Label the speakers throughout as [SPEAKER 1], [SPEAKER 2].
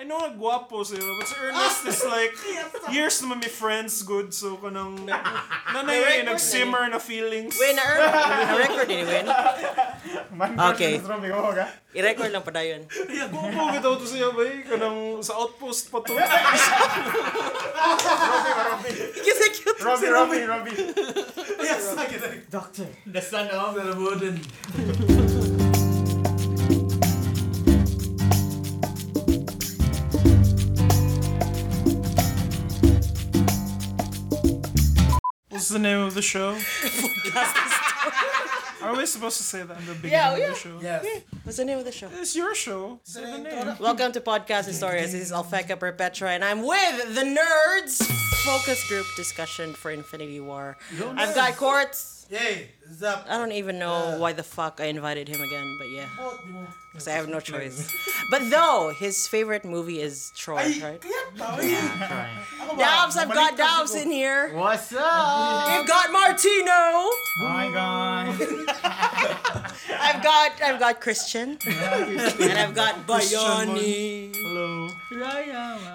[SPEAKER 1] I know nagwapo sila, but si Ernest is like, years naman may friends good, so kanang, nanay,
[SPEAKER 2] May record
[SPEAKER 1] nag-simmer na feelings.
[SPEAKER 2] Win na earn. Na-record din, win.
[SPEAKER 3] Man, Sa
[SPEAKER 2] Okay.
[SPEAKER 3] trompe ko, ka?
[SPEAKER 2] I-record lang pa dayon.
[SPEAKER 1] Gupo bitaw to siya ba eh, kanang sa outpost pa to.
[SPEAKER 3] Robbie, Robbie.
[SPEAKER 2] Kasi cute.
[SPEAKER 3] Robbie, Robbie, Robbie.
[SPEAKER 4] Yes, I get it.
[SPEAKER 3] Doctor.
[SPEAKER 4] The son of the wooden.
[SPEAKER 1] What's the name of the show? Are we supposed to say that in the beginning
[SPEAKER 2] Yeah,
[SPEAKER 1] of
[SPEAKER 2] yeah.
[SPEAKER 1] the show?
[SPEAKER 4] Yes.
[SPEAKER 2] What's the name of the show?
[SPEAKER 1] It's your show. Say the name.
[SPEAKER 2] Welcome to Podcast Historias. This is Alfeca Perpetua, and I'm with the Nerds Focus Group Discussion for Infinity War.
[SPEAKER 4] Go
[SPEAKER 2] I've got Quartz.
[SPEAKER 4] Yay, zap.
[SPEAKER 2] I don't even know why the fuck I invited him again, but yeah, because I have no choice. But though his favorite movie is Troy,
[SPEAKER 4] Ay,
[SPEAKER 2] right?
[SPEAKER 4] kaya tao eh. Ako ba?
[SPEAKER 2] Dobbs, I've got
[SPEAKER 4] Balik kasi
[SPEAKER 2] Dobbs
[SPEAKER 4] ko.
[SPEAKER 2] in here.
[SPEAKER 3] What's up?
[SPEAKER 2] I've got Martino.
[SPEAKER 3] Oh my god.
[SPEAKER 2] I've got I've got Christian, and I've got Bayani,
[SPEAKER 1] Hello.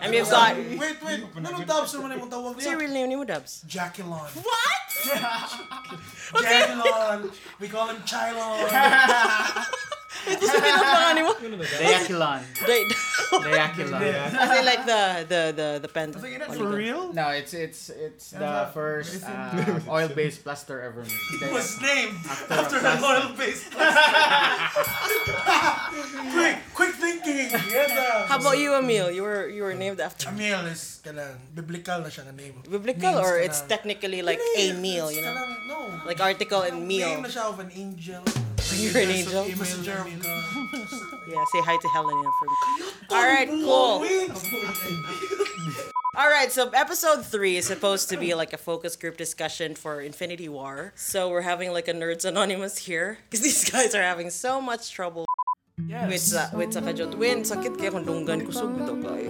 [SPEAKER 2] and we've got.
[SPEAKER 4] Wait, wait. Anong Dobbs naman yung tawag
[SPEAKER 2] What's your
[SPEAKER 4] niya?
[SPEAKER 2] real name, Nemo Dubs?
[SPEAKER 4] Jackilon.
[SPEAKER 2] What?
[SPEAKER 4] Jackilon. We call him Chylon.
[SPEAKER 2] Sino pangalan mo?
[SPEAKER 3] Dayakilan. Dayakilan.
[SPEAKER 2] I say like the the the the pen.
[SPEAKER 1] For real?
[SPEAKER 3] No, it's it's it's the first uh, oil-based plaster ever made.
[SPEAKER 4] It
[SPEAKER 3] Dayak-
[SPEAKER 4] was named after an oil-based Quick, quick thinking. Yes,
[SPEAKER 2] How
[SPEAKER 4] ah.
[SPEAKER 2] about you, Emil? You were you were named after
[SPEAKER 4] Emil is kanang biblical na siya nga name.
[SPEAKER 2] biblical,
[SPEAKER 4] Names
[SPEAKER 2] or
[SPEAKER 4] ka
[SPEAKER 2] it's
[SPEAKER 4] na.
[SPEAKER 2] technically like a
[SPEAKER 4] Hindi,
[SPEAKER 2] meal, you
[SPEAKER 4] it's
[SPEAKER 2] know,
[SPEAKER 4] kanang- No.
[SPEAKER 2] like article and
[SPEAKER 4] Name
[SPEAKER 2] meal.
[SPEAKER 4] na siya of an angel.
[SPEAKER 2] You're an angel.
[SPEAKER 4] Messenger of God.
[SPEAKER 2] Yeah, say hi to Helen and for me. All right, cool. All right, so episode three is supposed to be like a focus group discussion for Infinity War. So we're having like a Nerds Anonymous here because these guys are having so much trouble. uh, Wait sa wait sa kajot. Win sakit kaya kung dunggan kusog bitaw kayo.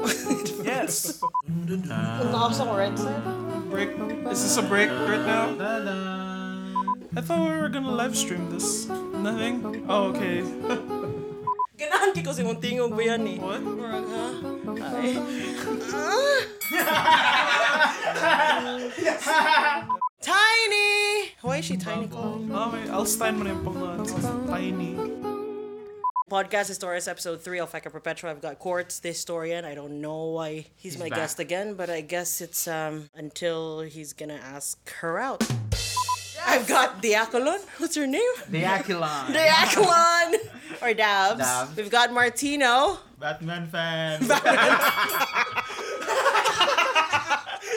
[SPEAKER 1] Yes.
[SPEAKER 2] Nakapsa ko right side.
[SPEAKER 1] Break. Is this a break right now? I thought we were gonna live stream this. Nothing? Oh, okay.
[SPEAKER 2] Ganahan kay ko si Muntingog ba yan eh.
[SPEAKER 1] What?
[SPEAKER 2] Murag ha? Ay. Ah! tiny! Why is she tiny?
[SPEAKER 1] Oh, wait. Alstein mo na yung pangalan. Tiny.
[SPEAKER 2] Podcast Historians Episode 3, Alfeca Perpetua. I've got Quartz, the historian. I don't know why he's, my
[SPEAKER 3] back.
[SPEAKER 2] guest again, but I guess it's um until he's gonna ask her out. I've got Diacolon. What's her name?
[SPEAKER 3] Dayakilan.
[SPEAKER 2] Diacolon! or Dabs.
[SPEAKER 3] Dabs.
[SPEAKER 2] We've got Martino.
[SPEAKER 3] Batman fan.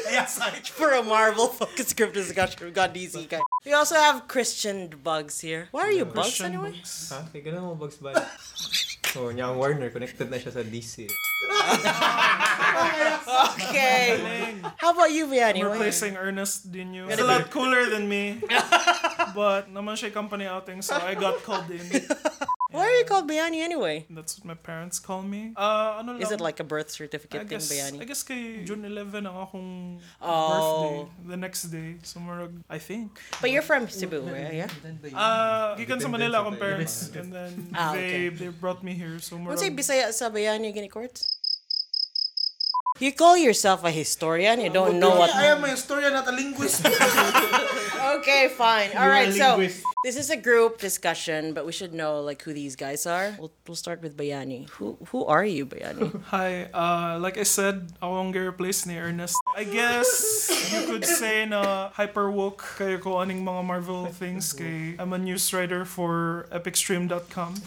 [SPEAKER 4] Yes, I
[SPEAKER 2] for a Marvel focus group discussion. We've got DC guy. We also have Christian Bugs here. Why are you Bugs
[SPEAKER 1] Christian
[SPEAKER 2] anyway?
[SPEAKER 1] books.
[SPEAKER 5] Ha? Kaya ganun mo Bugs Bunny. So, niya ang Warner, connected na siya sa DC.
[SPEAKER 2] Okay.
[SPEAKER 1] Dang.
[SPEAKER 2] How about you, Vianney?
[SPEAKER 1] Replacing Ernest Dino. He's
[SPEAKER 2] Gotta
[SPEAKER 1] a lot cooler than me. but naman siya company outing, so I got called in.
[SPEAKER 2] Why are you called Vianney anyway?
[SPEAKER 1] That's what my parents call me. Uh, ano lang.
[SPEAKER 2] Is it like a birth
[SPEAKER 1] I
[SPEAKER 2] certificate thing,
[SPEAKER 1] guess, I
[SPEAKER 2] Vianney?
[SPEAKER 1] guess kay June 11 ang akong birthday.
[SPEAKER 2] Oh.
[SPEAKER 1] The next day. So, marag, I think. Uh,
[SPEAKER 2] But you're from Cebu, right? Yeah?
[SPEAKER 1] Ah, gikan sa Manila akong
[SPEAKER 5] Dependent
[SPEAKER 1] parents.
[SPEAKER 5] sa
[SPEAKER 1] And then,
[SPEAKER 2] Ah,
[SPEAKER 1] they,
[SPEAKER 2] okay.
[SPEAKER 1] they brought me here. So,
[SPEAKER 2] Kung say
[SPEAKER 1] marag,
[SPEAKER 2] Bisaya sa Vianney, gini courts? You call yourself a historian? You
[SPEAKER 4] Oh,
[SPEAKER 2] don't know what...
[SPEAKER 4] I am a historian, not a linguist.
[SPEAKER 2] Okay, fine. All right, so this is a group discussion, but we should know like who these guys are. We'll, we'll start with Bayani. Who who are you, Bayani?
[SPEAKER 1] Hi, uh, like I said, akong gi-replace ni Ernest. I guess you could say na hyper-woke kayo ko aning mga Marvel things kay I'm a news writer for epicstream.com.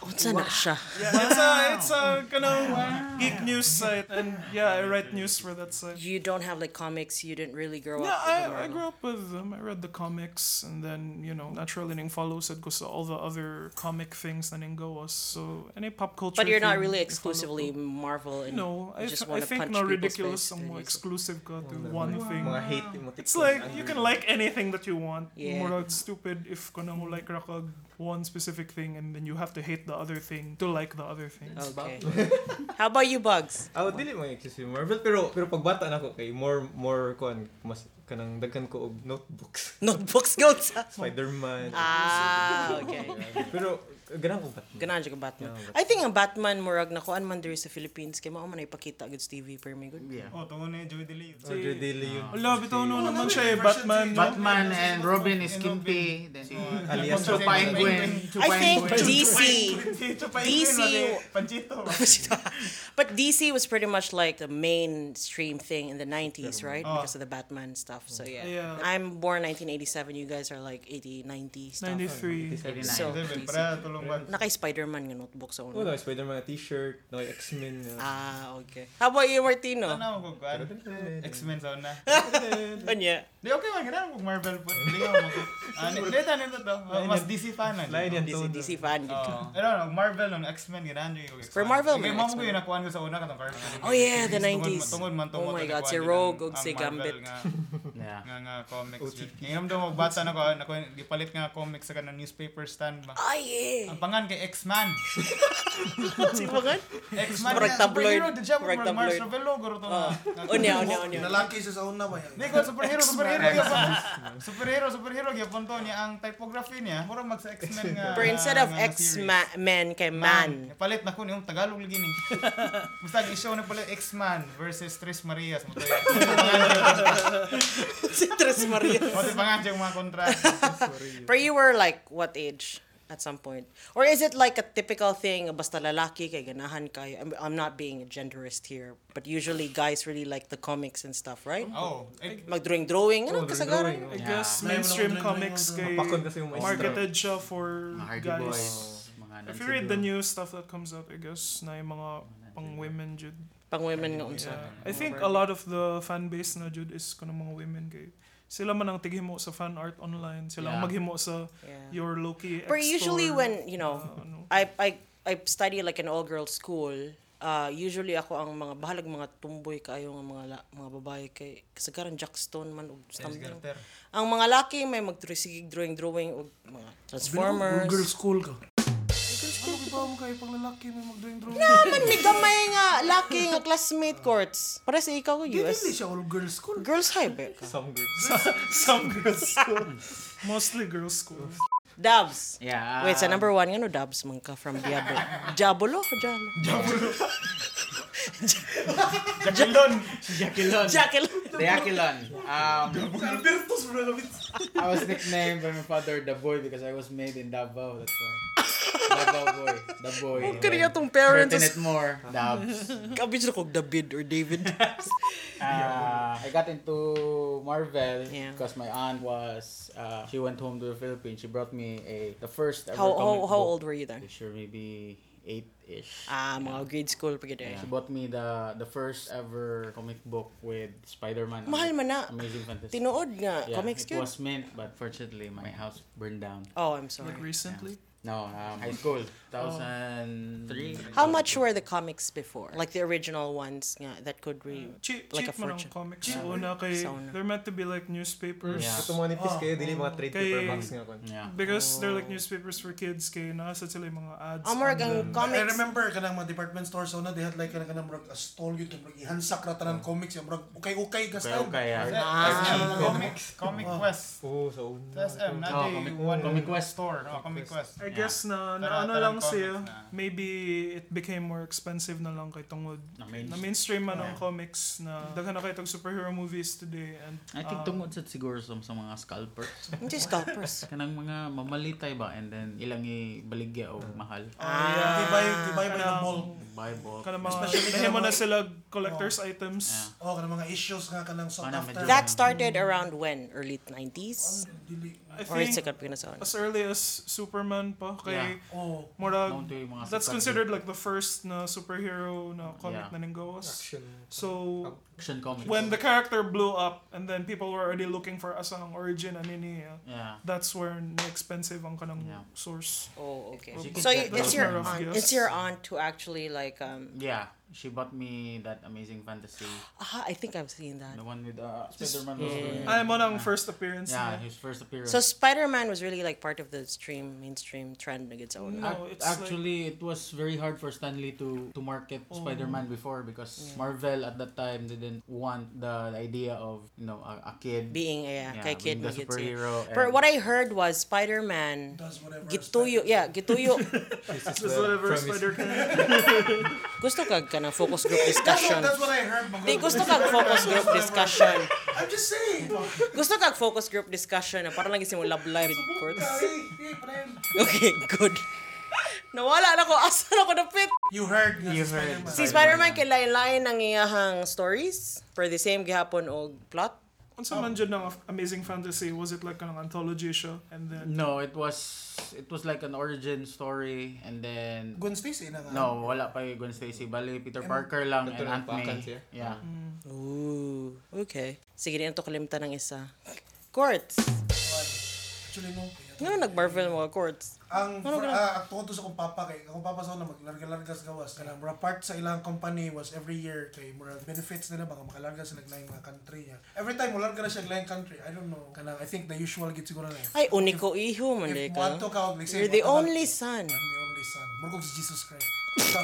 [SPEAKER 2] Unsa na siya?
[SPEAKER 1] It's a, it's a kind of geek news site and yeah, I write news for that site.
[SPEAKER 2] you don't have like comics. You didn't really grow
[SPEAKER 1] Yeah,
[SPEAKER 2] up.
[SPEAKER 1] I,
[SPEAKER 2] with the
[SPEAKER 1] I
[SPEAKER 2] Marvel.
[SPEAKER 1] grew up with them. I read the comics and then, you know, naturally ning follow sad ko sa all the other comic things na ning gawas. So, any pop culture
[SPEAKER 2] But you're not
[SPEAKER 1] thing, I
[SPEAKER 2] really
[SPEAKER 1] follow ko.
[SPEAKER 2] exclusively Marvel. And
[SPEAKER 1] No, I,
[SPEAKER 2] you
[SPEAKER 1] th-
[SPEAKER 2] just
[SPEAKER 1] I
[SPEAKER 2] wanna
[SPEAKER 1] think
[SPEAKER 2] punch
[SPEAKER 1] na
[SPEAKER 2] people's
[SPEAKER 1] ridiculous
[SPEAKER 2] face
[SPEAKER 1] ang
[SPEAKER 2] and
[SPEAKER 1] mga
[SPEAKER 2] you just-
[SPEAKER 1] exclusive ka
[SPEAKER 6] Oh,
[SPEAKER 1] to one thing.
[SPEAKER 5] Mga hate mo.
[SPEAKER 1] It's like, you can like anything that you want.
[SPEAKER 2] Yeah.
[SPEAKER 1] More stupid if kana mo like rakag one specific thing and then you have to hate the other thing to like the other thing.
[SPEAKER 2] Okay. How about you, Bugs?
[SPEAKER 5] Ako, Ah, oh, dili mga exclusive Marvel, pero pero pagbata na ako kay more, more, kuan, mas, kanang daghan ko og notebooks.
[SPEAKER 1] Ah.
[SPEAKER 2] Notebooks go. sa-
[SPEAKER 5] Spider-Man.
[SPEAKER 2] Ah, okay.
[SPEAKER 5] Pero ganang ko Batman.
[SPEAKER 2] Ganaan siya ka Batman.
[SPEAKER 5] Yeah,
[SPEAKER 2] I think ang Batman murag na kuan man diri sa Philippines kay mao man ipakita gud sa TV per me good.
[SPEAKER 6] Yeah.
[SPEAKER 7] Oh, tungo na yung Joy Delion.
[SPEAKER 5] Oh, Drew Dilly yun.
[SPEAKER 1] Wala, Ah. bitaw no naman
[SPEAKER 4] naman,
[SPEAKER 1] siya eh.
[SPEAKER 4] version
[SPEAKER 1] Batman.
[SPEAKER 4] three.
[SPEAKER 1] no?
[SPEAKER 6] Batman
[SPEAKER 7] Robin.
[SPEAKER 6] and Robin is
[SPEAKER 7] And
[SPEAKER 6] Kimpy. Then si
[SPEAKER 5] Alias
[SPEAKER 6] Chupa and Gwen. Chupa
[SPEAKER 2] I think
[SPEAKER 6] and Gwen.
[SPEAKER 2] DC DC
[SPEAKER 7] Panchito.
[SPEAKER 2] But DC was pretty much like the mainstream thing in the 90s, right?
[SPEAKER 7] Oh.
[SPEAKER 2] Because of the Batman stuff. So yeah.
[SPEAKER 1] Yeah.
[SPEAKER 2] I'm born 1987, you guys are like 80, 90 stuff.
[SPEAKER 1] 93.
[SPEAKER 2] So,
[SPEAKER 7] Devil,
[SPEAKER 2] DC.
[SPEAKER 7] para tulong ba?
[SPEAKER 2] Naka Spider-Man nga notebook sa
[SPEAKER 5] Oh,
[SPEAKER 2] una.
[SPEAKER 5] no, Spider-Man na t-shirt, no, X-Men. no.
[SPEAKER 2] Ah, okay. How about you, Martino? Ano
[SPEAKER 7] Ano ko kuan? X-Men sa una.
[SPEAKER 2] Anya.
[SPEAKER 7] Di okay man ganaan kung Marvel po. Di ako mag. Ah, ni- di tanin to to. Ah, Mas DC fan na.
[SPEAKER 5] Lain yan,
[SPEAKER 2] DC,
[SPEAKER 5] todo.
[SPEAKER 2] DC fan. gid ka.
[SPEAKER 7] I don't know, Marvel ng X-Men ganaan yung X-Men.
[SPEAKER 2] For Marvel,
[SPEAKER 7] Sige,
[SPEAKER 2] may
[SPEAKER 7] mamo ko
[SPEAKER 2] X-Men.
[SPEAKER 7] yung nakuhaan ko sa una katong cartoon.
[SPEAKER 2] Oh yeah, the
[SPEAKER 7] Tungod-
[SPEAKER 2] 90s.
[SPEAKER 7] tungod man
[SPEAKER 2] Oh
[SPEAKER 7] tungod
[SPEAKER 2] my
[SPEAKER 7] to
[SPEAKER 2] God,
[SPEAKER 7] nakuhaan
[SPEAKER 2] si
[SPEAKER 7] yun
[SPEAKER 2] Rogue
[SPEAKER 7] ang-
[SPEAKER 2] ug si
[SPEAKER 7] ang Marvel
[SPEAKER 2] Gambit.
[SPEAKER 7] nga-
[SPEAKER 6] Yeah.
[SPEAKER 7] nga nga comics yun.
[SPEAKER 5] OTT.
[SPEAKER 7] Ngayon daw mo bata na ko, na ko gipalit nga comics sa kanang newspaper stand ba.
[SPEAKER 2] Ay, eh.
[SPEAKER 7] Ang pangan kay X-Man.
[SPEAKER 2] Sino ba gan?
[SPEAKER 7] X-Man
[SPEAKER 2] Murag
[SPEAKER 7] na superhero,
[SPEAKER 2] tabloid.
[SPEAKER 7] di siya
[SPEAKER 2] Murag
[SPEAKER 7] murag Mars
[SPEAKER 2] tabloid.
[SPEAKER 7] Ravelo, garo to
[SPEAKER 2] Oh.
[SPEAKER 7] na.
[SPEAKER 2] Unya, unya, unya.
[SPEAKER 4] Lalaki siya sa una ba
[SPEAKER 7] Hindi
[SPEAKER 4] yan?
[SPEAKER 7] ko, superhero, superhero. gyapon. Superhero, superhero, gyapon to niya. Ang typography niya, murag mag sa X-Men nga.
[SPEAKER 2] For instead of
[SPEAKER 7] nga- nga series.
[SPEAKER 2] X-Men kay Man.
[SPEAKER 7] Palit na ko niyong Tagalog lagi ni. Basta i-show na pala X-Man versus Tres Marias. Mo tayo.
[SPEAKER 2] si Tres Maria.
[SPEAKER 7] Mo tayo pangadyo yung mga kontra.
[SPEAKER 2] Pero you were like what age at some point? Or is it like a typical thing, basta lalaki kay ganahan kayo? I'm, I'm not being a genderist here, but usually guys really like the comics and stuff, right?
[SPEAKER 7] Oh, eh,
[SPEAKER 2] Mag-drawing-drawing, ano
[SPEAKER 5] Oh,
[SPEAKER 2] kasagaran?
[SPEAKER 5] drawing,
[SPEAKER 1] I
[SPEAKER 5] oh.
[SPEAKER 1] guess
[SPEAKER 4] Yeah.
[SPEAKER 1] mainstream
[SPEAKER 4] Lemon,
[SPEAKER 1] comics
[SPEAKER 4] lemon,
[SPEAKER 1] kay
[SPEAKER 5] Mapakon kasi yung maestro.
[SPEAKER 1] marketed siya for
[SPEAKER 6] Mga Hardy Boys.
[SPEAKER 1] guys.
[SPEAKER 6] Mga
[SPEAKER 1] If
[SPEAKER 6] Nancy
[SPEAKER 1] you read the
[SPEAKER 6] Drew.
[SPEAKER 1] new stuff that comes out, I guess na yung mga pang women jud.
[SPEAKER 2] Pang women nga unsa.
[SPEAKER 1] Yeah. I think a lot of the fan base na jud is kuno mga women kay sila man ang tighimo sa fan art online, sila ang
[SPEAKER 6] Yeah.
[SPEAKER 1] maghimo sa
[SPEAKER 2] Yeah.
[SPEAKER 1] your Loki.
[SPEAKER 2] But usually
[SPEAKER 1] X-Store,
[SPEAKER 2] when, you know,
[SPEAKER 1] uh, ano.
[SPEAKER 2] I I I study like an all girls school. Uh, usually ako ang mga bahalag mga tumboy kayo ng mga la- mga babae kay kasagaran Jackstone man og something.
[SPEAKER 7] Carter.
[SPEAKER 2] Ang mga laki may magdrusigig drawing drawing og mga Transformers.
[SPEAKER 4] Girl school ka. Girl school ka ba mo kayo pang lalaki may magdrawing-drawing?
[SPEAKER 2] Naman ni gamay nga laki nga classmate courts. Para sa ikaw ko
[SPEAKER 4] Di hindi
[SPEAKER 2] US.
[SPEAKER 4] siya all girl school.
[SPEAKER 2] Girls high ba ka?
[SPEAKER 5] Some good.
[SPEAKER 1] some girls school, mostly girls school.
[SPEAKER 2] Dabs.
[SPEAKER 6] Yeah.
[SPEAKER 2] Wait, sa number one, ano dabs man ka from Diablo? Diabolo o Jalo?
[SPEAKER 7] Jacqueline!
[SPEAKER 6] Jaquilon.
[SPEAKER 2] Jackal.
[SPEAKER 6] The Jaquilon. Um,
[SPEAKER 4] Albertos bro.
[SPEAKER 6] I was nicknamed by my father the boy because I was made in Davao. That's why. Davao boy. The boy.
[SPEAKER 2] Huwag ka niya tong parents.
[SPEAKER 6] Lieutenant Moore. Dabs.
[SPEAKER 2] Kabis na kog David or David.
[SPEAKER 6] Uh, I got into Marvel
[SPEAKER 2] Yeah.
[SPEAKER 6] because my aunt was uh, she went home to the Philippines. She brought me a the first ever
[SPEAKER 2] how, how,
[SPEAKER 6] comic
[SPEAKER 2] how
[SPEAKER 6] book.
[SPEAKER 2] old were you then?
[SPEAKER 6] Sure, maybe eight ish.
[SPEAKER 2] Ah, mga grade school pa gid eh.
[SPEAKER 6] She bought me the the first ever comic book with Spider Man.
[SPEAKER 2] Mahal man na.
[SPEAKER 6] Amazing Fantasy.
[SPEAKER 2] Tinuod nga,
[SPEAKER 6] yeah,
[SPEAKER 2] comics
[SPEAKER 6] it
[SPEAKER 2] yun.
[SPEAKER 6] was meant, but fortunately, my house burned down.
[SPEAKER 2] Oh, I'm sorry.
[SPEAKER 1] Like recently,
[SPEAKER 6] No, um, high school, 2003.
[SPEAKER 2] Oh. How much were the comics before? Like the original ones nga, that could be...
[SPEAKER 1] cheap, cheap
[SPEAKER 2] Like a
[SPEAKER 1] man ang
[SPEAKER 2] fortune.
[SPEAKER 1] comics. So una kay
[SPEAKER 2] Sa una.
[SPEAKER 1] they're meant to be like newspapers.
[SPEAKER 6] Yeah.
[SPEAKER 5] Ito mga nipis kayo, dili mga trade
[SPEAKER 1] Kay-
[SPEAKER 5] paperbacks nga kon.
[SPEAKER 6] Yeah.
[SPEAKER 1] Because they're
[SPEAKER 2] Oh.
[SPEAKER 1] like newspapers for kids kay nasa sila yung mga ads.
[SPEAKER 2] Ah, murag
[SPEAKER 1] on
[SPEAKER 2] ang
[SPEAKER 1] them.
[SPEAKER 4] I
[SPEAKER 2] comics.
[SPEAKER 4] remember kanang mga department stores una they had like kanang kanang murag a stall yun kanang murag ihansak ra tanan comics yung murag ukay-ukay
[SPEAKER 6] Okay,
[SPEAKER 4] gastan.
[SPEAKER 6] okay, yeah.
[SPEAKER 7] Ah, comics, Comic Quest.
[SPEAKER 5] Oo, sa una.
[SPEAKER 7] Sa SM, na
[SPEAKER 6] Oh,
[SPEAKER 7] di
[SPEAKER 6] Comic-
[SPEAKER 7] one
[SPEAKER 6] Comic Quest.
[SPEAKER 7] store. Oh, Comic Quest.
[SPEAKER 1] I guess na, na ano
[SPEAKER 7] Tara, tara,
[SPEAKER 1] lang
[SPEAKER 7] comics
[SPEAKER 1] siya,
[SPEAKER 7] na.
[SPEAKER 1] maybe it became more expensive na lang kay tungod
[SPEAKER 6] Na main-
[SPEAKER 1] na mainstream man ang comics na daghan na kay tong superhero movies today and
[SPEAKER 6] I
[SPEAKER 1] um,
[SPEAKER 6] think tungod sa siguro sa, sa mga scalpers.
[SPEAKER 2] Hindi scalpers.
[SPEAKER 6] Kanang mga mamalitay ba and then ilang ibaligya
[SPEAKER 2] Hmm.
[SPEAKER 6] o mahal.
[SPEAKER 1] Ah,
[SPEAKER 4] Gibay, gibay ba yung
[SPEAKER 1] kanang-
[SPEAKER 4] mall?
[SPEAKER 6] Bible.
[SPEAKER 1] kanang mga
[SPEAKER 4] Especially
[SPEAKER 1] nahimo
[SPEAKER 4] kanang
[SPEAKER 1] na
[SPEAKER 4] mga-
[SPEAKER 1] sila collectors items.
[SPEAKER 6] Yeah.
[SPEAKER 4] Oh, kanang mga issues nga kanang sought
[SPEAKER 6] Ano,
[SPEAKER 4] after.
[SPEAKER 6] medyo-
[SPEAKER 2] That started around when? Early 90s?
[SPEAKER 4] Dili-
[SPEAKER 1] I
[SPEAKER 2] Or it's
[SPEAKER 1] think
[SPEAKER 2] second pinasahon?
[SPEAKER 1] as early as Superman pa kay
[SPEAKER 4] Oh,
[SPEAKER 1] murag
[SPEAKER 6] Mount to yung mga
[SPEAKER 1] that's
[SPEAKER 6] sikat-
[SPEAKER 1] considered like the first na superhero na comic
[SPEAKER 6] Yeah.
[SPEAKER 1] na ninggawas.
[SPEAKER 5] Action.
[SPEAKER 1] So
[SPEAKER 6] action comics.
[SPEAKER 1] when the character blew up and then people were already looking for asang origin and niya,
[SPEAKER 6] yeah.
[SPEAKER 1] that's where expensive ang kanang
[SPEAKER 6] Yeah.
[SPEAKER 1] source.
[SPEAKER 2] Oh, okay.
[SPEAKER 6] As you can
[SPEAKER 2] So
[SPEAKER 6] get
[SPEAKER 2] y- it's
[SPEAKER 6] those
[SPEAKER 2] your
[SPEAKER 1] number of
[SPEAKER 2] aunt.
[SPEAKER 1] gifts.
[SPEAKER 2] It's your aunt who actually like um
[SPEAKER 6] Yeah. she bought me that Amazing Fantasy,
[SPEAKER 2] Ah, I think I've seen that.
[SPEAKER 6] the one with uh, Spider-Man. was doing.
[SPEAKER 1] Ay, mo ng first appearance
[SPEAKER 6] Yeah,
[SPEAKER 1] niya.
[SPEAKER 6] his first appearance.
[SPEAKER 2] So Spider-Man was really like part of the stream, mainstream trend against own.
[SPEAKER 1] No,
[SPEAKER 6] Ac-
[SPEAKER 1] it's
[SPEAKER 6] actually, it was very hard for Stanley to to market
[SPEAKER 1] Oh.
[SPEAKER 6] Spider-Man before because Marvel at that time didn't want the idea of you know a, a kid
[SPEAKER 2] Being a kay kid
[SPEAKER 6] being the
[SPEAKER 2] magid siya.
[SPEAKER 6] superhero.
[SPEAKER 2] But what I heard was Spider-Man
[SPEAKER 4] Does whatever.
[SPEAKER 2] gituyo, yeah, gituyo.
[SPEAKER 1] Just whatever
[SPEAKER 5] From his-
[SPEAKER 1] spider can.
[SPEAKER 2] gusto ka ka ng focus group
[SPEAKER 4] That's what,
[SPEAKER 2] discussion.
[SPEAKER 4] that's what I heard. Mangulo.
[SPEAKER 2] Di gusto ka focus group discussion.
[SPEAKER 4] I'm just saying.
[SPEAKER 2] Gusto ka focus group discussion na parang lagi mo love life with courts.
[SPEAKER 4] Hey, hey, friend.
[SPEAKER 2] Okay, good. Nawala na ko. Asan ako na pit?
[SPEAKER 4] You heard na you
[SPEAKER 6] You heard.
[SPEAKER 4] Spider-Man.
[SPEAKER 2] Si Spider-Man kay lain-lain ang iyahang stories for the same gihapon og plot.
[SPEAKER 1] Unsa man jud ng Amazing Fantasy, was it like an anthology show? And then,
[SPEAKER 6] No, it was it was like an origin story and then
[SPEAKER 4] Gwen Stacy na nga.
[SPEAKER 6] no, wala pa yung Gwen Stacy. Bali, Peter Parker lang
[SPEAKER 5] Dr.
[SPEAKER 6] and Aunt May.
[SPEAKER 5] Vacant siya.
[SPEAKER 6] Yeah.
[SPEAKER 2] Ooh, okay. Sige, din to kalimutan ng isa. Courts.
[SPEAKER 4] Actually, no.
[SPEAKER 2] Ano nag-Marvel mga courts?
[SPEAKER 4] Ang for, ah, ako to sa kong papa kay akong papa sa una maglarga-largas gawas kana mura part sa ilang company was every year kay mura benefits nila baka makalarga sa naglaing mga country niya. Every time mularga na siya lain country, I don't know. Kanang I think the usual gid siguro na. yun.
[SPEAKER 2] Ay, uniko iho man di
[SPEAKER 4] If
[SPEAKER 2] ka.
[SPEAKER 4] muadto ka og like, say,
[SPEAKER 2] You're the
[SPEAKER 4] muadto ka-
[SPEAKER 2] only son.
[SPEAKER 4] I'm the only son. Mura kog si Jesus Christ. So,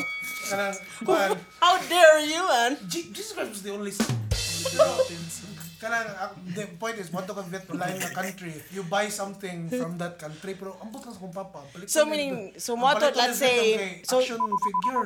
[SPEAKER 4] kanang kuan
[SPEAKER 2] How dare you, man?
[SPEAKER 4] Je- Jesus Christ was the only son. Kanang ah, the point is muadto ka vet lain nga country, you buy something from that country pero ambot ka sa kong papa. balik
[SPEAKER 2] So,
[SPEAKER 4] ka
[SPEAKER 2] meaning-
[SPEAKER 4] dito.
[SPEAKER 2] so,
[SPEAKER 4] Ang
[SPEAKER 2] muadto,
[SPEAKER 4] balik ka
[SPEAKER 2] let's
[SPEAKER 4] dito
[SPEAKER 2] say,
[SPEAKER 4] kay
[SPEAKER 2] so-
[SPEAKER 4] action figure.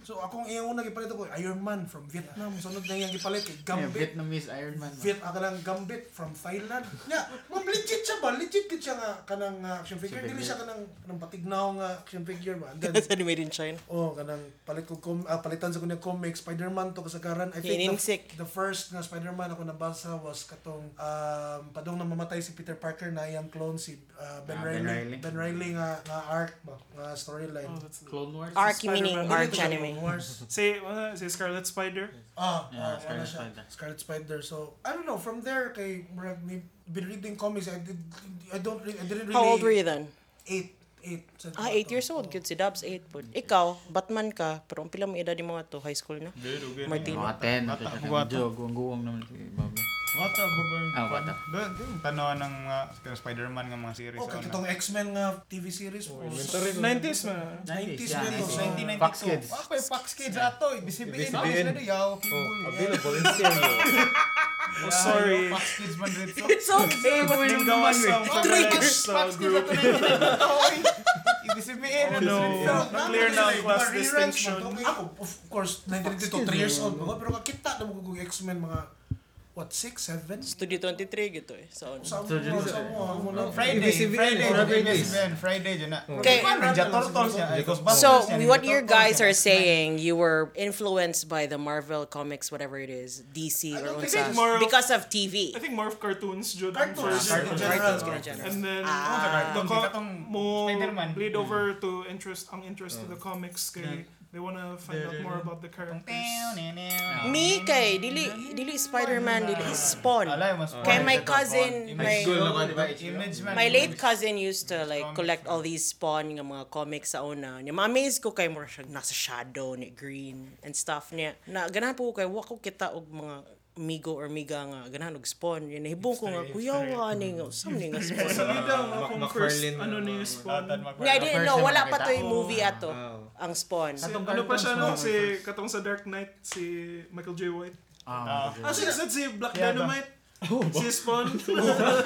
[SPEAKER 4] so akong iyang una gipalit ko Iron Man from Vietnam. Sunod na iyang gipalit kay
[SPEAKER 6] Yeah,
[SPEAKER 4] Gambit.
[SPEAKER 6] Vietnamese Iron Man.
[SPEAKER 4] Viet ang kanang Gambit from Thailand. Nya, ma'am, legit siya ba? Legit gid siya nga kanang ah, action figure. Dili siya kanang kanang patignaw nga action figure ba. And then
[SPEAKER 2] That's made in China.
[SPEAKER 4] Oh, kanang palit ko com- ah, palitan sa kunya comic Spider-Man to kasagaran. I think
[SPEAKER 2] Hininsik.
[SPEAKER 4] the, the first na Spider-Man ako nabasa was katong um, padong namamatay si Peter Parker na iyang clone si ah, ben,
[SPEAKER 6] Ah, Ben Reilly.
[SPEAKER 4] Reilly. Ben Reilly nga nga arc ba, nga storyline.
[SPEAKER 1] oh, that's
[SPEAKER 6] Clone Wars.
[SPEAKER 2] Arc meaning
[SPEAKER 1] Spider-Man.
[SPEAKER 2] arch
[SPEAKER 4] Dili ko siya
[SPEAKER 2] anime.
[SPEAKER 4] ma-wars.
[SPEAKER 1] say, uh, say Scarlet Spider.
[SPEAKER 4] Ah,
[SPEAKER 6] Yeah,
[SPEAKER 4] ah, ano
[SPEAKER 6] Scarlet
[SPEAKER 4] siya?
[SPEAKER 6] Spider.
[SPEAKER 4] Scarlet Spider. So, I don't know, from there kay murag ni been reading comics. I did I don't re- I didn't really
[SPEAKER 2] How old were you then?
[SPEAKER 4] Eight. Eight. Sa-
[SPEAKER 2] Ah, 8 years old. Good si Dabs, 8 po. Ikaw, Batman ka, pero ang pila mo edad ni mga to, high school na. Martino.
[SPEAKER 6] Mga 10.
[SPEAKER 7] Bata, bata.
[SPEAKER 6] Medyo guwang-guwang naman si Bobby.
[SPEAKER 7] Bata ba ba yung...
[SPEAKER 6] Ah, bata.
[SPEAKER 7] Doon, yung tanaw ng mga Spider-Man ng mga series.
[SPEAKER 4] Oh, Okay,
[SPEAKER 7] ano.
[SPEAKER 4] katong X-Men nga TV series. Oh,
[SPEAKER 1] 90s man.
[SPEAKER 4] 90s
[SPEAKER 6] Yeah,
[SPEAKER 4] na to.
[SPEAKER 6] 1992. Fox Kids.
[SPEAKER 7] Apa yung ah, Fox Kids
[SPEAKER 4] ah.
[SPEAKER 7] ato? Ibisibihin.
[SPEAKER 5] Ibisibihin.
[SPEAKER 7] Ibisibihin. Ibisibihin. Ibisibihin.
[SPEAKER 5] Oh, Available in stereo.
[SPEAKER 1] Oh, sorry.
[SPEAKER 7] Fox Kids man rin. So,
[SPEAKER 2] It's okay.
[SPEAKER 1] Ning gawas lang sa
[SPEAKER 2] Triggers.
[SPEAKER 1] sa group.
[SPEAKER 7] Ibisibihin.
[SPEAKER 1] Oh no,
[SPEAKER 7] Ibisibihin.
[SPEAKER 1] clear na ang class distinction.
[SPEAKER 4] Eh, Ako, of course, 1992, 3 years old. Ako, pero kakita na mo kung X-Men mga, what, 6, 7?
[SPEAKER 2] Studio 23 gito eh. So,
[SPEAKER 4] Sa mo, sa mo, sa mo na.
[SPEAKER 7] Friday.
[SPEAKER 5] Ibisibihin.
[SPEAKER 7] Friday.
[SPEAKER 5] Friday.
[SPEAKER 7] Ibisibihin. Friday dyan na.
[SPEAKER 2] Okay.
[SPEAKER 7] Ano, Ninja Turtles yan. Ghostbusters
[SPEAKER 2] so
[SPEAKER 7] yan, Ninja
[SPEAKER 2] what you
[SPEAKER 7] Turtles
[SPEAKER 2] guys
[SPEAKER 7] yan.
[SPEAKER 2] are saying, you were influenced by the Marvel comics, whatever it is, DC or
[SPEAKER 4] think
[SPEAKER 2] unsa,
[SPEAKER 1] it's more of-
[SPEAKER 2] because of TV.
[SPEAKER 1] I think more of cartoons jud ang
[SPEAKER 6] Ah,
[SPEAKER 4] Cartoons.
[SPEAKER 1] first.
[SPEAKER 4] in general.
[SPEAKER 2] Cartoons um, in general.
[SPEAKER 1] And then
[SPEAKER 7] Ah.
[SPEAKER 1] the co-
[SPEAKER 7] Katong
[SPEAKER 1] mo
[SPEAKER 7] Spider-Man.
[SPEAKER 1] lead over to interest ang interest to the comics kay they wanna find out more about the characters.
[SPEAKER 2] Ah. Me kay dili dili Spider-Man, dili Spawn.
[SPEAKER 7] Alay, mas
[SPEAKER 2] Kay
[SPEAKER 7] fun.
[SPEAKER 2] my
[SPEAKER 7] Ito,
[SPEAKER 2] cousin,
[SPEAKER 7] fun.
[SPEAKER 2] my
[SPEAKER 5] School naman, diba?
[SPEAKER 7] Image man.
[SPEAKER 2] my late cousin used to like
[SPEAKER 7] Comics
[SPEAKER 2] collect all these Spawn nga mga comics sa una. Nya ma-amaze ko kay mura siya nasa shadow ni green and stuff niya. Na ganahan po ko kay wa ko kita og mga migo or miga nga ganahan og Spawn. Yan nahibong ko nga kuya wa ni nga sa ni nga Spawn.
[SPEAKER 1] Sige daw,
[SPEAKER 5] Mac-
[SPEAKER 1] akong first,
[SPEAKER 5] McFarlane na-
[SPEAKER 1] ano ni
[SPEAKER 5] Tatad
[SPEAKER 1] Spawn.
[SPEAKER 2] Nga, I didn't know. Wala pa to
[SPEAKER 6] nakita.
[SPEAKER 2] yung movie ato.
[SPEAKER 5] wow.
[SPEAKER 2] Ang Spawn.
[SPEAKER 1] Si- ano pa siya no? Si katong sa Dark Knight, si Michael J. White.
[SPEAKER 6] Ah,
[SPEAKER 1] Ah, si, is that si Black
[SPEAKER 7] Yeah,
[SPEAKER 1] Dynamite? si Spawn? Oh.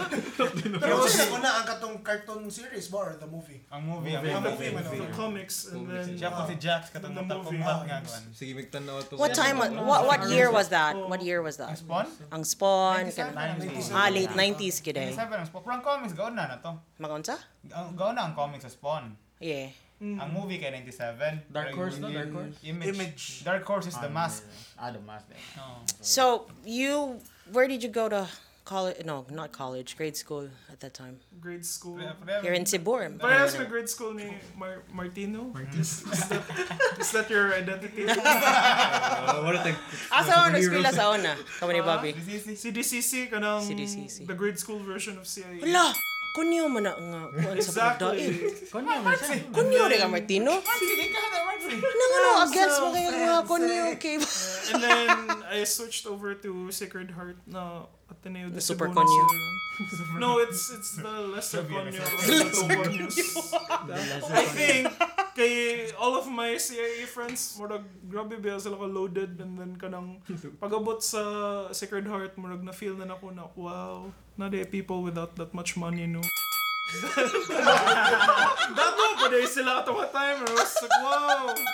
[SPEAKER 4] Pero siya ko na ang katong cartoon series ba or the movie?
[SPEAKER 7] Ang movie. Ang
[SPEAKER 4] Ang
[SPEAKER 7] movie.
[SPEAKER 4] movie man.
[SPEAKER 1] the comics. And then,
[SPEAKER 7] Siya po si Jax, katong
[SPEAKER 1] The
[SPEAKER 7] Mortal
[SPEAKER 1] movie.
[SPEAKER 7] Kombat nga. kuwan.
[SPEAKER 5] Sige, magtanaw to. oh,
[SPEAKER 2] What time? What what year was that? What year was that?
[SPEAKER 7] Spawn?
[SPEAKER 2] Ang Spawn. kan-
[SPEAKER 7] 97.
[SPEAKER 2] Ah, late 90s kid eh.
[SPEAKER 7] 97 ang Spawn. Pero ang comics, gaon na na to.
[SPEAKER 2] Mga unsa?
[SPEAKER 7] Ang- Gaon na ang comics sa Spawn.
[SPEAKER 2] Yeah.
[SPEAKER 1] uh, hmm,
[SPEAKER 2] Hmm.
[SPEAKER 7] Ang movie kay 97.
[SPEAKER 6] Dark
[SPEAKER 7] Pero
[SPEAKER 6] Horse, no?
[SPEAKER 7] yung
[SPEAKER 6] Dark Horse?
[SPEAKER 7] Image. Dark Horse is The Mask.
[SPEAKER 6] Ah, the mask.
[SPEAKER 7] Oh.
[SPEAKER 2] So, you, where did you go to college? No, not college. Grade school at that time.
[SPEAKER 1] grade school.
[SPEAKER 2] You're in Cebu. or-
[SPEAKER 1] Parehas ka grade school ni Mar- Martino? Is, is that, is that your identity?
[SPEAKER 5] Wala tayong...
[SPEAKER 2] Asa ako nag-eskwela sa una? Kamo ni Bobby.
[SPEAKER 1] si DCC ka ng
[SPEAKER 2] Si DCC.
[SPEAKER 1] the grade school version of CIA.
[SPEAKER 2] Wala! kunyo man na nga kuan sa pagdain.
[SPEAKER 1] Exactly.
[SPEAKER 6] Konyo man siya.
[SPEAKER 2] Kunyo rin ka Martino. Ano nga no, against mo kayo mga kunyo kay
[SPEAKER 1] And then I switched over to Sacred Heart na Ateneo de
[SPEAKER 2] The Super
[SPEAKER 1] Cebuano.
[SPEAKER 2] Konyo.
[SPEAKER 1] No, it's it's the lesser Konyo. of
[SPEAKER 7] The
[SPEAKER 1] the two Konyos. I think kay all of my CIA friends murag grabe ba sila ka loaded and then kanang pagabot sa Sacred Heart murag na feel na nako na wow na they people without that much money no Dato pa day sila ato ka time I was like wow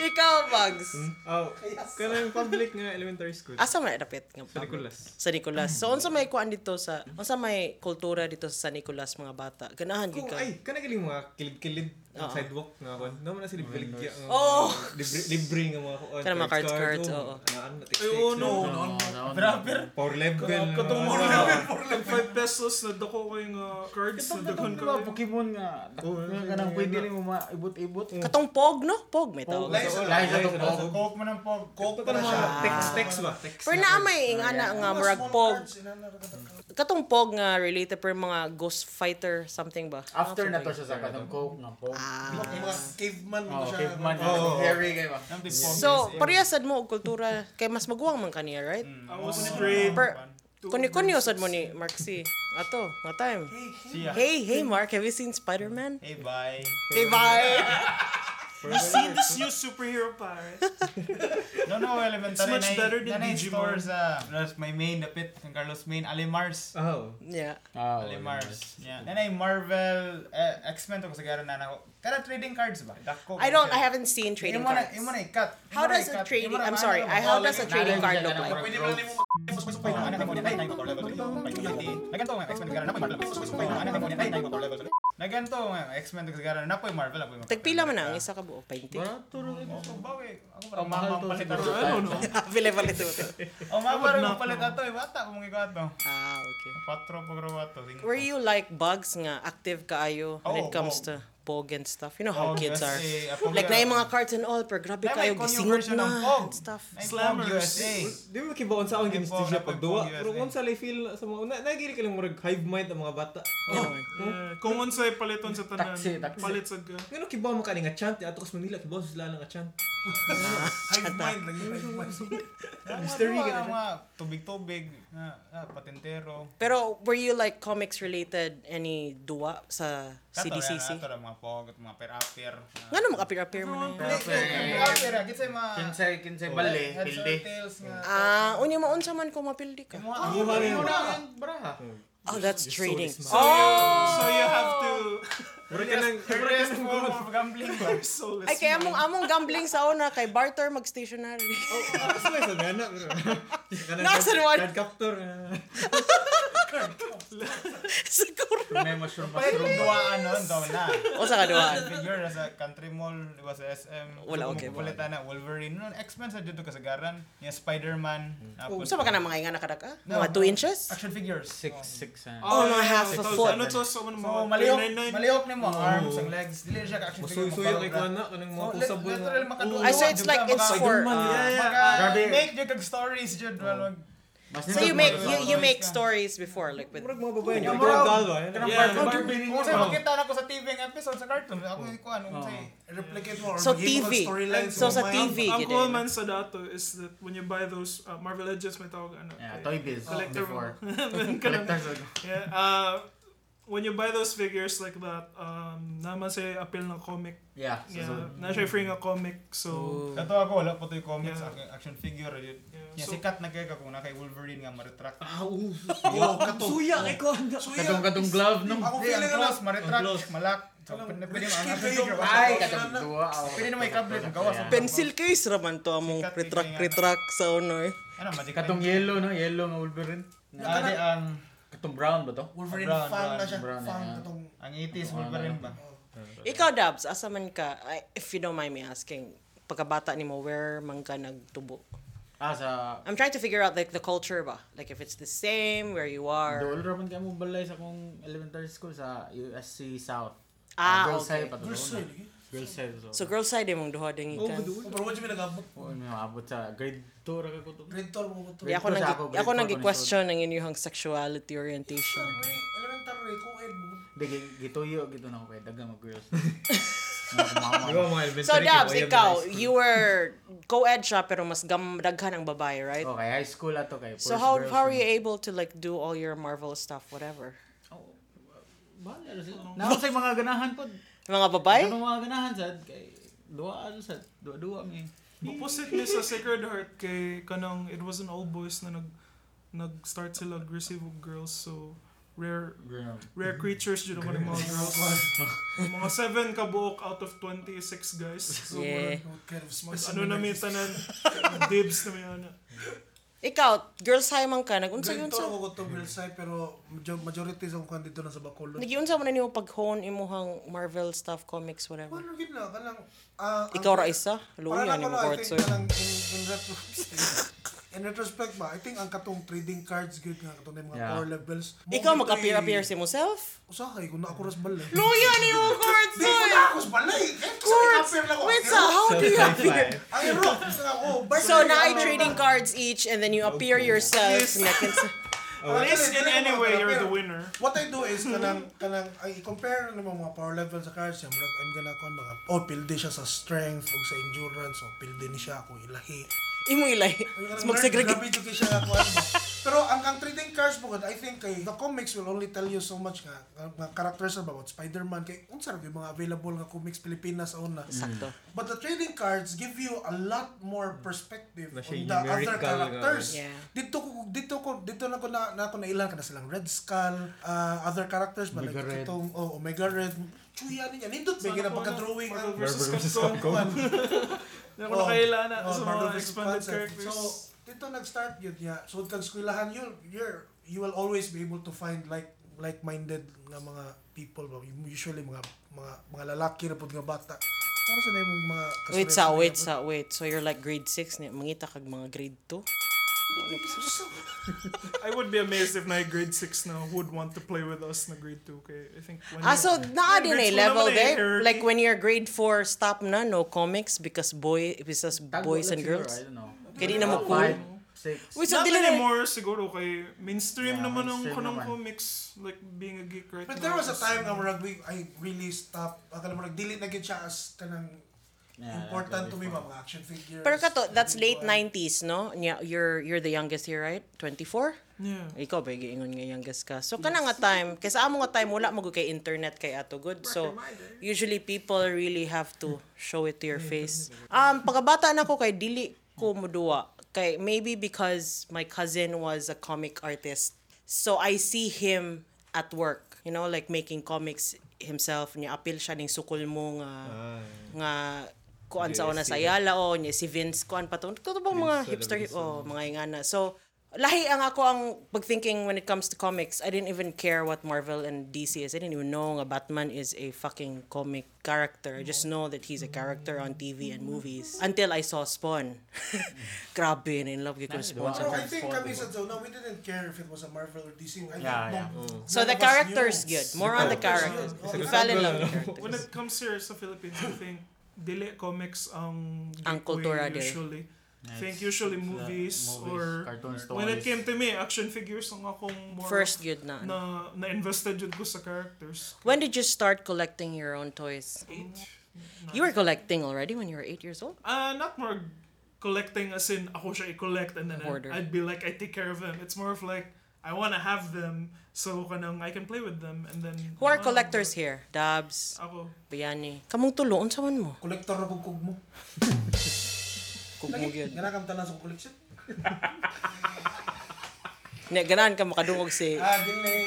[SPEAKER 2] Ikaw, Bugs.
[SPEAKER 5] Oh, kanang public nga elementary school.
[SPEAKER 2] Asa man dapat nga
[SPEAKER 5] Sa
[SPEAKER 2] pag-
[SPEAKER 5] Nicolas.
[SPEAKER 2] sa Nicolas. So, unsa may kuan dito sa, unsa may kultura dito sa San Nicolas mga bata? Ganahan gyud
[SPEAKER 5] Kung
[SPEAKER 2] ka.
[SPEAKER 5] ay, kanang galing mga kilid-kilid ng
[SPEAKER 2] Oo.
[SPEAKER 5] sidewalk nga kon. No man na sila bilgya nga.
[SPEAKER 2] Ah. Oh!
[SPEAKER 5] mga- Libre, libre nga mga oh. kuan.
[SPEAKER 2] Kanang mga cards, cards, oo.
[SPEAKER 5] Ah, ano,
[SPEAKER 1] Ay, oo, no.
[SPEAKER 6] oh, Rapper.
[SPEAKER 5] Power level. Ah.
[SPEAKER 1] Kaya
[SPEAKER 5] mga-
[SPEAKER 1] katong mga tag 5 pesos na dako ko yung uh, cards na dagon ko.
[SPEAKER 6] Diba, Pokemon nga. Nga ka nang pwede rin mo maibot-ibot.
[SPEAKER 2] Katong pog, no? Pog, may tawag.
[SPEAKER 4] Lies
[SPEAKER 5] Oo,
[SPEAKER 4] na
[SPEAKER 5] lies,
[SPEAKER 4] lang.
[SPEAKER 5] lies, lies.
[SPEAKER 7] Coke mo ng pog.
[SPEAKER 4] Coke
[SPEAKER 5] Ito
[SPEAKER 4] na
[SPEAKER 5] mga
[SPEAKER 4] siya.
[SPEAKER 5] text, text ba? Text.
[SPEAKER 2] Pero naa may ing ana nga Ah, murag
[SPEAKER 4] Small
[SPEAKER 2] pog.
[SPEAKER 4] cards, inana ra ka ta-
[SPEAKER 2] Katong pog nga related per mga ghost fighter something ba?
[SPEAKER 6] After
[SPEAKER 2] Ano
[SPEAKER 6] na
[SPEAKER 2] ba
[SPEAKER 6] to
[SPEAKER 2] yun?
[SPEAKER 6] siya sa kanong coke nga po.
[SPEAKER 2] Ah.
[SPEAKER 4] Mga caveman mo
[SPEAKER 6] Oh,
[SPEAKER 4] siya.
[SPEAKER 6] caveman.
[SPEAKER 5] Oo.
[SPEAKER 6] Hairy kayo ba?
[SPEAKER 7] Ang
[SPEAKER 2] So, parehasad mo og kultura kay mas maguwang man kaniya, right?
[SPEAKER 6] Mm.
[SPEAKER 1] I was straight.
[SPEAKER 2] Per kuni-kunyo sad mo ni Mark C. Ato, nga time.
[SPEAKER 7] Siya.
[SPEAKER 2] Hey, hey Mark, have you seen Spider-Man?
[SPEAKER 7] Hey, bye.
[SPEAKER 2] Hey, bye.
[SPEAKER 1] You see this new superhero pare?
[SPEAKER 7] No, no, elementary.
[SPEAKER 1] It's much
[SPEAKER 7] na-
[SPEAKER 1] better than
[SPEAKER 7] na- na-
[SPEAKER 1] Digimon.
[SPEAKER 7] stores, ah. There's my main, dapit. Ang Carlos main, Alimars.
[SPEAKER 5] Oh.
[SPEAKER 2] Yeah.
[SPEAKER 6] Ah,
[SPEAKER 7] Alimars. Yeah. Nanay, Marvel, eh, X-Men to kasi garo na ako. Kada trading cards ba? Dako.
[SPEAKER 2] I don't I haven't seen trading
[SPEAKER 7] Yung mo na-
[SPEAKER 2] cards.
[SPEAKER 7] yung mo na i-cut. Yung
[SPEAKER 2] How
[SPEAKER 7] mo na
[SPEAKER 2] does a
[SPEAKER 7] i-cut.
[SPEAKER 2] trading
[SPEAKER 7] Yung mo na-
[SPEAKER 2] I'm sorry. I how does a trading card look like?
[SPEAKER 4] Pwede ba nimo
[SPEAKER 7] Naganto nga kan X-Men kasi napoy Marvel. Naganto nga kan X-Men kasi gara napoy Marvel apoy.
[SPEAKER 2] Tagpila man na ang isa ka buo painting.
[SPEAKER 7] Ako bawi. Ako
[SPEAKER 6] Oh, mahal to
[SPEAKER 7] palit
[SPEAKER 6] siguro.
[SPEAKER 7] ato.
[SPEAKER 1] I don't know.
[SPEAKER 2] Available ito.
[SPEAKER 7] Oh, mama palit ato eh bata kung ikaw ato.
[SPEAKER 2] Ah, okay.
[SPEAKER 7] Patro pagrawato.
[SPEAKER 2] Were you like bugs nga active kaayo when it
[SPEAKER 7] Oo,
[SPEAKER 2] comes to
[SPEAKER 7] oo.
[SPEAKER 2] pog and stuff? You know how
[SPEAKER 7] Oo,
[SPEAKER 2] kids
[SPEAKER 7] yes,
[SPEAKER 2] are.
[SPEAKER 7] eh, ako
[SPEAKER 2] Like
[SPEAKER 7] nga.
[SPEAKER 2] na yung mga cards and all, pero grabe
[SPEAKER 7] May
[SPEAKER 2] kayo
[SPEAKER 7] may
[SPEAKER 2] gisingot
[SPEAKER 7] conversion ng
[SPEAKER 2] na
[SPEAKER 7] pog.
[SPEAKER 2] and stuff.
[SPEAKER 1] Slammers.
[SPEAKER 5] Di mo kibaon sa akong ginistig siya
[SPEAKER 7] Kibaon na po
[SPEAKER 5] pagduwa.
[SPEAKER 7] yung
[SPEAKER 5] Pero
[SPEAKER 7] USA.
[SPEAKER 5] kung sa lay feel sa mga una, nagigili ka lang murag hive mind ang mga bata.
[SPEAKER 2] Anyway.
[SPEAKER 1] Yeah. Kung unsay paliton sa tanan.
[SPEAKER 6] Taxi, taxi.
[SPEAKER 1] Palit sa ka.
[SPEAKER 5] Ngano kibaon mo kani nga chant eh, ato kas Manila kibaon sila lang nga chant.
[SPEAKER 4] Hive mind lagi hive mind.
[SPEAKER 7] Mystery ka mga tubig-tubig na ah, patintero.
[SPEAKER 2] Pero were you like comics related any duwa sa
[SPEAKER 7] Kan
[SPEAKER 2] CDCC?
[SPEAKER 7] Ato mga pog, at mga per-apir.
[SPEAKER 2] Nga na mag-appear-appear mo na yun.
[SPEAKER 7] Nah, Per-apir, kitsa yung mga...
[SPEAKER 6] Kinsay, kinsay, bali,
[SPEAKER 7] Heads or
[SPEAKER 6] pilde.
[SPEAKER 7] tails nga.
[SPEAKER 2] Ah, unya maunsa man ko mapildi ka.
[SPEAKER 7] Mga
[SPEAKER 5] Ang mura rin.
[SPEAKER 6] Bra.
[SPEAKER 2] Oh, that's trading.
[SPEAKER 5] is
[SPEAKER 2] Oh!
[SPEAKER 1] So you have to...
[SPEAKER 5] Murag ka nang murag ka nang
[SPEAKER 7] form of gambling ba?
[SPEAKER 1] Your soul is
[SPEAKER 2] Ay, kaya among among gambling sa una kay barter mag-stationary.
[SPEAKER 5] Mas may sa gana. pero. Kanang
[SPEAKER 2] Nasa
[SPEAKER 5] card-
[SPEAKER 2] naman.
[SPEAKER 5] Card captor. eh.
[SPEAKER 2] Siguro.
[SPEAKER 6] May mushroom
[SPEAKER 7] Pwede
[SPEAKER 6] mushroom.
[SPEAKER 7] duwa ano, daw na.
[SPEAKER 2] O sa kaduan.
[SPEAKER 7] Figure na sa country mall, di ba sa SM.
[SPEAKER 2] Wala,
[SPEAKER 7] Sa
[SPEAKER 2] okay,
[SPEAKER 7] Kumpulita na Wolverine. Noon, X-Men sa dito kasagaran. Yung
[SPEAKER 6] Mm.
[SPEAKER 2] Oh,
[SPEAKER 7] Spider-Man. Tapos-
[SPEAKER 2] Sa baka na mga nga nakadaka?
[SPEAKER 7] No.
[SPEAKER 2] Mga 2 inches?
[SPEAKER 7] Action figures.
[SPEAKER 6] Six,
[SPEAKER 7] Oh.
[SPEAKER 6] six. ah.
[SPEAKER 2] Oh, no, half a
[SPEAKER 1] Ikaw,
[SPEAKER 2] foot.
[SPEAKER 1] Ano to? So, ano
[SPEAKER 7] So,
[SPEAKER 1] mo?
[SPEAKER 7] maliok,
[SPEAKER 1] 999?
[SPEAKER 7] maliok ni mo ang arms, ang legs. Dili na siya ka-action figure.
[SPEAKER 5] Masuyo-suyo kay
[SPEAKER 7] mababra.
[SPEAKER 5] kuana kanang mga
[SPEAKER 7] Oh, le-
[SPEAKER 5] kusabon.
[SPEAKER 7] literal makaduwa.
[SPEAKER 2] I so it's like it's
[SPEAKER 7] Maka-
[SPEAKER 2] for
[SPEAKER 5] Spider-Man,
[SPEAKER 2] uh,
[SPEAKER 1] yeah, yeah.
[SPEAKER 7] maka-
[SPEAKER 6] Grabe.
[SPEAKER 7] ah,
[SPEAKER 6] Oh.
[SPEAKER 7] Make jud kag stories jud wala.
[SPEAKER 6] Mas
[SPEAKER 2] So you make you, you make stories before like with
[SPEAKER 5] Murag mga babae. eh.
[SPEAKER 7] Yeah,
[SPEAKER 5] Murag
[SPEAKER 7] murag-
[SPEAKER 5] mga babae.
[SPEAKER 1] Yeah,
[SPEAKER 7] Kung sa makita na ko sa TV ng episode sa cartoon, ako yung kuan,
[SPEAKER 6] Oh.
[SPEAKER 4] Replicate mo or
[SPEAKER 2] So
[SPEAKER 4] maghimo
[SPEAKER 2] TV.
[SPEAKER 4] ka storylines
[SPEAKER 2] So
[SPEAKER 4] mo,
[SPEAKER 2] sa
[SPEAKER 4] ma'am.
[SPEAKER 2] TV.
[SPEAKER 1] Ang
[SPEAKER 2] yun
[SPEAKER 1] cool
[SPEAKER 2] eh.
[SPEAKER 1] man sa dato is that when you buy those uh, Marvel Legends, may tawag ano.
[SPEAKER 6] Yeah,
[SPEAKER 1] kay-
[SPEAKER 6] toy biz
[SPEAKER 1] Collector
[SPEAKER 6] before.
[SPEAKER 1] Ganun.
[SPEAKER 6] Collectors.
[SPEAKER 1] Yeah, uh, when you buy those figures like that, um, naman siya appeal ng comic.
[SPEAKER 6] Yeah. so-
[SPEAKER 1] Yeah,
[SPEAKER 6] so-
[SPEAKER 1] na siya free nga comic, so...
[SPEAKER 6] Oh.
[SPEAKER 7] Kato ako wala pa toy comics
[SPEAKER 1] Yeah.
[SPEAKER 7] ac- action figure jud.
[SPEAKER 1] Yeah,
[SPEAKER 7] Yeah,
[SPEAKER 1] so,
[SPEAKER 7] sikat na kay ka kung na kay Wolverine nga ma-retract.
[SPEAKER 5] Ah, oo.
[SPEAKER 4] Yo, kato.
[SPEAKER 5] Suya
[SPEAKER 2] eh,
[SPEAKER 5] kay kuana.
[SPEAKER 4] Suya.
[SPEAKER 6] Kadong-kadong glove, no?
[SPEAKER 4] Ako
[SPEAKER 7] Hindi, ang
[SPEAKER 4] feeling na
[SPEAKER 7] close, ma-retract,
[SPEAKER 5] Ang close.
[SPEAKER 7] malak. So,
[SPEAKER 4] Alam,
[SPEAKER 7] pwede pwede
[SPEAKER 4] rich
[SPEAKER 7] mo ang
[SPEAKER 4] kid
[SPEAKER 7] action
[SPEAKER 4] kayo.
[SPEAKER 6] Ay,
[SPEAKER 7] figure. wala.
[SPEAKER 4] kadong-
[SPEAKER 6] kadong-dua. oh.
[SPEAKER 7] Pwede naman i-cablet, magawa sa-
[SPEAKER 6] Yeah.
[SPEAKER 2] Pencil case raman to among
[SPEAKER 7] Sikat,
[SPEAKER 2] retract
[SPEAKER 7] sikat.
[SPEAKER 2] retract sa eh. honor.
[SPEAKER 7] Ano, magic
[SPEAKER 6] Katong
[SPEAKER 7] pen.
[SPEAKER 6] yellow, no? Yellow nga Wolverine.
[SPEAKER 7] Ah, di, ang
[SPEAKER 6] Katong brown ba to?
[SPEAKER 4] Wolverine
[SPEAKER 7] Brown,
[SPEAKER 4] fan na
[SPEAKER 7] brown,
[SPEAKER 4] siya.
[SPEAKER 6] brown,
[SPEAKER 4] Fan
[SPEAKER 6] yeah.
[SPEAKER 4] katong
[SPEAKER 7] ang 80s Wolverine ba?
[SPEAKER 2] Ikaw Dabs, asa man ka I- if you don't mind me asking, pagkabata ni mo where man ka nagtubo?
[SPEAKER 6] Ah, sa...
[SPEAKER 2] I'm trying to figure out like the culture ba, like if it's the same where you are.
[SPEAKER 6] Dool raman kaya mo balay sa akong elementary school sa USC South.
[SPEAKER 2] Ah,
[SPEAKER 6] Girls'
[SPEAKER 2] okay.
[SPEAKER 6] High pa to
[SPEAKER 4] Girls'
[SPEAKER 6] doon.
[SPEAKER 4] High,
[SPEAKER 6] Girls' High to.
[SPEAKER 2] So girl side imong duha ding
[SPEAKER 5] Oh,
[SPEAKER 2] ikan.
[SPEAKER 5] duwa.
[SPEAKER 4] Oh, Pero what you mean nag-abot?
[SPEAKER 6] Oo, may maabot Ano, sa grade 2 ra ka ko to.
[SPEAKER 4] Grade 12 mo ko to.
[SPEAKER 2] Di ako
[SPEAKER 6] Grade two
[SPEAKER 2] nang
[SPEAKER 6] siya ako, grade
[SPEAKER 2] ako
[SPEAKER 6] four
[SPEAKER 2] nang
[SPEAKER 6] ko ni
[SPEAKER 4] Ano
[SPEAKER 2] question ang inyong sexuality orientation.
[SPEAKER 4] Elementary, co-ed
[SPEAKER 6] Daging gituyo gito na ko kay dagang mga girls.
[SPEAKER 5] Di ba, mga elementary
[SPEAKER 2] So, Dabs,
[SPEAKER 5] kayo,
[SPEAKER 2] ikaw,
[SPEAKER 5] high school?
[SPEAKER 2] you were co-ed siya pero mas gam- daghan ang babae, right?
[SPEAKER 6] Okay, high school ato kay.
[SPEAKER 2] So,
[SPEAKER 6] first
[SPEAKER 2] how,
[SPEAKER 6] girls
[SPEAKER 2] how are
[SPEAKER 6] na-
[SPEAKER 2] you able to like do all your Marvel stuff, whatever?
[SPEAKER 6] Oh, Bahala ra sila. Naon sa mga ganahan pod.
[SPEAKER 2] Mga babae?
[SPEAKER 6] Ano mga ganahan sad kay duwa ano sad, duwa-duwa mi.
[SPEAKER 1] Opposite ni sa Sacred Heart kay kanang it was an all boys na nag nag-start sila aggressive og girls so rare
[SPEAKER 6] Grabe.
[SPEAKER 1] rare creatures jud ako ng mga girls. mga 7 ka buok out of 26 guys. So
[SPEAKER 2] Yeah.
[SPEAKER 4] What kind of
[SPEAKER 1] mas ano
[SPEAKER 4] specimen
[SPEAKER 1] na
[SPEAKER 4] are
[SPEAKER 1] mi
[SPEAKER 4] you?
[SPEAKER 1] tanan dibs na ano. mi ana.
[SPEAKER 2] Ikaw, girls high man ka, nagunsa yun
[SPEAKER 4] Grade 2 ako
[SPEAKER 2] sa...
[SPEAKER 4] ko to girls high, pero major- majority sa kong dito na sa Bacolod.
[SPEAKER 2] Nagyunsa mo na niyo pag-hone imuhang Marvel stuff, comics, whatever.
[SPEAKER 4] Ano gid na kanang ah, ang-
[SPEAKER 2] Ikaw ra isa, luwi
[SPEAKER 4] Para
[SPEAKER 2] yan
[SPEAKER 4] na
[SPEAKER 2] mo
[SPEAKER 4] pala, I
[SPEAKER 2] court,
[SPEAKER 4] think
[SPEAKER 2] sir.
[SPEAKER 4] kanang in, in, retrospect, in retrospect ba, I think ang katong trading cards good nga katong na yung mga
[SPEAKER 6] Yeah.
[SPEAKER 4] power levels.
[SPEAKER 2] Ikaw,
[SPEAKER 4] Mo gito'y-
[SPEAKER 2] mag-appear-appear si yourself?
[SPEAKER 4] Usahay kung na ako ras balay.
[SPEAKER 2] Luya ni mo court,
[SPEAKER 4] Di ko na ako ras balay. Eh,
[SPEAKER 2] Courts!
[SPEAKER 4] appear lang ako.
[SPEAKER 2] Wait,
[SPEAKER 4] Ang
[SPEAKER 2] so how do you appear?
[SPEAKER 4] Ang ero.
[SPEAKER 2] So, na ay trading cards each and then you appear yourself.
[SPEAKER 1] Yes. At least in any way you're the winner.
[SPEAKER 4] What I do is kanang kanang I compare naman mga power level sa cards siya. Murag I'm gonna kon mga oh pilde siya sa strength o sa endurance o pilde ni siya ako ilahi.
[SPEAKER 2] Imo ilay.
[SPEAKER 4] Ang
[SPEAKER 2] Magsegregate.
[SPEAKER 4] Grabe jud siya ako. ano. Pero ang ang trading cards mo I think kay the comics will only tell you so much nga nga- mga characters about Spider-Man kay unsa ra gyud mga available nga comics Pilipinas sa una.
[SPEAKER 2] Sakto.
[SPEAKER 4] But the trading cards give you a lot more perspective on
[SPEAKER 5] Na siya
[SPEAKER 4] the other
[SPEAKER 5] numerical nga.
[SPEAKER 4] characters.
[SPEAKER 2] Yeah.
[SPEAKER 4] Dito ko dito ko dito na ko na, na ako nailan ka na silang Red Skull, uh, other characters ba
[SPEAKER 6] Omega Red.
[SPEAKER 4] itong oh, Omega Red. Chuya niya nindot ba
[SPEAKER 1] Sana
[SPEAKER 4] gina
[SPEAKER 1] ko, ano,
[SPEAKER 4] pagka drawing
[SPEAKER 1] Marvel
[SPEAKER 4] ang
[SPEAKER 1] versus
[SPEAKER 5] Marvel versus
[SPEAKER 1] Capcom.
[SPEAKER 4] ah. Capcom.
[SPEAKER 1] Hindi ako nakaila na
[SPEAKER 4] Oh,
[SPEAKER 1] sa
[SPEAKER 4] Marvel
[SPEAKER 1] mga
[SPEAKER 4] versus
[SPEAKER 1] expanded
[SPEAKER 4] concept.
[SPEAKER 1] characters.
[SPEAKER 4] So, dito nag-start yun niya. So, kag eskwelahan yun, you're, you will always be able to find like like-minded na mga people ba? usually mga mga mga lalaki na pud nga bata para sa na yung mga
[SPEAKER 2] Wait
[SPEAKER 4] kasunay-
[SPEAKER 2] sa, wait sa, wait. So you're like grade 6 ni mangita kag mga grade 2.
[SPEAKER 1] I would be amazed if my grade 6 now would want to play with us na grade 2 kay I think when
[SPEAKER 2] Ah, so naa din
[SPEAKER 1] grade
[SPEAKER 2] eh
[SPEAKER 1] school
[SPEAKER 2] level
[SPEAKER 1] naman eh,
[SPEAKER 2] there.
[SPEAKER 1] hierarchy.
[SPEAKER 2] Like when you're grade 4, stop na no comics because boy because boys and girls. Kaya di na mo cool.
[SPEAKER 6] Six.
[SPEAKER 2] Wait, eh. so
[SPEAKER 1] Not
[SPEAKER 2] dili na
[SPEAKER 1] anymore siguro kay mainstream
[SPEAKER 6] Yeah,
[SPEAKER 1] naman ang
[SPEAKER 6] mainstream
[SPEAKER 1] kanang
[SPEAKER 6] naman.
[SPEAKER 1] comics like being a geek right
[SPEAKER 4] But
[SPEAKER 1] now
[SPEAKER 4] there was a
[SPEAKER 1] is-
[SPEAKER 4] time nga murag we- I really stopped. Akala murag dili na gid siya as kanang
[SPEAKER 6] Yeah,
[SPEAKER 4] important to
[SPEAKER 6] that's
[SPEAKER 4] me
[SPEAKER 6] really
[SPEAKER 4] ba
[SPEAKER 6] fun.
[SPEAKER 4] mga action figures.
[SPEAKER 2] Pero kato, that's
[SPEAKER 4] hindi
[SPEAKER 2] late
[SPEAKER 4] ko alam.
[SPEAKER 2] 90s, no? Nya- You're you're the youngest here, right? 24?
[SPEAKER 1] Yeah.
[SPEAKER 2] Ikaw ba giingon nga youngest ka? So kana nga time, kasi amo nga time wala mo gud kay internet kay ato good. So usually people really have to show it to your face. Um pagkabata na ko kay dili ko muduwa kay maybe because my cousin was a comic artist. So I see him at work, you know, like making comics himself niya apil siya ning sukol mo nga
[SPEAKER 5] Ah,
[SPEAKER 2] nga kuan sa
[SPEAKER 5] Yes,
[SPEAKER 2] ona sa
[SPEAKER 5] si-
[SPEAKER 2] Ayala o niya si Vince kuan pa to. Totoo bang mga
[SPEAKER 5] Vince
[SPEAKER 2] hipster oh,
[SPEAKER 5] Lavison.
[SPEAKER 2] mga ingana. So lahi ang ako ang pagthinking when it comes to comics. I didn't even care what Marvel and DC is. I didn't even know nga Batman is a fucking comic character. I just know that he's a character on TV and movies until I saw Spawn. Grabe, in love ko Spawn.
[SPEAKER 4] Pero I
[SPEAKER 6] Sometimes
[SPEAKER 4] think
[SPEAKER 6] fall,
[SPEAKER 4] kami
[SPEAKER 6] diba?
[SPEAKER 4] sa Zona, we didn't care if it was a Marvel or DC. I
[SPEAKER 6] Yeah, Oh.
[SPEAKER 4] don't-
[SPEAKER 2] So the
[SPEAKER 4] none of us
[SPEAKER 2] characters
[SPEAKER 4] knew.
[SPEAKER 2] good. More on the characters. You fell in love with
[SPEAKER 1] When
[SPEAKER 2] characters.
[SPEAKER 1] it comes here sa Philippines, I think dili comics ang
[SPEAKER 2] Ang
[SPEAKER 1] gateway
[SPEAKER 2] kultura din.
[SPEAKER 1] usually. I think usually
[SPEAKER 6] It's, uh,
[SPEAKER 1] movies, or
[SPEAKER 6] cartoon stories.
[SPEAKER 1] when it came to me, action figures ang akong more
[SPEAKER 2] First good na. ano.
[SPEAKER 1] na na-invested jud ko sa characters. Ano?
[SPEAKER 2] When did you start collecting your own toys? You were collecting already when you were eight years old?
[SPEAKER 1] Uh, not more collecting as in ako siya i-collect and then I'd,
[SPEAKER 2] Hoarder.
[SPEAKER 1] I'd be like, I take care of them. It's more of like, I wanna have them so kanang I can play with them and then...
[SPEAKER 2] Who are
[SPEAKER 1] Ah,
[SPEAKER 2] collectors here? Dabs,
[SPEAKER 1] Ako.
[SPEAKER 2] Bayani. Kamong tulo, unsa man mo?
[SPEAKER 4] Collector na kong kugmo.
[SPEAKER 2] Kugmo gyud.
[SPEAKER 4] Ganakam tanan sa collection.
[SPEAKER 2] Ne, ganaan ka makadungog si...
[SPEAKER 4] Ah, delay.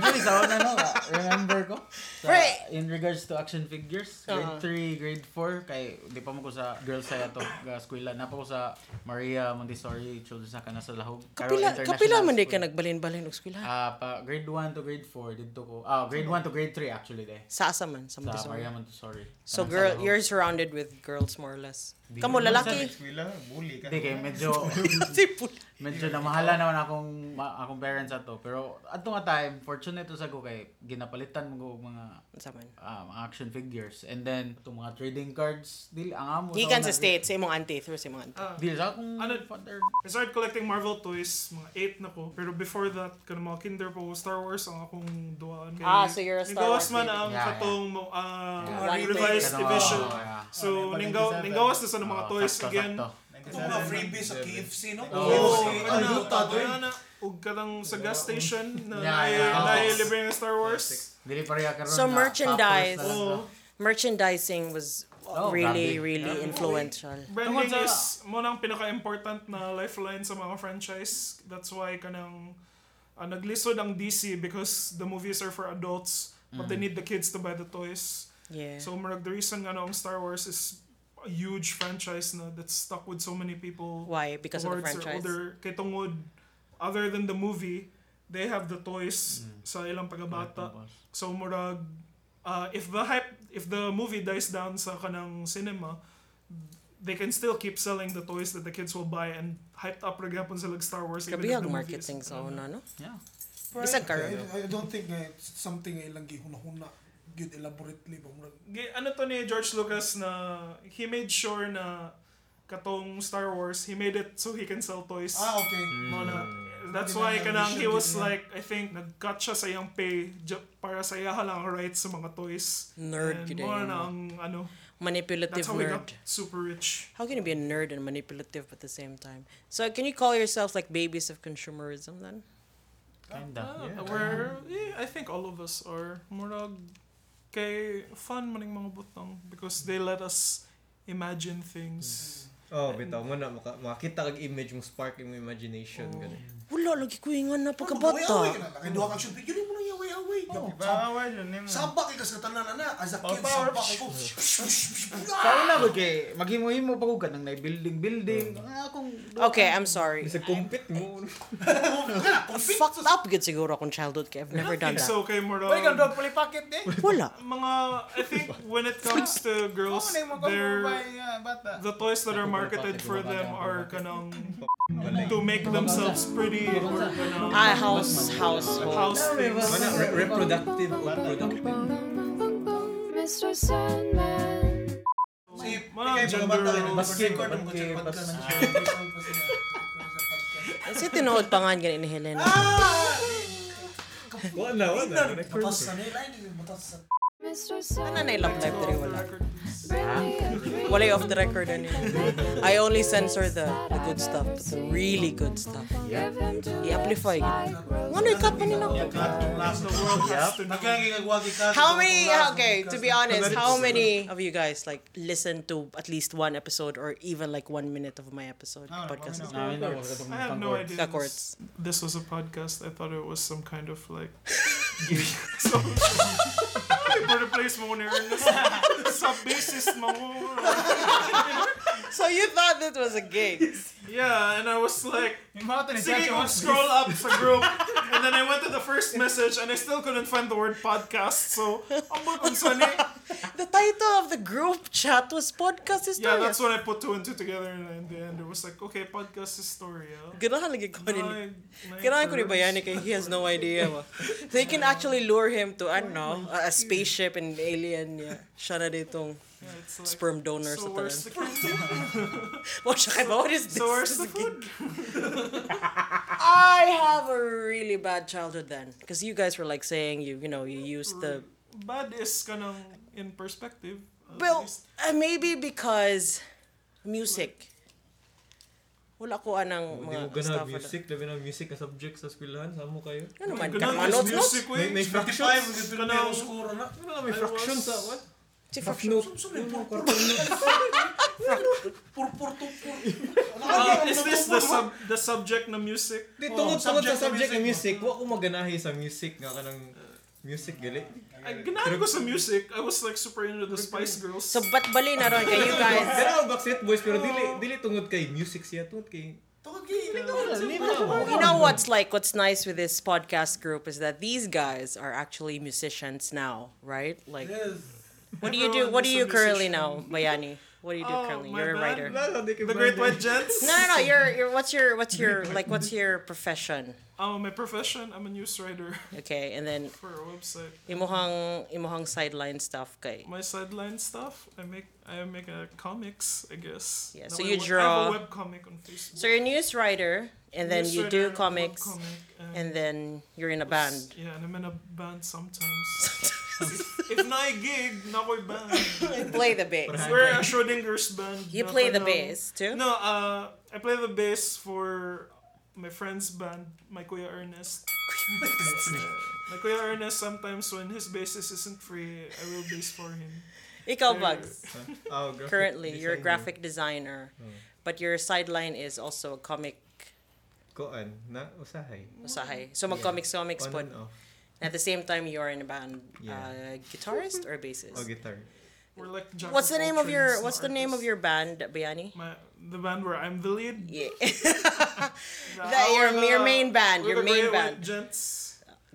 [SPEAKER 6] Actually, sa una, no, ah, remember ko. Sa,
[SPEAKER 2] Right.
[SPEAKER 6] In regards to action figures,
[SPEAKER 2] Uh-huh.
[SPEAKER 6] grade 3, grade 4, kay, di pa mo ko sa girls sa ato, ga eskwela. Na pa ko sa Maria Montessori Children's Academy sa Lahog. Caro
[SPEAKER 2] Kapila,
[SPEAKER 6] International
[SPEAKER 2] kapila man di ka
[SPEAKER 6] School.
[SPEAKER 2] nagbalin-balin og eskwela.
[SPEAKER 6] Ah, pa, grade 1 to grade 4, dito ko. Ah, grade 1 to grade 3 actually, de.
[SPEAKER 2] Sa asa man, sa
[SPEAKER 6] Sa Maria
[SPEAKER 2] Montessori.
[SPEAKER 6] Montessori.
[SPEAKER 2] So
[SPEAKER 6] Kanang sa
[SPEAKER 2] girl,
[SPEAKER 6] Lahog.
[SPEAKER 2] you're surrounded with girls more or less. Kamo lalaki.
[SPEAKER 7] Eskwela, bully ka.
[SPEAKER 6] Hindi, kay medyo,
[SPEAKER 2] Si pul-
[SPEAKER 6] medyo namahala naman akong, ma- akong parents ato. Pero, ato nga time, fortunate to sa ko kay, ginapalitan mo ko og mga
[SPEAKER 2] Unsa man.
[SPEAKER 6] um, action figures. And then, itong mga trading cards, dili, ang amo.
[SPEAKER 2] Gikan sa state sa imong auntie through sa
[SPEAKER 1] Oh.
[SPEAKER 2] imong auntie.
[SPEAKER 6] Dili, sa akong
[SPEAKER 1] Ano-
[SPEAKER 6] father.
[SPEAKER 1] I started collecting Marvel toys, mga 8 na ko. Pero before that, kanang mga kinder po, Star Wars ang akong duwaan. Kay-
[SPEAKER 2] Ah, so you're a Star
[SPEAKER 1] Ninggawas
[SPEAKER 2] Wars
[SPEAKER 1] man
[SPEAKER 2] baby.
[SPEAKER 1] ang
[SPEAKER 6] Yeah,
[SPEAKER 1] katong mo- ah,
[SPEAKER 2] Yeah. One
[SPEAKER 1] revised
[SPEAKER 6] Kanang,
[SPEAKER 1] division.
[SPEAKER 6] oh, yeah.
[SPEAKER 1] So,
[SPEAKER 7] Oh, may
[SPEAKER 1] ninggaw,
[SPEAKER 7] pag-97.
[SPEAKER 1] ninggawas na sa ng mga
[SPEAKER 6] Oh,
[SPEAKER 1] toys
[SPEAKER 6] sakto,
[SPEAKER 1] again.
[SPEAKER 6] sakto.
[SPEAKER 4] Kung mga freebies sa KFC, no?
[SPEAKER 6] Oh.
[SPEAKER 1] Oo,
[SPEAKER 4] KFC.
[SPEAKER 1] ano,
[SPEAKER 4] Ano?
[SPEAKER 1] ano, ano, ug ka lang sa gas station na
[SPEAKER 6] Yeah,
[SPEAKER 1] naay
[SPEAKER 6] yeah.
[SPEAKER 1] naay
[SPEAKER 6] Oh.
[SPEAKER 1] libre ng Star Wars. Oh.
[SPEAKER 6] Dili pareha karon
[SPEAKER 2] So,
[SPEAKER 6] na
[SPEAKER 2] merchandise.
[SPEAKER 6] tapos
[SPEAKER 1] Oo.
[SPEAKER 6] talaga.
[SPEAKER 2] Merchandising was
[SPEAKER 6] Oh,
[SPEAKER 2] really,
[SPEAKER 6] grabe.
[SPEAKER 2] really influential.
[SPEAKER 1] Branding
[SPEAKER 6] Tungkol sa-
[SPEAKER 1] is mo nang pinaka-important na lifeline sa mga franchise. That's why kanang ah, naglisod ang DC because the movies are for adults but they need the kids to buy the toys.
[SPEAKER 2] Mm. Yeah.
[SPEAKER 1] So murag the reason nga ang Star Wars is a huge franchise na that's stuck with so many people.
[SPEAKER 2] Why? Because of the
[SPEAKER 1] towards their
[SPEAKER 2] franchise.
[SPEAKER 1] older kay tungod other than the movie they have the toys
[SPEAKER 2] Mm.
[SPEAKER 1] sa ilang pagabata so murag uh, if the hype if the movie dies down sa kanang cinema they can still keep selling the toys that the kids will buy and hyped up ra gyapon sila og Star Wars even if
[SPEAKER 2] Kabihag
[SPEAKER 1] the movie
[SPEAKER 2] marketing
[SPEAKER 1] is-
[SPEAKER 2] sa una, no?
[SPEAKER 6] Yeah.
[SPEAKER 2] Bisag karon.
[SPEAKER 4] I, I don't think eh, it's something nga ilang gihuna-huna gyud elaborately ba murag
[SPEAKER 1] Gi- ano to ni George Lucas na he made sure na katong Star Wars he made it so he can sell toys
[SPEAKER 4] Ah, okay.
[SPEAKER 1] Mo na. That's
[SPEAKER 4] Hindi
[SPEAKER 1] why
[SPEAKER 4] na
[SPEAKER 1] kanang he
[SPEAKER 4] na-issue
[SPEAKER 1] was
[SPEAKER 4] din yan.
[SPEAKER 1] like I think nag-cut siya sa iyang pay ju- para sa iya lang rights sa mga toys.
[SPEAKER 2] Nerd
[SPEAKER 1] And
[SPEAKER 2] yun
[SPEAKER 1] mo na
[SPEAKER 2] eh, no?
[SPEAKER 1] ang ano.
[SPEAKER 2] Manipulative
[SPEAKER 1] That's how we got
[SPEAKER 2] nerd.
[SPEAKER 1] super rich.
[SPEAKER 2] How can you be a nerd and manipulative at the same time? So can you call yourselves like babies of consumerism then?
[SPEAKER 6] Kinda.
[SPEAKER 1] Ah, Where yeah, I think all of us are murag kay fun maning mga butang because they let us imagine things.
[SPEAKER 5] Oh, bitaw mo na maka, makita kag image mo spark yung imagination ganun.
[SPEAKER 2] Wala lagi ko ingon na
[SPEAKER 4] Away-away ka
[SPEAKER 2] pagkabata.
[SPEAKER 4] na. Kaya duha ka action figure, yun mo na away-away.
[SPEAKER 7] Bawa yun, yun. Sa
[SPEAKER 4] Sabak kay kas na na. As a kid,
[SPEAKER 7] Power.
[SPEAKER 4] sabak ko. Ah.
[SPEAKER 7] una ko, kay
[SPEAKER 6] Maghimo-himo pa ko kanang na building building.
[SPEAKER 1] Mm.
[SPEAKER 6] Ah, kung
[SPEAKER 2] Okay, I'm sorry.
[SPEAKER 5] Bisa compete mo.
[SPEAKER 2] Fucked up good siguro akong childhood kay I've never done that.
[SPEAKER 1] So kay
[SPEAKER 7] Uy, ikaw,
[SPEAKER 1] murag
[SPEAKER 7] dog puli packet eh.
[SPEAKER 2] Wala.
[SPEAKER 1] mga I think when it comes to
[SPEAKER 7] Oo,
[SPEAKER 1] girls
[SPEAKER 7] na yung mga
[SPEAKER 1] they're
[SPEAKER 7] kumabay, ah, bata.
[SPEAKER 1] the toys that are marketed for them are kanang to make themselves pretty or kanang
[SPEAKER 2] Ah, house, household.
[SPEAKER 1] house things.
[SPEAKER 5] Mana re- reproductive o productive.
[SPEAKER 8] Mr. Sandman.
[SPEAKER 4] Si
[SPEAKER 1] Mga
[SPEAKER 4] Ikay,
[SPEAKER 1] gender
[SPEAKER 4] bumabata ka na.
[SPEAKER 5] basket,
[SPEAKER 4] Record mo ko
[SPEAKER 5] basket,
[SPEAKER 4] sa podcast.
[SPEAKER 5] basket.
[SPEAKER 4] Ah, record pa sila. Record sa podcast.
[SPEAKER 2] Kasi tinuod pa nga ganyan ni Helena.
[SPEAKER 5] Wala, wala.
[SPEAKER 4] Batas sa nila, ano hindi batas sa...
[SPEAKER 8] Mr.
[SPEAKER 2] Ano na
[SPEAKER 8] Sandman.
[SPEAKER 2] love life diri wala.
[SPEAKER 8] Bring me a dream.
[SPEAKER 2] Wala off the record ani. I only censor the the good stuff, but the really good stuff.
[SPEAKER 8] Give him to
[SPEAKER 2] I-amplify.
[SPEAKER 8] life like
[SPEAKER 2] Ano ikat pa nila?
[SPEAKER 1] The world has to know.
[SPEAKER 2] How many? Okay, to be honest, how many of you guys like listen to at least one episode or even like one minute of my episode
[SPEAKER 7] Ah,
[SPEAKER 2] podcast?
[SPEAKER 7] wala,
[SPEAKER 2] is-
[SPEAKER 6] Namin na ko sa itong
[SPEAKER 1] I have
[SPEAKER 6] pang-
[SPEAKER 1] no idea. This,
[SPEAKER 2] The chords.
[SPEAKER 1] this was a podcast. I thought it was some kind of like. But replace mo ni Ernest. Sa basis mo.
[SPEAKER 2] So you thought this was a gig?
[SPEAKER 1] Yeah, and I was like,
[SPEAKER 7] Yung mga to ni
[SPEAKER 1] sige,
[SPEAKER 7] Chacho,
[SPEAKER 1] kung scroll up sa group. And then I went to the first message and I still couldn't find the word podcast. So, ang bagong sani.
[SPEAKER 2] The title of the group chat was podcast
[SPEAKER 1] Yeah,
[SPEAKER 2] historia.
[SPEAKER 1] that's when I put two and two together, and in the end, it was like, okay, podcast historia.
[SPEAKER 2] Ganahan lagi ko rin.
[SPEAKER 1] My- my
[SPEAKER 2] Kailangan ko rin
[SPEAKER 1] curves.
[SPEAKER 2] bayani kay he has no idea. Ba? They can actually lure him to, I don't know, a, a spaceship and alien. Yeah. Siya na ditong
[SPEAKER 1] Yeah, it's like,
[SPEAKER 2] sperm donor
[SPEAKER 1] so
[SPEAKER 2] sa
[SPEAKER 1] where's
[SPEAKER 2] talan.
[SPEAKER 1] the food?
[SPEAKER 2] What siya kay ba? What is this?
[SPEAKER 1] So where's the food?
[SPEAKER 2] I have a really bad childhood then. Because you guys were like saying you, you know, you used the...
[SPEAKER 1] Bad is kanang in perspective. at
[SPEAKER 2] Well,
[SPEAKER 1] least.
[SPEAKER 2] uh, maybe because music. Wala ko anang
[SPEAKER 5] Hindi mo
[SPEAKER 2] mga
[SPEAKER 5] ganag
[SPEAKER 2] stuff.
[SPEAKER 5] music, labi na music na subject sa eskwelahan, sa mo kayo?
[SPEAKER 2] Ano man,
[SPEAKER 1] Ganun,
[SPEAKER 2] mga
[SPEAKER 1] is
[SPEAKER 2] notes-notes?
[SPEAKER 1] music,
[SPEAKER 5] May,
[SPEAKER 1] wait.
[SPEAKER 5] may fractions?
[SPEAKER 1] Kanang-
[SPEAKER 5] Ano na, may fractions sa what?
[SPEAKER 2] Si
[SPEAKER 5] Half
[SPEAKER 2] Fraction.
[SPEAKER 5] note.
[SPEAKER 1] Uh, is this the sub the subject na music? Oh,
[SPEAKER 5] Di, tungod tungod
[SPEAKER 4] subject na
[SPEAKER 5] sa subject ng
[SPEAKER 4] music
[SPEAKER 5] music, wa ko maganahi sa music nga kanang music gali.
[SPEAKER 1] Ay, ganahan ko sa music. I was like super into the Spice Girls.
[SPEAKER 2] So, ba't bali na ron kay you guys?
[SPEAKER 5] Pero ang Backstreet Boys pero dili dili tungod kay music siya tungod kay
[SPEAKER 2] You know what's like what's nice with this podcast group is that these guys are actually musicians now, right? Like What do you do?
[SPEAKER 1] Everyone
[SPEAKER 2] What do
[SPEAKER 1] is a
[SPEAKER 2] you currently
[SPEAKER 1] musician.
[SPEAKER 2] know, Bayani? What do you do
[SPEAKER 1] Oh,
[SPEAKER 2] currently?
[SPEAKER 1] my
[SPEAKER 2] You're
[SPEAKER 1] bad.
[SPEAKER 2] a writer. No,
[SPEAKER 1] The Great White Jets?
[SPEAKER 2] no, no. You're, you're. What's your, what's your, like, what's your profession?
[SPEAKER 1] Oh, my profession, I'm a news writer
[SPEAKER 2] Okay, and then
[SPEAKER 1] for a website.
[SPEAKER 2] imuhang, imuhang sideline stuff kay.
[SPEAKER 1] My sideline stuff, I make I make a comics, I guess.
[SPEAKER 2] Yeah,
[SPEAKER 1] Now
[SPEAKER 2] so
[SPEAKER 1] I
[SPEAKER 2] you
[SPEAKER 1] wa- I
[SPEAKER 2] draw-
[SPEAKER 1] have a web comic on Facebook.
[SPEAKER 2] So you're a news writer, and then
[SPEAKER 1] News
[SPEAKER 2] you
[SPEAKER 1] writer,
[SPEAKER 2] do
[SPEAKER 1] web
[SPEAKER 2] comics,
[SPEAKER 1] comic, and,
[SPEAKER 2] and then you're in a band.
[SPEAKER 1] Yeah, and I'm in a band sometimes. if, if na gig, na ko'y band.
[SPEAKER 2] you play the bass.
[SPEAKER 1] We're a Schrodinger's band.
[SPEAKER 2] You
[SPEAKER 1] na
[SPEAKER 2] play the
[SPEAKER 1] kanang-
[SPEAKER 2] bass too.
[SPEAKER 1] No, uh, I play the bass for my friend's band, my Kuya Ernest. my Kuya Ernest, sometimes when his bassist isn't free, I will bass for him.
[SPEAKER 2] Ikaw
[SPEAKER 1] Sure.
[SPEAKER 2] bugs.
[SPEAKER 5] Oh, graphic
[SPEAKER 2] Currently,
[SPEAKER 1] Mm.
[SPEAKER 2] you're a
[SPEAKER 5] designer.
[SPEAKER 2] graphic designer, but your sideline is also a comic
[SPEAKER 5] Koan, na usahay.
[SPEAKER 2] usahay. So mag comics comics
[SPEAKER 5] On
[SPEAKER 2] but
[SPEAKER 5] and off.
[SPEAKER 2] at the same time you are in a band. Uh,
[SPEAKER 5] Yeah.
[SPEAKER 2] guitarist or bassist?
[SPEAKER 5] Oh, guitar.
[SPEAKER 1] We're like jack
[SPEAKER 2] What's
[SPEAKER 1] of
[SPEAKER 2] the
[SPEAKER 1] all
[SPEAKER 2] name of your
[SPEAKER 1] trades,
[SPEAKER 2] What's
[SPEAKER 1] no
[SPEAKER 2] the name of
[SPEAKER 1] artists.
[SPEAKER 2] your band, Bayani?
[SPEAKER 1] My, the band where I'm the lead.
[SPEAKER 2] Yeah.
[SPEAKER 1] The-
[SPEAKER 2] That- your-
[SPEAKER 1] we're
[SPEAKER 2] your
[SPEAKER 1] the-
[SPEAKER 2] main band,
[SPEAKER 1] uh, we're
[SPEAKER 2] your
[SPEAKER 1] the
[SPEAKER 2] main
[SPEAKER 1] Great
[SPEAKER 2] band.
[SPEAKER 1] White Gents.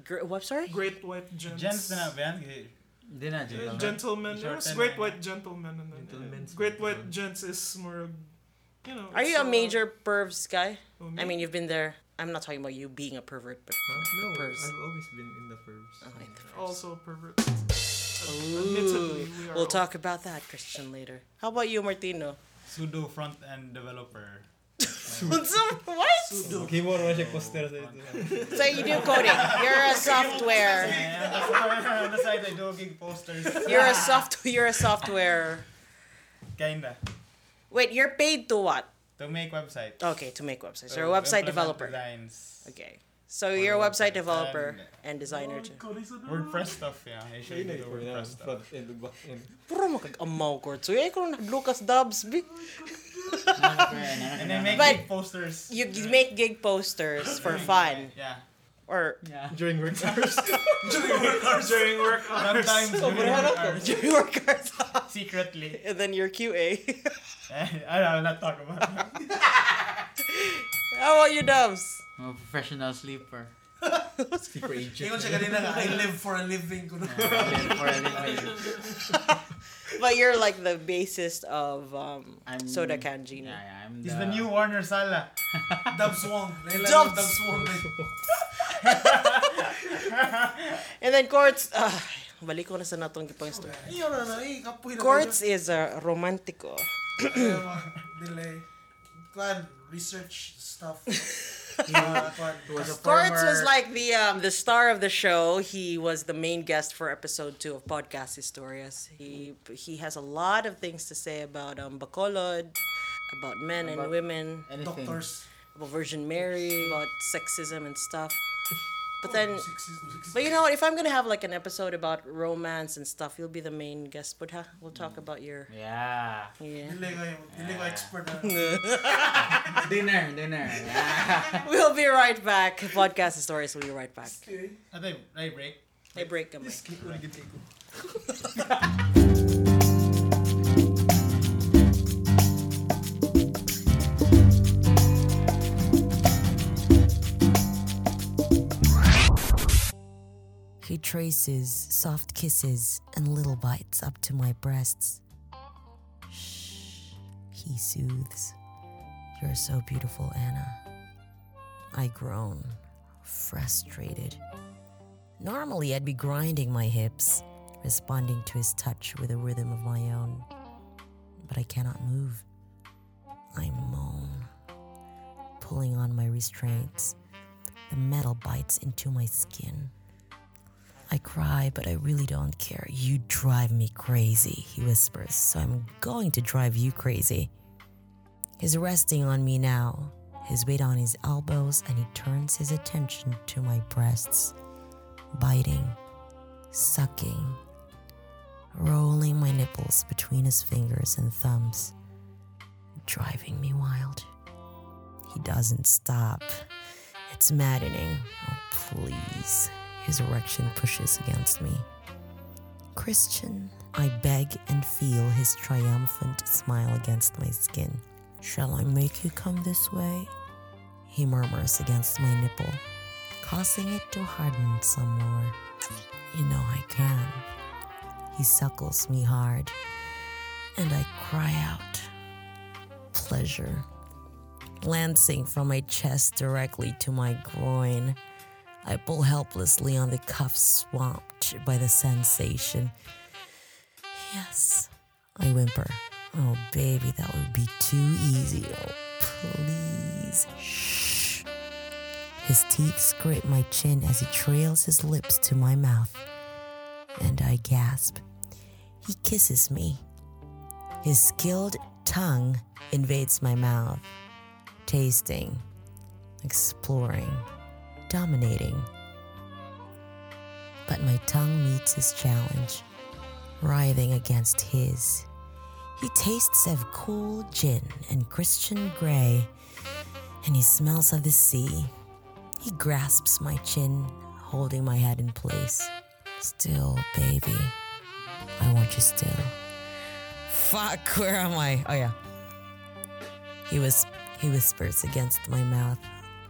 [SPEAKER 2] Gr- what sorry?
[SPEAKER 1] Great White Gents.
[SPEAKER 7] Gents na band. eh,
[SPEAKER 6] Hindi na,
[SPEAKER 1] Uh,
[SPEAKER 6] Jay.
[SPEAKER 1] Gentlemen.
[SPEAKER 7] Short
[SPEAKER 1] Yes,
[SPEAKER 7] and-
[SPEAKER 1] Great White Gentlemen. And then,
[SPEAKER 5] Gentlemen's
[SPEAKER 1] Great White
[SPEAKER 5] band.
[SPEAKER 1] Gents is more, you know.
[SPEAKER 2] Are
[SPEAKER 1] it's,
[SPEAKER 2] you
[SPEAKER 1] uh,
[SPEAKER 2] a major pervs guy?
[SPEAKER 1] oh, me?
[SPEAKER 2] I mean, you've been there. I'm not talking about you being a pervert, but
[SPEAKER 5] Huh? No,
[SPEAKER 2] Pervs.
[SPEAKER 5] I've always been in the pervs.
[SPEAKER 2] oh, in the first.
[SPEAKER 1] also pervert. Admittedly, we are
[SPEAKER 2] We'll
[SPEAKER 1] all-
[SPEAKER 2] talk about that, Christian, later. How about you, Martino?
[SPEAKER 7] Sudo front end developer.
[SPEAKER 2] What's up? What?
[SPEAKER 5] Okay, mo na siya poster sa ito.
[SPEAKER 2] So you do coding. You're a software.
[SPEAKER 7] And that's where on the side I do gig posters.
[SPEAKER 2] You're a soft. You're a software.
[SPEAKER 7] Kinda.
[SPEAKER 2] Wait, you're paid to what?
[SPEAKER 7] To make website.
[SPEAKER 2] Okay, to make websites.
[SPEAKER 7] Uh,
[SPEAKER 2] You're a website developer.
[SPEAKER 7] Designs.
[SPEAKER 2] Okay, so you're a website
[SPEAKER 7] website
[SPEAKER 2] developer
[SPEAKER 7] and-
[SPEAKER 2] and designer too.
[SPEAKER 7] WordPress stuff, yeah. I should do WordPress stuff.
[SPEAKER 5] Front end, back end.
[SPEAKER 2] Puro makag-amaw ko. So, yeah, ko na Lucas Dubs. bi-
[SPEAKER 7] And then make
[SPEAKER 2] But-
[SPEAKER 7] gig posters.
[SPEAKER 2] You, you make gig posters for fun.
[SPEAKER 7] Yeah.
[SPEAKER 2] Or,
[SPEAKER 5] During work hours.
[SPEAKER 1] during work hours.
[SPEAKER 7] Sometimes during hours,
[SPEAKER 2] you work hard.
[SPEAKER 7] secretly.
[SPEAKER 2] and then you're QA.
[SPEAKER 7] I don't know, not talk about it.
[SPEAKER 2] How about you, Dubs?
[SPEAKER 6] I'm a professional sleeper.
[SPEAKER 5] Super agent.
[SPEAKER 4] Ingon siya kanina nga, I live for a living. Kuno.
[SPEAKER 6] For a living.
[SPEAKER 2] But you're like the bassist of um,
[SPEAKER 6] I'm-
[SPEAKER 2] Soda Can Genie.
[SPEAKER 6] Yeah, yeah, I'm
[SPEAKER 7] He's the new Warner Sala.
[SPEAKER 4] Dubs Wong. Naila
[SPEAKER 2] Dubs!
[SPEAKER 4] yung Dubs Wong.
[SPEAKER 2] And then Quartz, ah, balik ko na sa natong gipang story.
[SPEAKER 4] Iyo na na, eh, kapoy na.
[SPEAKER 2] Quartz is a romantico.
[SPEAKER 4] Ayaw mo, Delay. Kuan, research stuff. Uh, kuan.
[SPEAKER 2] Quartz was like the um, the star of the show. He was the main guest for episode two of Podcast Historias. He he has a lot of things to say about um, Bacolod, about men and
[SPEAKER 6] About-
[SPEAKER 2] women,
[SPEAKER 6] anything.
[SPEAKER 4] Doctors.
[SPEAKER 2] about Virgin Mary, about sexism and stuff. But then,
[SPEAKER 4] Sexism, sexism.
[SPEAKER 2] but you know what? If I'm gonna have like an episode about romance and stuff, you'll be the main guest. But huh, we'll talk about your
[SPEAKER 6] Yeah.
[SPEAKER 2] yeah.
[SPEAKER 4] Delay kayo. Delay ko expert na.
[SPEAKER 6] Dinner, dinner. Yeah.
[SPEAKER 2] We'll be right back. Podcast Historias. We'll be right back.
[SPEAKER 7] I think I break.
[SPEAKER 2] They break them.
[SPEAKER 9] He traces soft kisses and little bites up to my breasts. Shh, he soothes. You're so beautiful, Anna. I groan, frustrated. Normally, I'd be grinding my hips, responding to his touch with a rhythm of my own. But I cannot move. I moan, pulling on my restraints. The metal bites into my skin. I cry, but I really don't care. You drive me crazy, he whispers, so I'm going to drive you crazy. He's resting on me now, his weight on his elbows, and he turns his attention to my breasts, biting, sucking, rolling my nipples between his fingers and thumbs, driving me wild. He doesn't stop. It's maddening. Oh, please. His erection pushes against me. Christian, I beg and feel his triumphant smile against my skin. Shall I make you come this way? He murmurs against my nipple, causing it to harden some more. You know I can. He suckles me hard, and I cry out. Pleasure. Lancing from my chest directly to my groin, I pull helplessly on the cuff swamped by the sensation. Yes, I whimper. Oh, baby, that would be too easy. Oh, please. Shh. His teeth scrape my chin as he trails his lips to my mouth, and I gasp. He kisses me. His skilled tongue invades my mouth, tasting, exploring, dominating. But my tongue meets his challenge, writhing against his. He tastes of cool gin and Christian Grey, and he smells of the sea. He grasps my chin, holding my head in place. Still, baby, I want you still. Fuck, where am I? Oh yeah. He was he whispers against my mouth.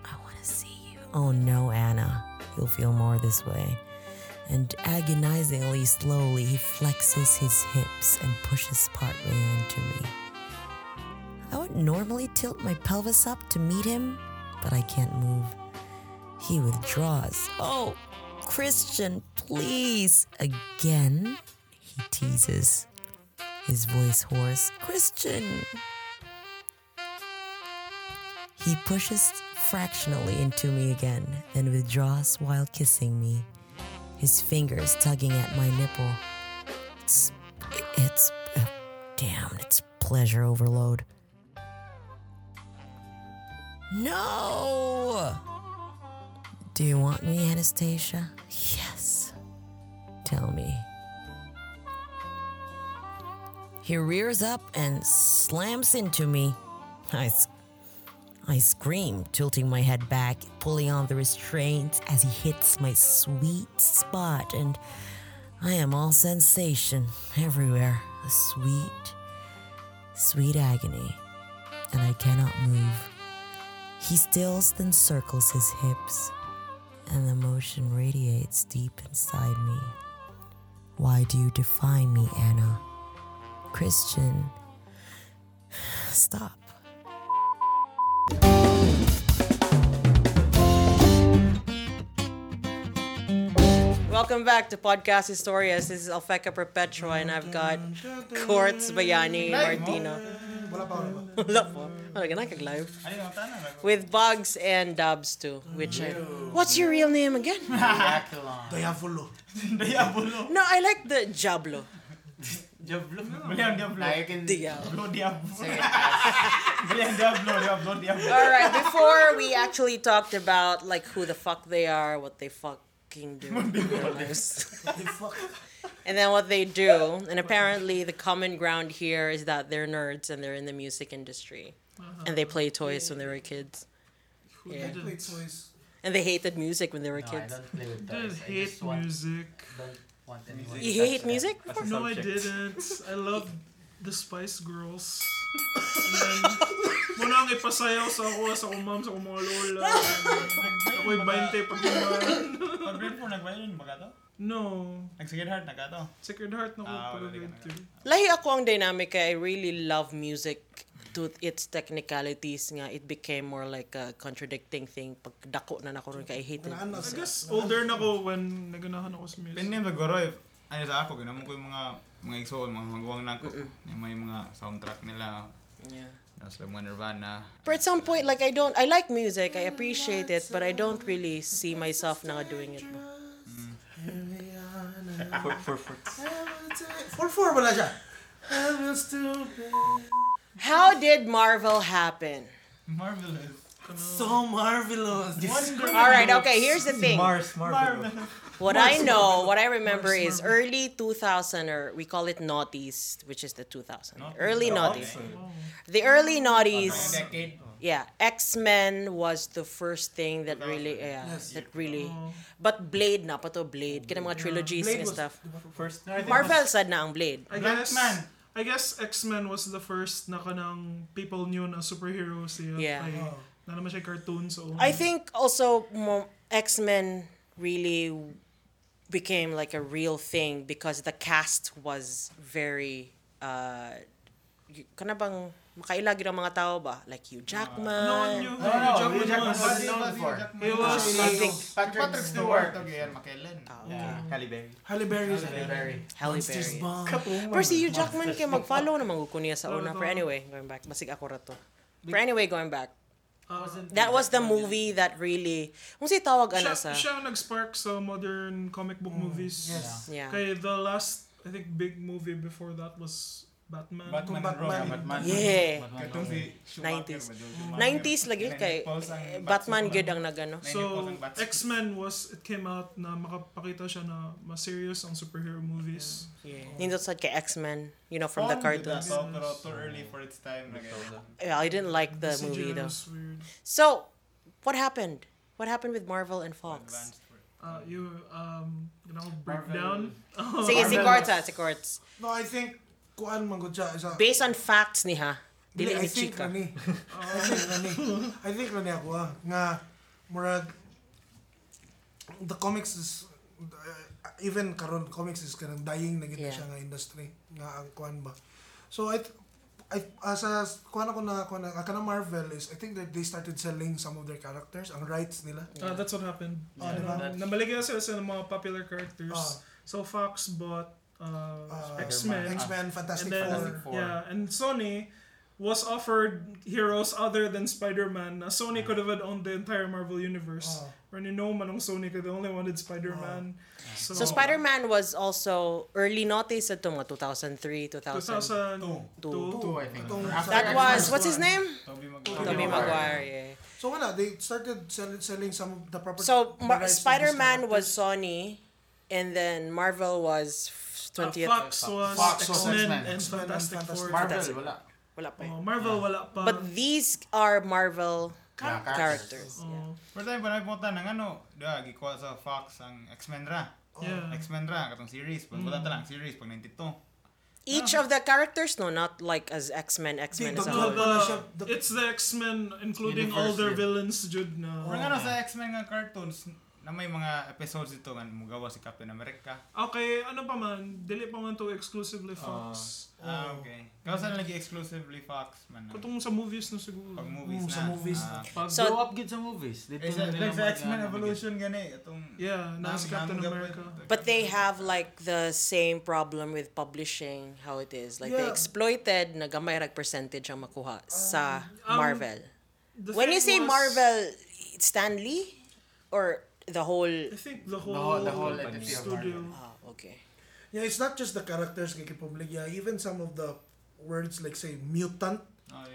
[SPEAKER 9] I want to see you. Oh no, Anna. You'll feel more this way. And agonizingly slowly he flexes his hips and pushes partway into me. I would normally tilt my pelvis up to meet him, but I can't move. He withdraws. Oh, Christian, please. Again, he teases, his voice hoarse. Christian! He pushes fractionally into me again, then withdraws while kissing me, his fingers tugging at my nipple. It's. it's. uh, damn, it's pleasure overload. No! Do you want me, Anastasia? Yes. Tell me. He rears up and slams into me. I, s- I scream, tilting my head back, pulling on the restraints as he hits my sweet spot, and I am all sensation everywhere. A sweet, sweet agony, and I cannot move. He stills, then circles his hips and the motion radiates deep inside me. Why do you define me, Anna? Christian, stop.
[SPEAKER 2] Welcome back to Podcast Historias. This is Alfeca Perpetua and I've got Quartz Bayani Martino.
[SPEAKER 4] Wala pa, wala pa.
[SPEAKER 2] Wala po. Wala, ganakaglive.
[SPEAKER 7] Ay, ang tanong. like,
[SPEAKER 2] With Bugs and Dubs too, which I, What's your real name again?
[SPEAKER 4] Diavolo.
[SPEAKER 7] Diablo.
[SPEAKER 2] No, I like the Jablo.
[SPEAKER 7] Diablo. Bali ang Diablo.
[SPEAKER 6] Now you can
[SPEAKER 2] Diablo.
[SPEAKER 7] Diablo, Diablo.
[SPEAKER 6] say it as
[SPEAKER 7] Bali ang Diablo, Diablo, Diablo.
[SPEAKER 2] All right, before we actually talked about like who the fuck they are, what they fucking do in their lives,
[SPEAKER 4] They fuck.
[SPEAKER 2] and then what they do. And apparently, the common ground here is that they're nerds and they're in the music industry, and they play toys when they were kids,
[SPEAKER 1] Who
[SPEAKER 2] Yeah.
[SPEAKER 1] didn't?
[SPEAKER 4] Wait, so it's...
[SPEAKER 2] and they hated music when they were
[SPEAKER 6] No, I
[SPEAKER 2] kids.
[SPEAKER 6] don't play with
[SPEAKER 1] I didn't
[SPEAKER 6] toys. I
[SPEAKER 1] hate
[SPEAKER 6] just want,
[SPEAKER 1] music.
[SPEAKER 6] don't want anyone
[SPEAKER 2] You
[SPEAKER 6] to touch
[SPEAKER 2] hate
[SPEAKER 6] them.
[SPEAKER 2] music?
[SPEAKER 5] As a
[SPEAKER 1] No, I
[SPEAKER 5] subject.
[SPEAKER 1] didn't. I loved the Spice Girls. And then, muna ang ipasayaw sa ako, sa akong mom, sa akong mga lola. Ako'y 20 pag naman.
[SPEAKER 7] Pag grade 4, nagbayon ba ka to?
[SPEAKER 1] No.
[SPEAKER 7] Nag-second heart na ka to?
[SPEAKER 1] Second heart na ko
[SPEAKER 7] Ah,
[SPEAKER 1] pag
[SPEAKER 7] wala ka
[SPEAKER 1] grade
[SPEAKER 7] na.
[SPEAKER 1] three.
[SPEAKER 2] Lahi ako ang dynamic. I really love music to its technicalities nga. It became more like a contradicting thing. Pag dako na nako ron ka, I hated
[SPEAKER 4] Ganaan na
[SPEAKER 1] I
[SPEAKER 4] sa-
[SPEAKER 1] guess older na ko when naganahan ako sa music.
[SPEAKER 7] Pinim sa Goroy, ano sa ako, ginamon ko yung mga mga igsoon, mga magawang nako. Yung may mga soundtrack nila,
[SPEAKER 2] Yeah.
[SPEAKER 7] tapos yung mga Nirvana.
[SPEAKER 2] But at some point, like I don't, I like music, I appreciate it, but I don't really see myself now doing it.
[SPEAKER 5] For, for, for.
[SPEAKER 4] Full four wala siya. I will still be...
[SPEAKER 2] How did Marvel happen?
[SPEAKER 7] Marvelous.
[SPEAKER 4] So marvelous.
[SPEAKER 2] All right, okay, here's the thing.
[SPEAKER 5] Mars, Marvel.
[SPEAKER 2] What I know, what I remember is early 2000 or we call it noughties, which is the 2000. Early noughties. The early noughties.
[SPEAKER 7] Decade.
[SPEAKER 2] Yeah, X Men was the first thing that really, yeah, that really. But Blade na pa to Blade, kaya mga trilogies
[SPEAKER 4] Blade
[SPEAKER 2] and
[SPEAKER 4] was-
[SPEAKER 2] stuff.
[SPEAKER 5] First,
[SPEAKER 2] Marvel sad na ang Blade.
[SPEAKER 1] I
[SPEAKER 7] Black
[SPEAKER 1] guess,
[SPEAKER 7] Man.
[SPEAKER 1] I guess X-Men was the first na kanang people knew na superhero siya.
[SPEAKER 2] Yeah.
[SPEAKER 1] Kay,
[SPEAKER 4] Oh.
[SPEAKER 1] na naman siya cartoon, so...
[SPEAKER 2] I think also X Men really became like a real thing because the cast was very uh, y- kana bang makailagi ng mga tao ba? Like Hugh Jackman.
[SPEAKER 1] Ah, No, you,
[SPEAKER 3] No, no,
[SPEAKER 1] Jack
[SPEAKER 3] Hugh Jackman
[SPEAKER 1] was-
[SPEAKER 3] was known for.
[SPEAKER 1] He was-
[SPEAKER 2] I think-
[SPEAKER 7] Patrick Stewart. Again, Makilan.
[SPEAKER 2] Ah, okay.
[SPEAKER 3] Yeah.
[SPEAKER 5] Halle Berry.
[SPEAKER 4] Halle Berry.
[SPEAKER 3] Halle Berry.
[SPEAKER 2] Halle
[SPEAKER 4] Monsters
[SPEAKER 2] Berry.
[SPEAKER 4] Ball.
[SPEAKER 2] Pero si Hugh Jackman kay mag-follow na manguko niya sa una. Pero anyway, going back. Basig ako ra to. Pero anyway, going back. That was the movie that really... Kung si tawag ana
[SPEAKER 1] Siya,
[SPEAKER 2] sa...
[SPEAKER 1] siya ang nag-spark sa modern comic book movies.
[SPEAKER 4] Mm, Yes.
[SPEAKER 2] Yeah.
[SPEAKER 1] Kay the last, I think, big movie before that was Batman.
[SPEAKER 7] Batman and
[SPEAKER 4] Batman.
[SPEAKER 7] Robin.
[SPEAKER 6] Batman.
[SPEAKER 2] Yeah.
[SPEAKER 6] Batman.
[SPEAKER 7] Katong si Schumacher.
[SPEAKER 2] 90s.
[SPEAKER 7] medyo Schumacher.
[SPEAKER 2] 90s lagi
[SPEAKER 7] Kailan
[SPEAKER 2] kay
[SPEAKER 7] ni-pause ang
[SPEAKER 2] eh,
[SPEAKER 7] Batman.
[SPEAKER 2] Batman gid ang nagano.
[SPEAKER 1] So,
[SPEAKER 7] Nainikot ang Batman.
[SPEAKER 1] X-Men was, it came out na makapakita siya na mas serious ang superhero movies.
[SPEAKER 2] Nindot sad kay X-Men, you know, from the
[SPEAKER 7] Fun with
[SPEAKER 2] cartoons.
[SPEAKER 7] that, oh, pero too early for its time. like,
[SPEAKER 2] Yeah, I didn't like the
[SPEAKER 1] CGI
[SPEAKER 2] movie though.
[SPEAKER 1] was weird.
[SPEAKER 2] So, what happened? What happened with Marvel and Fox?
[SPEAKER 7] advanced for it.
[SPEAKER 1] Uh, you, um, you know, breakdown.
[SPEAKER 2] Sige, si
[SPEAKER 4] Marvel.
[SPEAKER 2] Corta, si Corts.
[SPEAKER 4] No, I think, kuan man gud siya. isa-
[SPEAKER 2] Based on facts ni ha. Dili
[SPEAKER 4] I
[SPEAKER 2] ni
[SPEAKER 4] think
[SPEAKER 2] Chika.
[SPEAKER 4] rani. I think rani. I think rani ako ah. Nga, murag, the comics is, uh, even karon comics is kanang dying na gina
[SPEAKER 2] Yeah.
[SPEAKER 4] siya nga industry. Nga ang kuan ba. So, I, th- I, as a, kuan ako na, kuan na, kana Marvel is, I think that they started selling some of their characters, ang rights nila.
[SPEAKER 1] Uh, that's what happened.
[SPEAKER 4] Oh, di ba?
[SPEAKER 1] Um, Namaligya sila sa mga popular characters.
[SPEAKER 4] Ah.
[SPEAKER 1] So Fox bought uh,
[SPEAKER 4] Uh,
[SPEAKER 1] X-Men. Ah.
[SPEAKER 4] X-Men,
[SPEAKER 1] And
[SPEAKER 4] Fantastic
[SPEAKER 1] then,
[SPEAKER 4] Four.
[SPEAKER 7] Four.
[SPEAKER 1] yeah, and Sony was offered heroes other than Spider-Man. Na Sony could have had owned the entire Marvel universe.
[SPEAKER 4] Ah.
[SPEAKER 1] Pero no man ang Sony kay they only wanted Spider-Man.
[SPEAKER 4] Ah.
[SPEAKER 1] So,
[SPEAKER 2] So Spider-Man was also early notice sa mga 2003, 2000.
[SPEAKER 1] 2002.
[SPEAKER 6] Two, I think.
[SPEAKER 4] Itong-
[SPEAKER 2] That was what's his name?
[SPEAKER 7] Tobey Maguire.
[SPEAKER 2] Tobey Maguire. Yeah.
[SPEAKER 4] So wala, they started sell- selling some of the property.
[SPEAKER 2] So
[SPEAKER 4] the
[SPEAKER 2] Mar-
[SPEAKER 4] rights of these
[SPEAKER 2] Spider-Man was
[SPEAKER 4] characters.
[SPEAKER 2] Sony, and then Marvel was f-
[SPEAKER 1] Uh,
[SPEAKER 2] 20th.
[SPEAKER 1] Fox was
[SPEAKER 6] Fox was
[SPEAKER 1] X-Men,
[SPEAKER 6] X-Men.
[SPEAKER 1] and
[SPEAKER 4] X-Men and
[SPEAKER 1] Fantastic
[SPEAKER 4] Fantastic
[SPEAKER 1] Four.
[SPEAKER 6] Marvel,
[SPEAKER 2] Fantastic.
[SPEAKER 6] wala.
[SPEAKER 2] Wala pa. eh.
[SPEAKER 1] Oh, Marvel wala pa.
[SPEAKER 2] But these are Marvel
[SPEAKER 6] Yeah,
[SPEAKER 2] characters.
[SPEAKER 1] Oh,
[SPEAKER 2] Yeah.
[SPEAKER 7] Pero tayo pa napunta ng ano, da, gikuha sa Fox ang X-Men ra.
[SPEAKER 1] yeah.
[SPEAKER 7] X-Men ra, katong series.
[SPEAKER 2] Mm.
[SPEAKER 7] Pag wala talang series, pag 92.
[SPEAKER 2] Each
[SPEAKER 4] Uh-huh.
[SPEAKER 2] of the characters, no, not like as X-Men, X-Men as a
[SPEAKER 1] Well, the-
[SPEAKER 2] whole.
[SPEAKER 4] Well, the-
[SPEAKER 1] it's the X-Men, including all their villains, Jude. Na.
[SPEAKER 7] Pero nga no, sa X-Men nga cartoons, na may mga episodes ito nga mugawa si Captain America.
[SPEAKER 1] Okay, ano pa man, dili pa man to exclusively Fox.
[SPEAKER 2] Oh.
[SPEAKER 7] Ah, okay. Kasi saan lagi exclusively Fox man. ah.
[SPEAKER 1] Kutong sa movies na siguro.
[SPEAKER 7] Pag movies
[SPEAKER 4] Oo,
[SPEAKER 7] na.
[SPEAKER 4] sa movies.
[SPEAKER 7] ah.
[SPEAKER 6] Pag
[SPEAKER 2] So-
[SPEAKER 6] grow up gid sa movies. Dito
[SPEAKER 7] Eh, sa,
[SPEAKER 6] na nila
[SPEAKER 7] like sa
[SPEAKER 6] mag-
[SPEAKER 7] X-Men
[SPEAKER 6] ano,
[SPEAKER 7] Evolution gani, itong...
[SPEAKER 1] Yeah, na si Captain America.
[SPEAKER 2] But they have like the same problem with publishing how it is. Like they
[SPEAKER 4] Yeah.
[SPEAKER 2] exploited na gamay rag percentage ang makuha sa
[SPEAKER 1] um,
[SPEAKER 2] Marvel.
[SPEAKER 1] The
[SPEAKER 2] When
[SPEAKER 1] thing
[SPEAKER 2] you say
[SPEAKER 1] was-
[SPEAKER 2] Marvel, Stan Lee or the whole
[SPEAKER 1] I think the
[SPEAKER 6] The
[SPEAKER 1] whole,
[SPEAKER 6] whole, the whole
[SPEAKER 5] company.
[SPEAKER 6] entity of
[SPEAKER 1] studio.
[SPEAKER 6] Marvel.
[SPEAKER 2] Ah, okay.
[SPEAKER 4] Yeah, it's not just the characters kay Kipubligya, even some of the words like say mutant.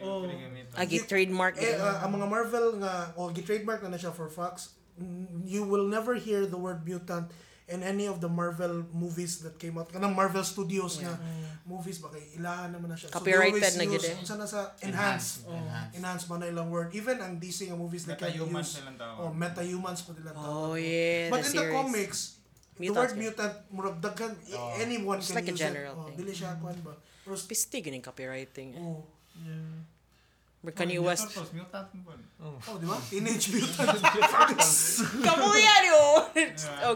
[SPEAKER 1] Oh.
[SPEAKER 7] Oh,
[SPEAKER 2] Agi Ah, trademark
[SPEAKER 4] Eh,
[SPEAKER 2] yun.
[SPEAKER 4] uh, ang mga Marvel nga o gi-trademark na na siya for Fox, mm, you will never hear the word mutant in any of the Marvel movies that came out. Kanang Marvel Studios nga movies ba kay ilahan naman na siya.
[SPEAKER 2] Copyrighted na
[SPEAKER 4] so they always
[SPEAKER 2] gid eh.
[SPEAKER 4] use, unsa na sa enhanced.
[SPEAKER 6] Oh.
[SPEAKER 4] Enhanced man na ilang word. Even ang DC nga movies they can't
[SPEAKER 7] Meta-human
[SPEAKER 4] use.
[SPEAKER 7] silang tawag.
[SPEAKER 4] Or meta-humans pa nila tawag.
[SPEAKER 2] Oh yeah,
[SPEAKER 4] But
[SPEAKER 2] the
[SPEAKER 4] in
[SPEAKER 2] series.
[SPEAKER 4] the comics,
[SPEAKER 2] Mutant
[SPEAKER 4] the word
[SPEAKER 2] yun.
[SPEAKER 4] mutant, murag daghan, i- anyone
[SPEAKER 2] It's
[SPEAKER 4] can
[SPEAKER 2] like a
[SPEAKER 4] use
[SPEAKER 2] general
[SPEAKER 4] it. Oh,
[SPEAKER 2] thing.
[SPEAKER 4] Dili siya kuan ba? Pero sp-
[SPEAKER 2] Pisti ganun copywriting. eh.
[SPEAKER 4] oh,
[SPEAKER 2] Or Kanye West.
[SPEAKER 7] Mutant mo ba?
[SPEAKER 4] oh, di ba? Teenage mutant.
[SPEAKER 2] Kamu yan, yo!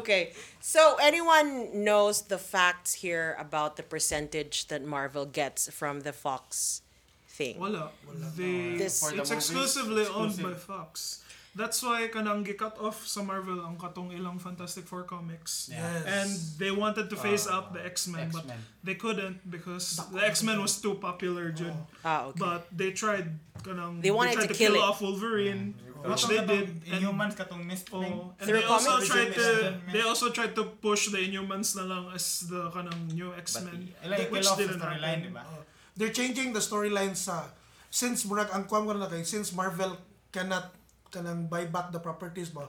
[SPEAKER 2] okay. So, anyone knows the facts here about the percentage that Marvel gets from the Fox thing?
[SPEAKER 1] Wala. They,
[SPEAKER 2] This- For
[SPEAKER 1] it's
[SPEAKER 6] the
[SPEAKER 1] exclusively owned by Fox. That's why kanang gi-cut off sa Marvel ang katong ilang Fantastic Four comics.
[SPEAKER 4] yes.
[SPEAKER 1] And they wanted to phase out the X-Men, but
[SPEAKER 6] X-Men.
[SPEAKER 1] they couldn't because the X-Men was too popular, Jud.
[SPEAKER 2] Ah, okay.
[SPEAKER 1] But they tried kanang
[SPEAKER 2] They wanted
[SPEAKER 1] tried to,
[SPEAKER 2] to
[SPEAKER 1] kill,
[SPEAKER 2] kill it.
[SPEAKER 1] off Wolverine, which they did. And,
[SPEAKER 7] Inhumans katong Mist Thing.
[SPEAKER 1] oh, and
[SPEAKER 2] Through
[SPEAKER 1] they also
[SPEAKER 2] comics?
[SPEAKER 1] tried to
[SPEAKER 7] Resistance.
[SPEAKER 1] they also tried to push the Inhumans na lang as the kanang new X-Men,
[SPEAKER 7] Ila
[SPEAKER 1] which
[SPEAKER 7] i-kill off sa
[SPEAKER 1] didn't
[SPEAKER 7] storyline, diba?
[SPEAKER 1] happen.
[SPEAKER 7] di ba?
[SPEAKER 4] They're changing the storyline sa since murag ang kuan ko na kay since Marvel cannot kanang buy back the properties ba.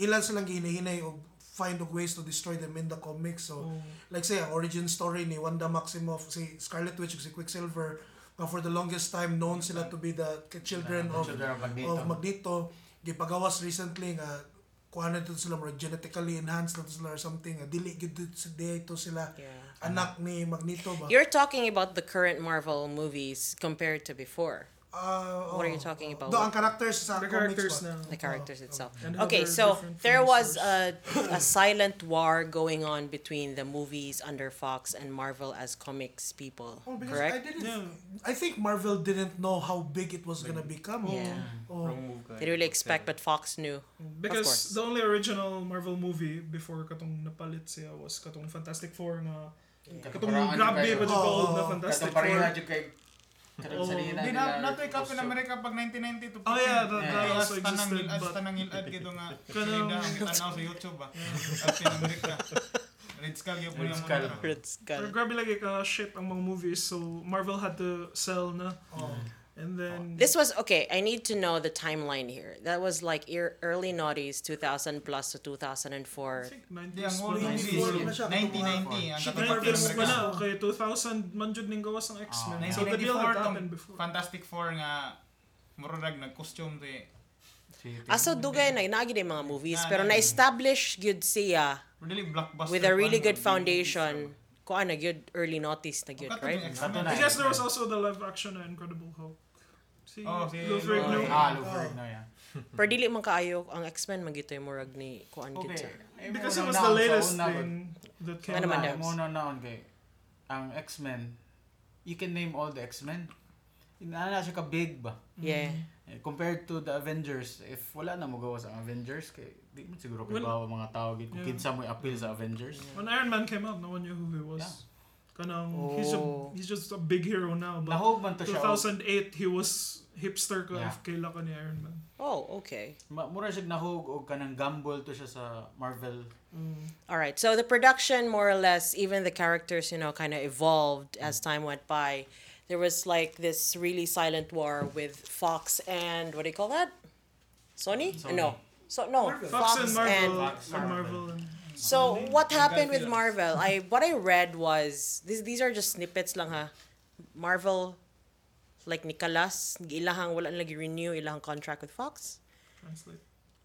[SPEAKER 4] Ilan silang gihinay og find of ways to destroy them in the comics. So like say ang origin story ni Wanda Maximoff, si Scarlet Witch, si Quicksilver, nga for the longest time known sila to be the children of
[SPEAKER 6] Children of Magneto.
[SPEAKER 4] Oh. of Magneto gipagawas recently nga kuha na dito sila mga genetically enhanced na dito sila or something nga dili gid dito sa- dito sila
[SPEAKER 2] Yeah.
[SPEAKER 4] anak ni Magneto ba
[SPEAKER 2] You're talking about the current Marvel movies compared to before.
[SPEAKER 4] Uh,
[SPEAKER 2] What are
[SPEAKER 4] oo.
[SPEAKER 2] you talking about?
[SPEAKER 4] No, ang characters sa
[SPEAKER 1] The
[SPEAKER 4] comics
[SPEAKER 1] characters
[SPEAKER 4] ba? Oh.
[SPEAKER 1] na.
[SPEAKER 2] the characters itself.
[SPEAKER 1] Uh-huh. And
[SPEAKER 2] Okay,
[SPEAKER 1] other
[SPEAKER 2] so
[SPEAKER 1] different
[SPEAKER 2] there
[SPEAKER 1] film
[SPEAKER 2] was a, a silent war going on between the movies under Fox and Marvel as comics people,
[SPEAKER 4] Oh, because I
[SPEAKER 2] correct?
[SPEAKER 4] didn't. I think Marvel didn't know how big it was gonna become.
[SPEAKER 2] Yeah.
[SPEAKER 4] Oh.
[SPEAKER 5] Wrong move ka.
[SPEAKER 2] They really expect, but Fox knew. course.
[SPEAKER 1] Because the only original Marvel movie before katong napalit siya was katong Fantastic Four nga katong
[SPEAKER 6] Paraan
[SPEAKER 1] grabe
[SPEAKER 6] kayo.
[SPEAKER 1] pa jud
[SPEAKER 4] Oo,
[SPEAKER 1] old na
[SPEAKER 4] oo.
[SPEAKER 1] Fantastic
[SPEAKER 6] Katong pareha
[SPEAKER 1] Four.
[SPEAKER 6] jud kay katong
[SPEAKER 1] Oh,
[SPEAKER 6] sarili
[SPEAKER 7] Di
[SPEAKER 6] nila
[SPEAKER 7] na natoy
[SPEAKER 6] repost
[SPEAKER 7] Captain
[SPEAKER 6] yun.
[SPEAKER 7] America pag
[SPEAKER 1] Oh
[SPEAKER 7] 1992.
[SPEAKER 1] yeah, that, that
[SPEAKER 7] Yeah,
[SPEAKER 1] also
[SPEAKER 7] as tanang
[SPEAKER 1] existed
[SPEAKER 7] ilad,
[SPEAKER 1] but
[SPEAKER 7] tanang ilad gito nga.
[SPEAKER 1] Kanang-
[SPEAKER 7] Kanang ang tanaw sa YouTube ah. ba. Captain America. Red Skull yung
[SPEAKER 6] Red
[SPEAKER 7] pula mo.
[SPEAKER 6] Skull.
[SPEAKER 7] na.
[SPEAKER 1] pero grabe lagi ka shit ang mga movies so Marvel had to sell na. And then
[SPEAKER 2] This was okay. I need to know the timeline here. That was like ear, early noughties, 2000 plus to 2004.
[SPEAKER 1] I think
[SPEAKER 7] Di ang
[SPEAKER 1] 90s
[SPEAKER 7] whole
[SPEAKER 1] pa.
[SPEAKER 7] movie
[SPEAKER 4] Skull
[SPEAKER 7] is
[SPEAKER 4] na siya,
[SPEAKER 7] 1990 ang
[SPEAKER 4] Shit,
[SPEAKER 7] katong Captain
[SPEAKER 1] 90s pa
[SPEAKER 7] America.
[SPEAKER 1] na, okay, 2000, man jud ning gawas ang X-Men.
[SPEAKER 7] Ah,
[SPEAKER 1] so the deal had
[SPEAKER 7] 1994 tong
[SPEAKER 1] happened before.
[SPEAKER 7] Fantastic Four nga murag nag-costume di.
[SPEAKER 2] Aso dugay na inagi day mga movies,
[SPEAKER 7] Na-
[SPEAKER 2] pero
[SPEAKER 7] na-
[SPEAKER 2] na-establish gyud siya
[SPEAKER 7] Really blockbuster.
[SPEAKER 2] with a really
[SPEAKER 7] pa,
[SPEAKER 2] good
[SPEAKER 7] no?
[SPEAKER 2] foundation. Kuan na gyud early noughties na gyud,
[SPEAKER 7] Katong
[SPEAKER 2] right?
[SPEAKER 6] Katong
[SPEAKER 7] X-Men.
[SPEAKER 1] I guess there was also the live action na Incredible Hulk. Si
[SPEAKER 7] Oh, si
[SPEAKER 1] Lou
[SPEAKER 7] Lou-
[SPEAKER 1] Ferrigno.
[SPEAKER 6] Ah, Lufrig no yeah.
[SPEAKER 2] Pero dili man kaayo ang X-Men magitoy murag ni kuan gid
[SPEAKER 6] Okay. Eh,
[SPEAKER 2] sa.
[SPEAKER 1] Because it
[SPEAKER 6] Una
[SPEAKER 1] was
[SPEAKER 6] naon
[SPEAKER 1] the
[SPEAKER 6] sa
[SPEAKER 1] latest
[SPEAKER 6] una,
[SPEAKER 1] thing that came
[SPEAKER 2] Ano man
[SPEAKER 1] out.
[SPEAKER 2] daw?
[SPEAKER 6] Mo na naon kay ang X-Men. You can name all the X-Men. Inaana siya ka big ba?
[SPEAKER 2] Yeah.
[SPEAKER 7] Mm-hmm.
[SPEAKER 6] Eh, Compared to the Avengers, if wala na mo gawas ang Avengers kay di mo siguro kay
[SPEAKER 1] Well,
[SPEAKER 6] bawa mga tao gid kung
[SPEAKER 1] yeah.
[SPEAKER 6] kinsa mo appeal sa Avengers.
[SPEAKER 1] When Iron Man came out, no one knew who he was.
[SPEAKER 6] Yeah.
[SPEAKER 1] Kanang, he's, a,
[SPEAKER 2] Oh.
[SPEAKER 1] he's just a big hero now. But
[SPEAKER 6] Nahog man to siya. og-
[SPEAKER 1] 2008, he was hipster ka
[SPEAKER 6] Yeah.
[SPEAKER 1] of kaila ka ni Iron Man.
[SPEAKER 2] Oh, okay.
[SPEAKER 6] ma- Mura siya nahog og kanang gamble to siya sa Marvel.
[SPEAKER 2] All right. So the production, more or less, even the characters, you know, kind of evolved
[SPEAKER 1] Mm.
[SPEAKER 2] as time went by. There was like this really silent war with Fox and what do you call that? Sony?
[SPEAKER 6] Sony.
[SPEAKER 2] No. So no.
[SPEAKER 1] Fox, and Marvel.
[SPEAKER 6] and-
[SPEAKER 1] Fox and Marvel. and-
[SPEAKER 2] so what happened with
[SPEAKER 7] Garfield.
[SPEAKER 2] Marvel? I what I read was these these are just snippets lang ha. Marvel like nikalas, ilahang wala nang renew ilahang contract with Fox.
[SPEAKER 1] Translate.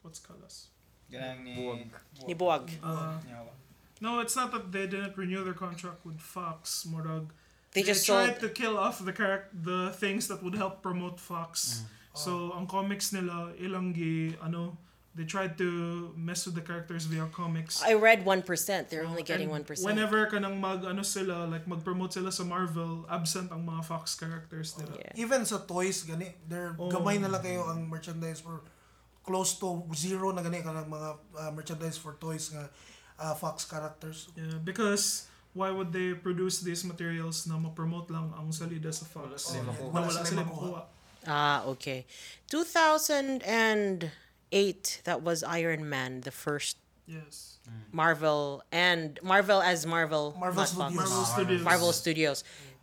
[SPEAKER 1] What's colors?
[SPEAKER 7] Ganang ni...
[SPEAKER 5] Buwag.
[SPEAKER 1] Oh.
[SPEAKER 2] Nibuwag.
[SPEAKER 1] Uh,
[SPEAKER 7] Niya ba?
[SPEAKER 1] no, it's not that they didn't renew their contract with Fox. Morag.
[SPEAKER 2] They just sold
[SPEAKER 1] tried to kill off the charac- the things that would help promote
[SPEAKER 6] Mm.
[SPEAKER 1] Fox.
[SPEAKER 2] Oh.
[SPEAKER 1] So ang comics nila ilang gi ano they tried to mess with the characters via comics.
[SPEAKER 2] I read 1%. They're only getting
[SPEAKER 1] Oh, And
[SPEAKER 2] 1%.
[SPEAKER 1] Whenever kanang mag ano sila like mag-promote sila sa Marvel, absent ang mga Fox characters nila.
[SPEAKER 2] Yeah.
[SPEAKER 4] Even sa toys, gani, they're
[SPEAKER 1] Oh.
[SPEAKER 4] gamay na lang kayo ang merchandise for close to zero na gani kanang mga ah, merchandise for toys nga ah, Fox characters.
[SPEAKER 1] Yeah, because why would they produce these materials na ma-promote lang ang salida sa Fox?
[SPEAKER 4] Wala sila makuha.
[SPEAKER 1] Na wala
[SPEAKER 4] Wala
[SPEAKER 1] sila
[SPEAKER 4] sila
[SPEAKER 1] makuha.
[SPEAKER 2] Ah, okay. 2008, that was Iron Man, the first
[SPEAKER 1] Yes.
[SPEAKER 2] Marvel, and Marvel as Marvel.
[SPEAKER 4] Marvel
[SPEAKER 2] not Fox.
[SPEAKER 4] Studios.
[SPEAKER 1] Marvel Studios.
[SPEAKER 2] Marvel Studios.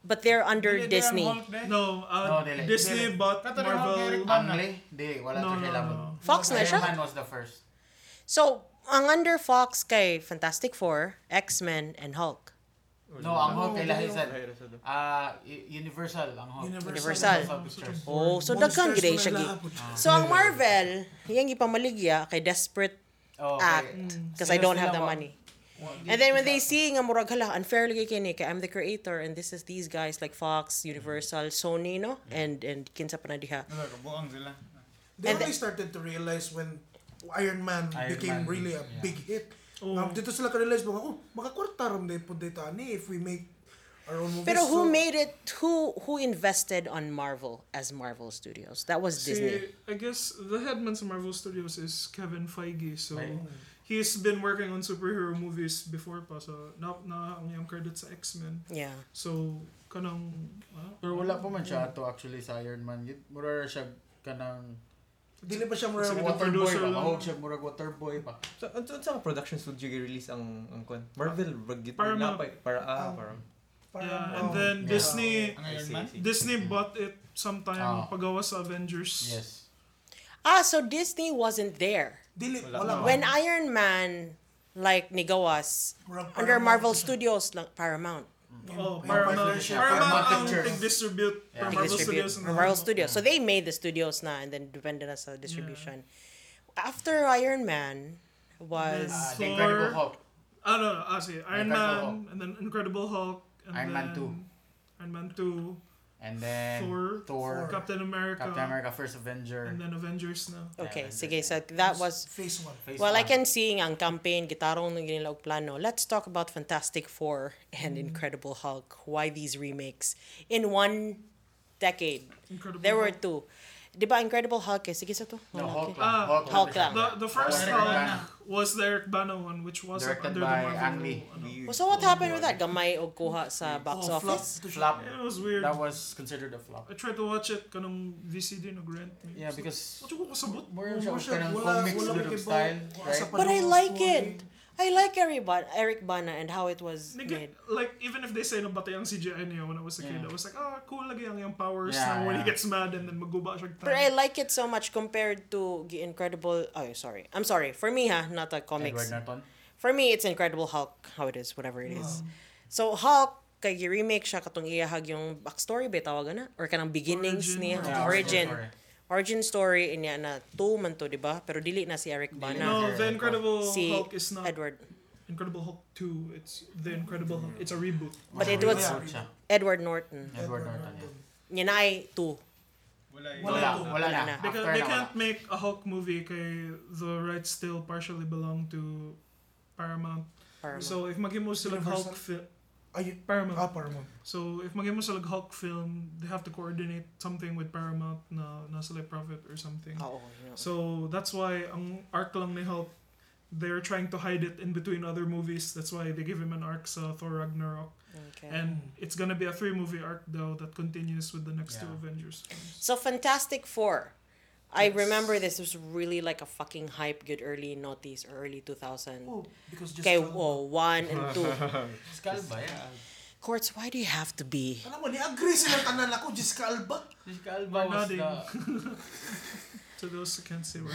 [SPEAKER 2] But they're under
[SPEAKER 7] Dili, dili ang
[SPEAKER 2] Disney.
[SPEAKER 7] Hulk, dili.
[SPEAKER 1] No, uh,
[SPEAKER 6] No, dili.
[SPEAKER 1] Disney bought
[SPEAKER 7] Kato ni Hulk,
[SPEAKER 1] Marvel.
[SPEAKER 7] Eric Ba-
[SPEAKER 6] Ang Lay, di wala
[SPEAKER 1] No,
[SPEAKER 6] to
[SPEAKER 1] no,
[SPEAKER 6] siya
[SPEAKER 1] no.
[SPEAKER 6] labot.
[SPEAKER 2] Fox na
[SPEAKER 6] Iron
[SPEAKER 2] siya.
[SPEAKER 6] Man was the first.
[SPEAKER 2] So, ang under Fox kay Fantastic Four, X-Men, and Hulk.
[SPEAKER 6] No, ang Hulk kay lahi sa
[SPEAKER 5] Ay, rasa doon.
[SPEAKER 6] ah, U- Universal ang Hulk.
[SPEAKER 2] Universal.
[SPEAKER 6] Universal Pictures.
[SPEAKER 2] Oh, so daghan
[SPEAKER 4] Monsters
[SPEAKER 2] gid ay
[SPEAKER 4] na
[SPEAKER 2] siya gi.
[SPEAKER 4] lahat.
[SPEAKER 1] Ah.
[SPEAKER 2] So ang Marvel, yang ipamaligya kay Desperate
[SPEAKER 6] Oh,
[SPEAKER 2] Act because I
[SPEAKER 6] Sales
[SPEAKER 2] don't
[SPEAKER 6] nila
[SPEAKER 2] have the
[SPEAKER 6] wa-
[SPEAKER 2] money. And then when they see nga murag hala unfair lagi kini kay I'm the creator and this is these guys like Fox, Universal, Sony no and and kinsa pa na diha.
[SPEAKER 7] Wala, kabuang sila.
[SPEAKER 4] They
[SPEAKER 2] And
[SPEAKER 4] only started to realize when Iron Man
[SPEAKER 6] Iron
[SPEAKER 4] became
[SPEAKER 6] Man,
[SPEAKER 4] really a
[SPEAKER 6] yeah.
[SPEAKER 4] big hit.
[SPEAKER 1] Oh.
[SPEAKER 4] Um, dito sila ka-realize mga, oh, makakwarta rin na ipod dito ani if we make our own movies.
[SPEAKER 2] Pero who
[SPEAKER 4] So,
[SPEAKER 2] made it who who invested on Marvel as Marvel Studios? That was Disney.
[SPEAKER 1] See, I guess the headman of Marvel Studios is Kevin Feige, so he's been working on superhero movies before pa so na na ang iyang credit sa X-Men.
[SPEAKER 2] Yeah.
[SPEAKER 1] So kanang ah,
[SPEAKER 6] Pero wala pa man siya ato actually sa Iron Man. Yun, Mura ra siya kanang
[SPEAKER 4] Dili pa siya
[SPEAKER 1] Sige,
[SPEAKER 4] mura
[SPEAKER 6] water boy
[SPEAKER 1] producer
[SPEAKER 6] pa.
[SPEAKER 1] lang.
[SPEAKER 6] Mahog siya murag water boy pa.
[SPEAKER 5] Sa ano sa production studio i-release ang ang kwan? Marvel bagit
[SPEAKER 1] Para
[SPEAKER 5] para
[SPEAKER 1] ma-
[SPEAKER 5] na pa para ah para.
[SPEAKER 4] Parang,
[SPEAKER 1] yeah,
[SPEAKER 4] oh,
[SPEAKER 1] and then
[SPEAKER 4] yeah.
[SPEAKER 1] Disney
[SPEAKER 7] Ang Iron Man.
[SPEAKER 1] Disney bought it sometime
[SPEAKER 6] Ah.
[SPEAKER 1] pagawa sa Avengers.
[SPEAKER 6] Yes.
[SPEAKER 2] Ah, so Disney wasn't there.
[SPEAKER 4] Dili, wala.
[SPEAKER 2] When Iron Man like nigawas
[SPEAKER 4] Murag
[SPEAKER 2] under
[SPEAKER 4] Paramount.
[SPEAKER 2] Uh-huh. Marvel Studios lang Paramount.
[SPEAKER 1] Oh,
[SPEAKER 4] Yung
[SPEAKER 1] Paramount.
[SPEAKER 4] Paramount siya.
[SPEAKER 1] Paramount
[SPEAKER 6] Paramount
[SPEAKER 1] ang
[SPEAKER 6] Pictures.
[SPEAKER 1] tig-distribute
[SPEAKER 6] Yeah.
[SPEAKER 1] for Marvel
[SPEAKER 2] distribute
[SPEAKER 1] Studios.
[SPEAKER 2] from
[SPEAKER 1] and
[SPEAKER 2] Marvel Studios. So they made the studios na and then dependent na sa distribution. After Iron Man was
[SPEAKER 1] Yes.
[SPEAKER 6] Ah,
[SPEAKER 1] Thor.
[SPEAKER 6] the Incredible Hulk.
[SPEAKER 1] Ah, no, no. Ah, see, Iron
[SPEAKER 6] Incredible
[SPEAKER 1] Man,
[SPEAKER 6] Hulk.
[SPEAKER 1] and then Incredible Hulk. And
[SPEAKER 6] Iron Man
[SPEAKER 1] then Iron Man 2.
[SPEAKER 6] and then
[SPEAKER 1] Thor,
[SPEAKER 6] Thor,
[SPEAKER 1] Captain America,
[SPEAKER 6] Captain America, First Avenger.
[SPEAKER 1] and then Avengers na.
[SPEAKER 2] Okay,
[SPEAKER 6] Yeah,
[SPEAKER 2] sige. So that was
[SPEAKER 4] Phase 1.
[SPEAKER 6] Phase
[SPEAKER 2] Well, I
[SPEAKER 6] one.
[SPEAKER 2] can see ang campaign, gitarong ng ginilaw plano. Let's talk about Fantastic Four and Incredible Hulk. Why these remakes in one decade?
[SPEAKER 1] Incredible
[SPEAKER 2] There were
[SPEAKER 1] Hulk.
[SPEAKER 2] two. Di ba Incredible Hulk eh? Sige sa to.
[SPEAKER 6] No,
[SPEAKER 2] Wala, okay.
[SPEAKER 6] Hulk lang.
[SPEAKER 1] Ah,
[SPEAKER 6] Hulk,
[SPEAKER 2] Hulk lang.
[SPEAKER 1] The, the first
[SPEAKER 6] Direct
[SPEAKER 1] Hulk
[SPEAKER 6] Bana.
[SPEAKER 1] was the Eric Bana one, which was
[SPEAKER 6] Directed
[SPEAKER 1] under
[SPEAKER 6] by
[SPEAKER 1] the Marvel.
[SPEAKER 6] Ang Lee.
[SPEAKER 1] ano.
[SPEAKER 5] Weird.
[SPEAKER 2] So what happened with that? Gamay o kuha sa box
[SPEAKER 4] Oh, flop.
[SPEAKER 2] office?
[SPEAKER 6] Flop.
[SPEAKER 1] It was weird.
[SPEAKER 6] That was considered a
[SPEAKER 1] I
[SPEAKER 6] flop.
[SPEAKER 1] tried to watch it kanong VCD na grant. me.
[SPEAKER 6] Yeah,
[SPEAKER 1] So,
[SPEAKER 6] because
[SPEAKER 1] What you ko kasabot?
[SPEAKER 6] more siya
[SPEAKER 4] siya,
[SPEAKER 6] kanang
[SPEAKER 4] wala-
[SPEAKER 6] comics
[SPEAKER 4] wala
[SPEAKER 6] little
[SPEAKER 4] kay Bob.
[SPEAKER 6] style,
[SPEAKER 4] Wala sa
[SPEAKER 6] right?
[SPEAKER 2] But I
[SPEAKER 4] panahon,
[SPEAKER 2] like
[SPEAKER 4] story.
[SPEAKER 2] it. I like Eric Bana, Eric Bana and how it was
[SPEAKER 1] Nigga,
[SPEAKER 2] made.
[SPEAKER 1] like even if they say na batay ang CGI niya when I was a kid, I
[SPEAKER 6] Yeah.
[SPEAKER 1] was like, ah, cool lagi ang yung powers
[SPEAKER 6] Yeah,
[SPEAKER 1] na when he
[SPEAKER 6] yeah.
[SPEAKER 1] gets mad and then maguba siya.
[SPEAKER 2] But I like it so much compared to the Incredible. Oh, sorry. I'm sorry. For me, ha, not a comics.
[SPEAKER 6] Edward Norton.
[SPEAKER 2] For me, it's Incredible Hulk, how it is, whatever it is. So, Hulk, kay remake siya katong iyahag yung backstory ba tawagan na? Or kanang beginnings
[SPEAKER 1] Origin.
[SPEAKER 2] niya?
[SPEAKER 1] Yeah,
[SPEAKER 2] origin.
[SPEAKER 6] sorry.
[SPEAKER 2] Origin story, inya na two man to, di ba? Pero dili na si Eric Bana.
[SPEAKER 1] no, The Incredible
[SPEAKER 2] si
[SPEAKER 1] Hulk is not
[SPEAKER 2] Edward.
[SPEAKER 1] Incredible Hulk 2. It's The Incredible Hulk. It's a reboot.
[SPEAKER 2] But it was
[SPEAKER 6] Edward siya.
[SPEAKER 2] Edward Norton.
[SPEAKER 6] Edward Norton. yeah.
[SPEAKER 2] Niya na ay two.
[SPEAKER 7] Wala eh.
[SPEAKER 6] Wala, wala na.
[SPEAKER 2] Wala na.
[SPEAKER 1] They,
[SPEAKER 6] After
[SPEAKER 1] ca- they
[SPEAKER 6] na wala.
[SPEAKER 1] can't make a Hulk movie kay the rights still partially belong to Paramount.
[SPEAKER 2] Parang-
[SPEAKER 1] So if maghimo sila
[SPEAKER 4] Universal?
[SPEAKER 1] Hulk film,
[SPEAKER 4] Ay,
[SPEAKER 1] Paramount.
[SPEAKER 4] ah, Paramount.
[SPEAKER 1] So if maghimo sila Hulk film, they have to coordinate something with Paramount na nasa like profit or something.
[SPEAKER 2] Oo, yun.
[SPEAKER 1] So that's why ang arc lang ni Hulk, they're trying to hide it in between other movies. That's why they give him an arc sa Thor Ragnarok.
[SPEAKER 2] Okay.
[SPEAKER 1] And it's gonna be a three movie arc though that continues with the next two
[SPEAKER 6] Yeah.
[SPEAKER 1] Avengers films.
[SPEAKER 2] So Fantastic Four. I remember this was really like a fucking hype good early noughties or early 2000.
[SPEAKER 4] Oh, because just...
[SPEAKER 2] Okay, oh, one and two.
[SPEAKER 6] Skull ba yan?
[SPEAKER 2] Courts, why do you have to be?
[SPEAKER 4] Alam mo, ni-agree sila tanan ako, Jessica Alba.
[SPEAKER 6] Skull ba was
[SPEAKER 1] Nodding.
[SPEAKER 6] the...
[SPEAKER 1] To those who can't see where.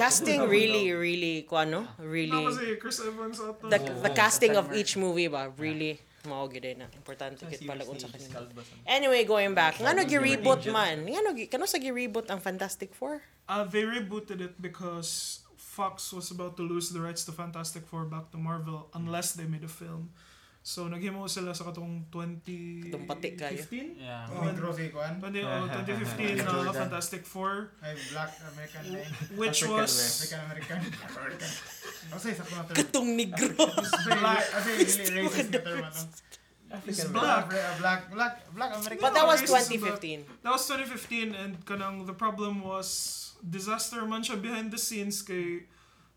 [SPEAKER 2] Casting really, really, kuano,
[SPEAKER 1] Na
[SPEAKER 2] really.
[SPEAKER 1] kasi Chris Evans ata.
[SPEAKER 2] The,
[SPEAKER 4] Oh,
[SPEAKER 2] the casting of
[SPEAKER 6] September.
[SPEAKER 2] each movie ba, really, mao gyud na. Importante kit pala unsa
[SPEAKER 5] Seriously,
[SPEAKER 2] kanina.
[SPEAKER 5] Skull ba sa-
[SPEAKER 2] Anyway, going back, ngano gi reboot
[SPEAKER 5] Agent.
[SPEAKER 2] man? Ngano gi kano sa gi reboot ang Fantastic Four?
[SPEAKER 1] Uh, they rebooted it because Fox was about to lose the rights to Fantastic Four back to Marvel unless they made a film. So naghimo sila sa katong 2015?
[SPEAKER 2] Katong patik kayo.
[SPEAKER 6] Yeah.
[SPEAKER 7] Yung trophy ko, an?
[SPEAKER 1] 20, oh, 2015 na
[SPEAKER 7] Jordan.
[SPEAKER 1] Fantastic Four
[SPEAKER 7] Ay, black American name.
[SPEAKER 1] which
[SPEAKER 5] African
[SPEAKER 1] was
[SPEAKER 7] African American. American. Kasi sa kuna term.
[SPEAKER 2] Katong negro.
[SPEAKER 7] Black, kasi really racist na term. ano?
[SPEAKER 1] is
[SPEAKER 7] Black,
[SPEAKER 1] black.
[SPEAKER 7] black, black, black American.
[SPEAKER 2] But that was
[SPEAKER 1] Racism ba?
[SPEAKER 2] 2015.
[SPEAKER 1] That was 2015 and kanang the problem was disaster man siya behind the scenes kay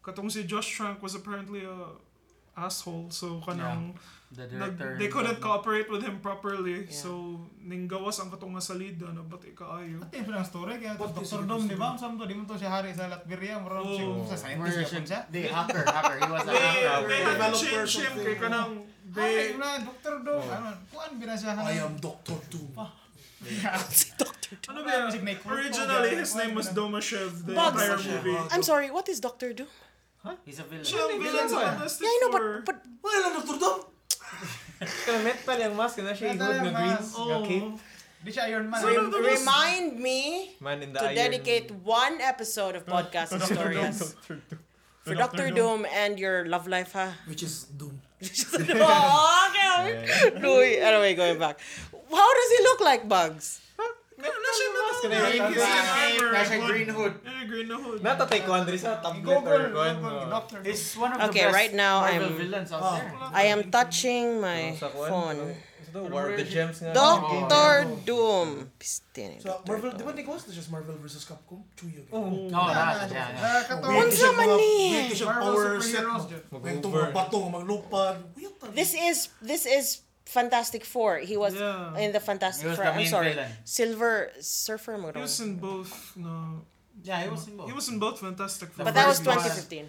[SPEAKER 1] katong si Josh Trank was apparently a asshole so kanang
[SPEAKER 6] The
[SPEAKER 1] Nag-
[SPEAKER 6] director.
[SPEAKER 1] they couldn't
[SPEAKER 6] call.
[SPEAKER 1] cooperate with him properly.
[SPEAKER 2] Yeah.
[SPEAKER 1] So, ninggawas ang katong nga salida na ba't ikaayo?
[SPEAKER 7] Ate, lang story kaya
[SPEAKER 4] But this-
[SPEAKER 7] Dr. Dom, di ba? Sam to, di mo to siya hari sa Latveria, mura
[SPEAKER 1] Oh.
[SPEAKER 7] siya sa scientist
[SPEAKER 6] Where
[SPEAKER 7] niya
[SPEAKER 6] siya?
[SPEAKER 7] po siya.
[SPEAKER 6] The hacker, hacker. He was a
[SPEAKER 1] They, they
[SPEAKER 6] hacker.
[SPEAKER 1] had to
[SPEAKER 4] Developer
[SPEAKER 1] change him
[SPEAKER 4] something.
[SPEAKER 1] kay kanang
[SPEAKER 7] Ay,
[SPEAKER 1] they
[SPEAKER 7] na, Dr. Dom, ano, kuan bina siya.
[SPEAKER 4] I am Dr. Doom.
[SPEAKER 1] ano ba yan?
[SPEAKER 7] Music maker.
[SPEAKER 1] Originally, his name was Domashev, the
[SPEAKER 2] Bugs.
[SPEAKER 1] entire movie.
[SPEAKER 4] Bugs.
[SPEAKER 2] I'm sorry, what is Doctor Doom?
[SPEAKER 6] He's a
[SPEAKER 1] Siya
[SPEAKER 6] villain.
[SPEAKER 1] ang villain sa Fantastic
[SPEAKER 2] Yeah, I know,
[SPEAKER 1] Four.
[SPEAKER 2] but but
[SPEAKER 4] Wala lang, Dr. Doom.
[SPEAKER 5] Kamet pa lang mask na siya
[SPEAKER 7] Kaya
[SPEAKER 5] ihod na
[SPEAKER 7] tayo,
[SPEAKER 5] green.
[SPEAKER 7] mas-
[SPEAKER 1] Oh.
[SPEAKER 5] Okay.
[SPEAKER 7] Di siya Iron Man.
[SPEAKER 1] Sorry. One of
[SPEAKER 7] Iron
[SPEAKER 1] the most-
[SPEAKER 2] remind me
[SPEAKER 5] Man in the
[SPEAKER 2] to
[SPEAKER 5] Iron.
[SPEAKER 2] dedicate one episode of podcast historias for Doctor Doom and your love life, ha?
[SPEAKER 4] Which is Doom.
[SPEAKER 2] oh, okay. Louis. Anyway, going back. How does he look like Bugs?
[SPEAKER 1] Meron na siya na
[SPEAKER 6] Green
[SPEAKER 1] He's an
[SPEAKER 6] Hood.
[SPEAKER 1] armor.
[SPEAKER 6] Nasa Green Hood.
[SPEAKER 1] Eh, Green na hood.
[SPEAKER 5] Natatay ko Andres sa
[SPEAKER 7] Go,
[SPEAKER 5] tablet
[SPEAKER 7] go,
[SPEAKER 5] or
[SPEAKER 7] go,
[SPEAKER 5] kwan.
[SPEAKER 7] go,
[SPEAKER 5] no?
[SPEAKER 7] Dr. Dom.
[SPEAKER 6] It's one of the
[SPEAKER 2] Okay,
[SPEAKER 6] best
[SPEAKER 2] right now
[SPEAKER 6] Marvel
[SPEAKER 2] I'm-
[SPEAKER 6] villains out
[SPEAKER 1] Ah.
[SPEAKER 6] there.
[SPEAKER 2] I am touching my
[SPEAKER 5] Sa kwan,
[SPEAKER 2] phone.
[SPEAKER 5] ano? Sa the War of the Gems nga.
[SPEAKER 2] Doctor Doom. Piste ni
[SPEAKER 4] So,
[SPEAKER 2] Dr.
[SPEAKER 4] Marvel, di
[SPEAKER 2] Doom.
[SPEAKER 4] ba nagawas na siya sa Marvel vs. Capcom? Chuyo.
[SPEAKER 6] No, Oh, that, yeah, yeah.
[SPEAKER 7] Katawag.
[SPEAKER 2] Unsa man ni?
[SPEAKER 4] Ito siya
[SPEAKER 7] Marvel
[SPEAKER 4] power set.
[SPEAKER 7] superheroes,
[SPEAKER 4] no?
[SPEAKER 7] Jud.
[SPEAKER 4] Nagtong
[SPEAKER 5] Mag-over.
[SPEAKER 4] mga batong, maglupad. Uyok ka.
[SPEAKER 2] This is this is Fantastic Four. He was
[SPEAKER 1] Yeah.
[SPEAKER 2] in the Fantastic
[SPEAKER 6] He was
[SPEAKER 2] Four.
[SPEAKER 6] the
[SPEAKER 2] I'm
[SPEAKER 6] main
[SPEAKER 2] sorry,
[SPEAKER 6] villain.
[SPEAKER 2] Silver Surfer. mo
[SPEAKER 1] He
[SPEAKER 2] daw.
[SPEAKER 1] was in both. No.
[SPEAKER 6] Yeah, he was in both.
[SPEAKER 1] He was in both Fantastic Four.
[SPEAKER 2] But that was
[SPEAKER 6] first one.
[SPEAKER 2] 2015.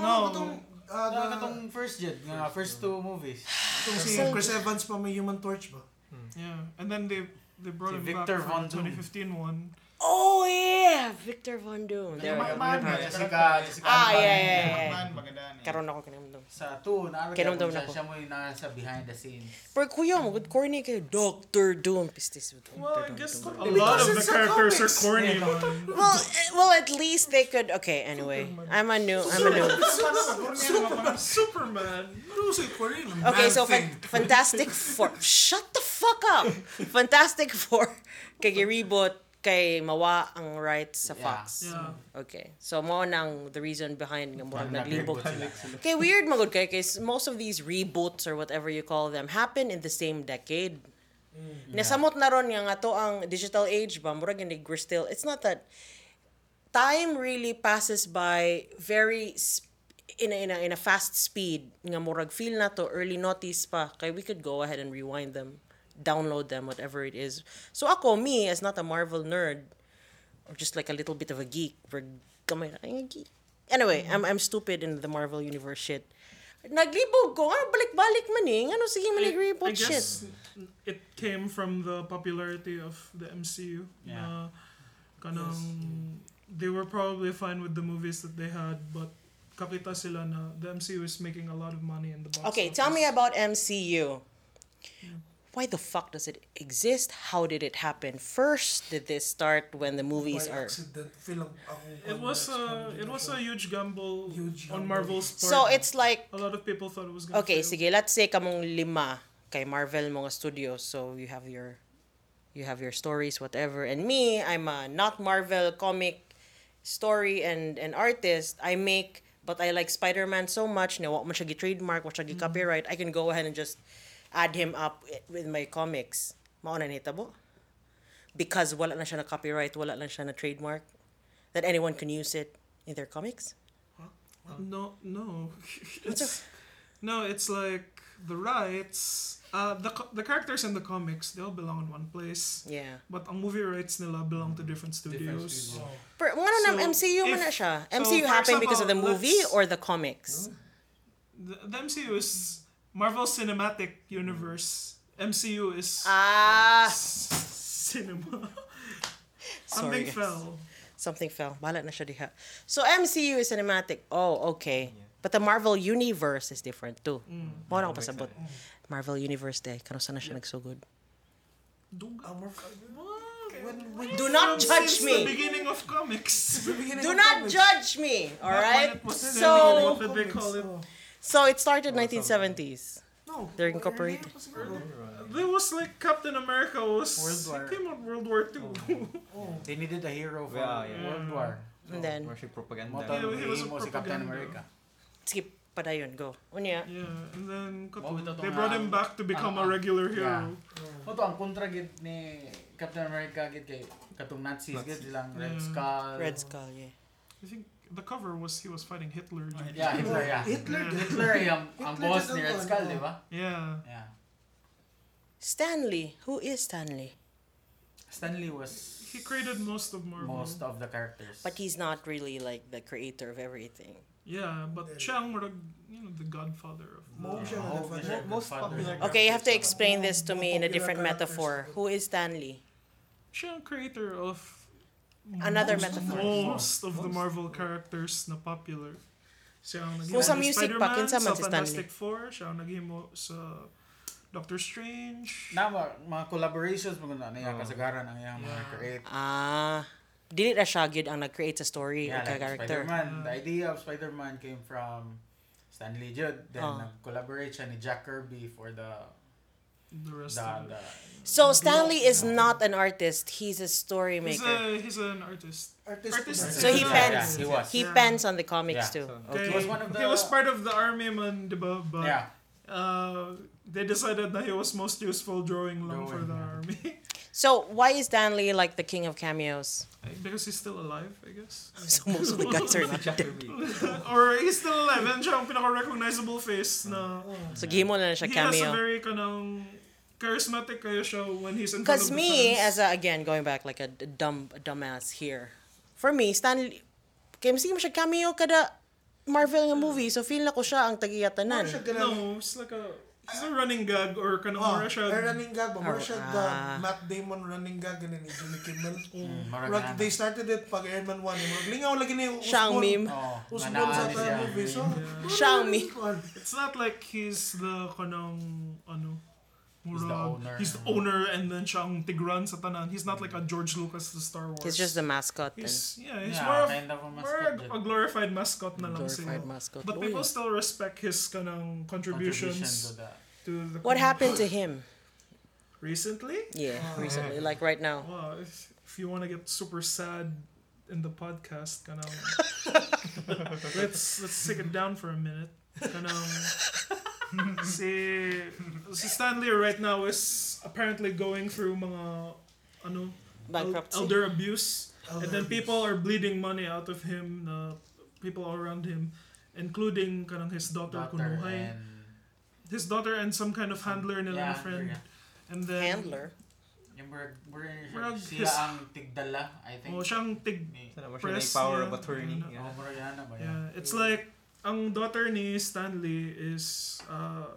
[SPEAKER 1] No.
[SPEAKER 4] no, katong, ah,
[SPEAKER 6] Wala ka
[SPEAKER 4] na-
[SPEAKER 6] tong first jet, nga first two movies.
[SPEAKER 4] katong si
[SPEAKER 2] Silver.
[SPEAKER 4] Chris Evans pa may Human Torch ba?
[SPEAKER 1] Yeah. And then they they brought
[SPEAKER 6] Si
[SPEAKER 1] him
[SPEAKER 6] Victor
[SPEAKER 1] back for
[SPEAKER 6] Von
[SPEAKER 1] the
[SPEAKER 6] Doom.
[SPEAKER 1] 2015 one.
[SPEAKER 2] Oh yeah, Victor Von Doom. There we go.
[SPEAKER 7] Man,
[SPEAKER 6] Jessica, Jessica, Jessica.
[SPEAKER 2] Ah, yeah, yeah, yeah.
[SPEAKER 7] Man, magandaan eh.
[SPEAKER 2] Karon ako kinamdam.
[SPEAKER 6] Sa two, naarag
[SPEAKER 2] Kinumdum
[SPEAKER 6] ako
[SPEAKER 2] na
[SPEAKER 6] siya,
[SPEAKER 2] ko.
[SPEAKER 6] siya mo yung nasa behind the scenes.
[SPEAKER 2] Pero kuya, mo good corny kayo. Doctor Doom. Pistis with Doctor
[SPEAKER 1] Well, I
[SPEAKER 2] Doom.
[SPEAKER 1] guess a
[SPEAKER 2] Doctor Doom.
[SPEAKER 1] lot of the
[SPEAKER 4] it's a
[SPEAKER 1] characters are
[SPEAKER 4] comics.
[SPEAKER 1] corny. man.
[SPEAKER 2] Well, eh, well, at least they could. Okay, anyway, I'm a new. I'm a new.
[SPEAKER 4] Superman! Superman!
[SPEAKER 1] Superman.
[SPEAKER 4] Ano sa Korean?
[SPEAKER 2] Okay, so fan- Fantastic Four. Shut the fuck up. Fantastic Four kay giribot kay mawa ang rights sa Fox.
[SPEAKER 1] Yeah.
[SPEAKER 2] Okay. So mao nang the reason behind nga murag naglibot.
[SPEAKER 6] Sila.
[SPEAKER 2] Kay weird magod kay kay most of these reboots or whatever you call them happen in the same decade. Nasamot na ron nga nga to ang digital age ba murag ni still. It's not that time really passes by very sp- in a, in a, in a fast speed nga murag feel na to early notice pa kay we could go ahead and rewind them download them whatever it is so ako me as not a marvel nerd or just like a little bit of a geek or gamay na, ay, geek. anyway I'm, I'm stupid in the marvel universe shit naglibog ko ano balik-balik man eh ano sige man
[SPEAKER 1] I
[SPEAKER 2] nag-report shit
[SPEAKER 1] guess it came from the popularity of the MCU.
[SPEAKER 7] Yeah.
[SPEAKER 1] Na kanang um, they were probably fine with the movies that they had, but kakita sila na the MCU is making a lot of money in the box.
[SPEAKER 2] Okay, tell me about MCU. Why the fuck does it exist? How did it happen? First, did this start when the movies
[SPEAKER 4] By
[SPEAKER 2] are?
[SPEAKER 4] accident. Feel ang- ang-
[SPEAKER 1] It was a it was a huge gamble
[SPEAKER 4] Huge
[SPEAKER 1] on
[SPEAKER 4] gamble.
[SPEAKER 1] Marvel's part.
[SPEAKER 2] So it's like
[SPEAKER 1] a lot of people thought it was gonna.
[SPEAKER 2] okay,
[SPEAKER 1] fail.
[SPEAKER 2] sige, let's say kamong lima kay Marvel mga studios. So you have your you have your stories whatever. And me, I'm a not Marvel comic story and and artist. I make but I like Spider-Man so much na wa mo siya trademark, wa siya copyright. I can go ahead and just add him up with my comics. Mao na nita bo? because wala na siya na copyright, wala na siya na trademark, that anyone can use it in their comics?
[SPEAKER 1] No, no. It's, no, it's like the rights. Uh, the co- the characters in the comics they all belong in one place,
[SPEAKER 2] Yeah.
[SPEAKER 1] but ang movie rights nila belong to different studios.
[SPEAKER 2] Per, ano so,
[SPEAKER 1] So,
[SPEAKER 2] MCU man
[SPEAKER 1] if-
[SPEAKER 2] na siya.
[SPEAKER 1] so,
[SPEAKER 2] MCU
[SPEAKER 1] for
[SPEAKER 2] happened because of the
[SPEAKER 1] example,
[SPEAKER 2] movie
[SPEAKER 1] let's-
[SPEAKER 2] or the comics?
[SPEAKER 1] The, the MCU is Marvel Cinematic Universe. MCU is
[SPEAKER 2] Ah!
[SPEAKER 1] s- cinema.
[SPEAKER 2] Sorry,
[SPEAKER 1] Something
[SPEAKER 2] guys.
[SPEAKER 1] fell.
[SPEAKER 2] Something fell. Balat na siya diha. So MCU is cinematic. Oh, okay. But the Marvel Universe is different too. Mo na ko pasabot. Marvel Universe day. Kano sana siya nagsugod?
[SPEAKER 4] ang Marvel-
[SPEAKER 2] Do not
[SPEAKER 1] Since
[SPEAKER 2] judge
[SPEAKER 1] the
[SPEAKER 2] me.
[SPEAKER 1] beginning of comics.
[SPEAKER 2] Do not judge me. All right?
[SPEAKER 1] When it was still
[SPEAKER 2] So
[SPEAKER 1] what did they call it?
[SPEAKER 4] Oh.
[SPEAKER 2] so it started 1970s.
[SPEAKER 4] No.
[SPEAKER 2] They're incorporated.
[SPEAKER 1] There was like Captain America was
[SPEAKER 6] World War- Oh.
[SPEAKER 1] it came out World War Two.
[SPEAKER 6] They needed a hero for
[SPEAKER 5] Yeah, yeah.
[SPEAKER 6] World War.
[SPEAKER 2] And then
[SPEAKER 5] More siya propaganda.
[SPEAKER 6] Moto
[SPEAKER 1] Yeah, he was a
[SPEAKER 6] mo si
[SPEAKER 1] propaganda.
[SPEAKER 6] Captain America.
[SPEAKER 2] skip pa dayon go. Unya.
[SPEAKER 1] Yeah, and then
[SPEAKER 6] Wow, ito
[SPEAKER 1] they
[SPEAKER 6] nga-
[SPEAKER 1] brought him back to become a
[SPEAKER 6] Ah, ah.
[SPEAKER 1] regular hero.
[SPEAKER 6] Yeah. Moto ang kontra gid ni Captain America gid kay katong Nazis gid silang
[SPEAKER 1] Yeah.
[SPEAKER 6] Red Skull.
[SPEAKER 2] Mm. Red Skull, yeah.
[SPEAKER 1] I think the cover was he was fighting Hitler.
[SPEAKER 6] Yeah, Hitler, yeah.
[SPEAKER 4] Hitler did.
[SPEAKER 6] Hitler yung ang
[SPEAKER 4] Hitler
[SPEAKER 6] boss
[SPEAKER 4] did
[SPEAKER 6] ni
[SPEAKER 4] ang
[SPEAKER 6] Red
[SPEAKER 4] ano.
[SPEAKER 6] Skull, di ba?
[SPEAKER 1] Yeah.
[SPEAKER 6] Yeah.
[SPEAKER 2] Stanley. Who is Stanley?
[SPEAKER 6] Stanley was
[SPEAKER 1] He created most of Marvel.
[SPEAKER 6] most of the characters.
[SPEAKER 2] But he's not really like the creator of everything.
[SPEAKER 1] Yeah, but Chang were the, you know the godfather of
[SPEAKER 4] Mao siya
[SPEAKER 6] Yeah.
[SPEAKER 4] ang
[SPEAKER 6] Mao siya.
[SPEAKER 4] nagpa-
[SPEAKER 5] Most popular.
[SPEAKER 2] Okay, you have to explain this to
[SPEAKER 4] More
[SPEAKER 2] me in a
[SPEAKER 4] popular
[SPEAKER 2] different
[SPEAKER 4] characters.
[SPEAKER 2] metaphor. Who is Stanley?
[SPEAKER 1] Chang creator of
[SPEAKER 2] Another
[SPEAKER 1] most,
[SPEAKER 2] metaphor.
[SPEAKER 1] Most of the Marvel characters na popular. Siya ang naghimo
[SPEAKER 2] Kung sa
[SPEAKER 1] ni
[SPEAKER 2] music pa,
[SPEAKER 1] Spider-Man,
[SPEAKER 2] kinsa
[SPEAKER 1] sa
[SPEAKER 2] man si Stanley?
[SPEAKER 1] Fantastic Four, siya ang naghimo sa Doctor Strange.
[SPEAKER 6] na mga, uh, mga collaborations mo na niya kasagaran ang iyang mga create.
[SPEAKER 2] Ah, dili na siya gyud ang nag-create sa story
[SPEAKER 6] Yeah,
[SPEAKER 2] or
[SPEAKER 6] like
[SPEAKER 2] ka character. Mm.
[SPEAKER 6] Spider-Man. The idea of Spider-Man came from Stanley Judd. Then
[SPEAKER 2] Oh.
[SPEAKER 6] nag-collaborate siya ni Jack Kirby for the
[SPEAKER 1] The rest
[SPEAKER 6] the,
[SPEAKER 1] of it.
[SPEAKER 6] the
[SPEAKER 2] So Stanley is not an artist, he's a story
[SPEAKER 1] He's
[SPEAKER 2] maker.
[SPEAKER 1] a, he's an artist.
[SPEAKER 4] Artist.
[SPEAKER 1] Artist.
[SPEAKER 2] So he
[SPEAKER 1] Yeah,
[SPEAKER 2] pens.
[SPEAKER 6] yeah, he was.
[SPEAKER 2] He
[SPEAKER 1] Yeah.
[SPEAKER 2] pens on the comics too.
[SPEAKER 6] Yeah.
[SPEAKER 1] Okay.
[SPEAKER 6] He was one of the-
[SPEAKER 1] He was part of the army man, diba? But
[SPEAKER 6] Yeah.
[SPEAKER 1] uh, they decided that he was most useful drawing long for
[SPEAKER 6] Drawing,
[SPEAKER 1] the
[SPEAKER 6] yeah.
[SPEAKER 1] army.
[SPEAKER 2] So why is Stanley like the king of cameos?
[SPEAKER 1] because he's still alive, I guess.
[SPEAKER 2] So most of the guys are not.
[SPEAKER 1] or he's still alive and siya ang pinaka-recognizable face na
[SPEAKER 6] Oh.
[SPEAKER 1] oh.
[SPEAKER 2] So gihimo na lang siya
[SPEAKER 1] he has a
[SPEAKER 2] cameo.
[SPEAKER 1] very kanang charismatic kayo siya when he's in front
[SPEAKER 2] Because
[SPEAKER 1] of
[SPEAKER 2] me,
[SPEAKER 1] the fans.
[SPEAKER 2] as a, again, going back like a d- dumb a dumbass here, for me, Stanley, kaya sige mo siya cameo kada Marvel nga movie, so feel na ko siya ang
[SPEAKER 4] Mao siya
[SPEAKER 2] tagiyatanan.
[SPEAKER 4] ganang-
[SPEAKER 1] No, it's like a... He's a running gag or kanang
[SPEAKER 4] Oh,
[SPEAKER 1] mura siya...
[SPEAKER 4] eh, running gag ba?
[SPEAKER 2] Oh,
[SPEAKER 4] Mura siya
[SPEAKER 2] ah.
[SPEAKER 4] the Matt Damon running gag ganun ni Jimmy Kimmel.
[SPEAKER 6] Marag
[SPEAKER 4] Murag,
[SPEAKER 6] na-
[SPEAKER 4] they started it pag Iron Man 1. eh. Murag, lingaw lagi na yung
[SPEAKER 2] Siya ang
[SPEAKER 4] usbon.
[SPEAKER 2] meme.
[SPEAKER 6] Oh,
[SPEAKER 4] Usbon sa tayo
[SPEAKER 6] nanaalis siya.
[SPEAKER 4] movie. So,
[SPEAKER 2] Siya ang meme.
[SPEAKER 1] It's not like he's the kanang ano. Mura,
[SPEAKER 6] He's the owner. Mm.
[SPEAKER 1] He's the owner and then siya ang tigran sa tanan. He's not like a George Lucas to Star Wars.
[SPEAKER 2] He's just the mascot then.
[SPEAKER 1] He's, yeah, he's
[SPEAKER 6] Yeah,
[SPEAKER 1] more of,
[SPEAKER 6] kind of a
[SPEAKER 1] more
[SPEAKER 6] mascot
[SPEAKER 1] a-
[SPEAKER 6] din.
[SPEAKER 1] a glorified mascot na lang
[SPEAKER 2] Glorified
[SPEAKER 1] siya.
[SPEAKER 2] mascot.
[SPEAKER 1] But
[SPEAKER 2] Oh,
[SPEAKER 1] people
[SPEAKER 2] yeah.
[SPEAKER 1] still respect his kanang
[SPEAKER 6] Contribution to
[SPEAKER 1] contributions
[SPEAKER 6] the
[SPEAKER 1] to the
[SPEAKER 2] What happened to him?
[SPEAKER 1] Recently?
[SPEAKER 2] Yeah, recently, like right now.
[SPEAKER 1] Wow, if, if you want to get super sad in the podcast, kanang, let's let's take it down for a minute. Kanang, si, si Stanley right now is apparently going through mga ano el-
[SPEAKER 2] Bankruptcy.
[SPEAKER 1] elder abuse,
[SPEAKER 4] Elder
[SPEAKER 1] and then
[SPEAKER 4] abuse.
[SPEAKER 1] people are bleeding money out of him, na people all around him, including kanang his daughter,
[SPEAKER 6] Daughter
[SPEAKER 1] kunuhay.
[SPEAKER 6] and...
[SPEAKER 1] his daughter and some kind of handler nila
[SPEAKER 6] Yeah,
[SPEAKER 1] na friend,
[SPEAKER 6] yeah.
[SPEAKER 1] and then
[SPEAKER 2] Handler.
[SPEAKER 6] Yung Berg, Berg,
[SPEAKER 1] Murag
[SPEAKER 6] sila
[SPEAKER 1] his-
[SPEAKER 6] ang tigdala, I think.
[SPEAKER 1] oh, siyang tig
[SPEAKER 6] Ni-
[SPEAKER 5] Sana mo siya na
[SPEAKER 1] Press
[SPEAKER 5] yung power
[SPEAKER 1] niya.
[SPEAKER 5] of attorney.
[SPEAKER 1] Ano,
[SPEAKER 6] Oh,
[SPEAKER 5] Yeah.
[SPEAKER 6] murag yan na ba yan?
[SPEAKER 1] Yeah, it's like ang daughter ni Stanley is uh,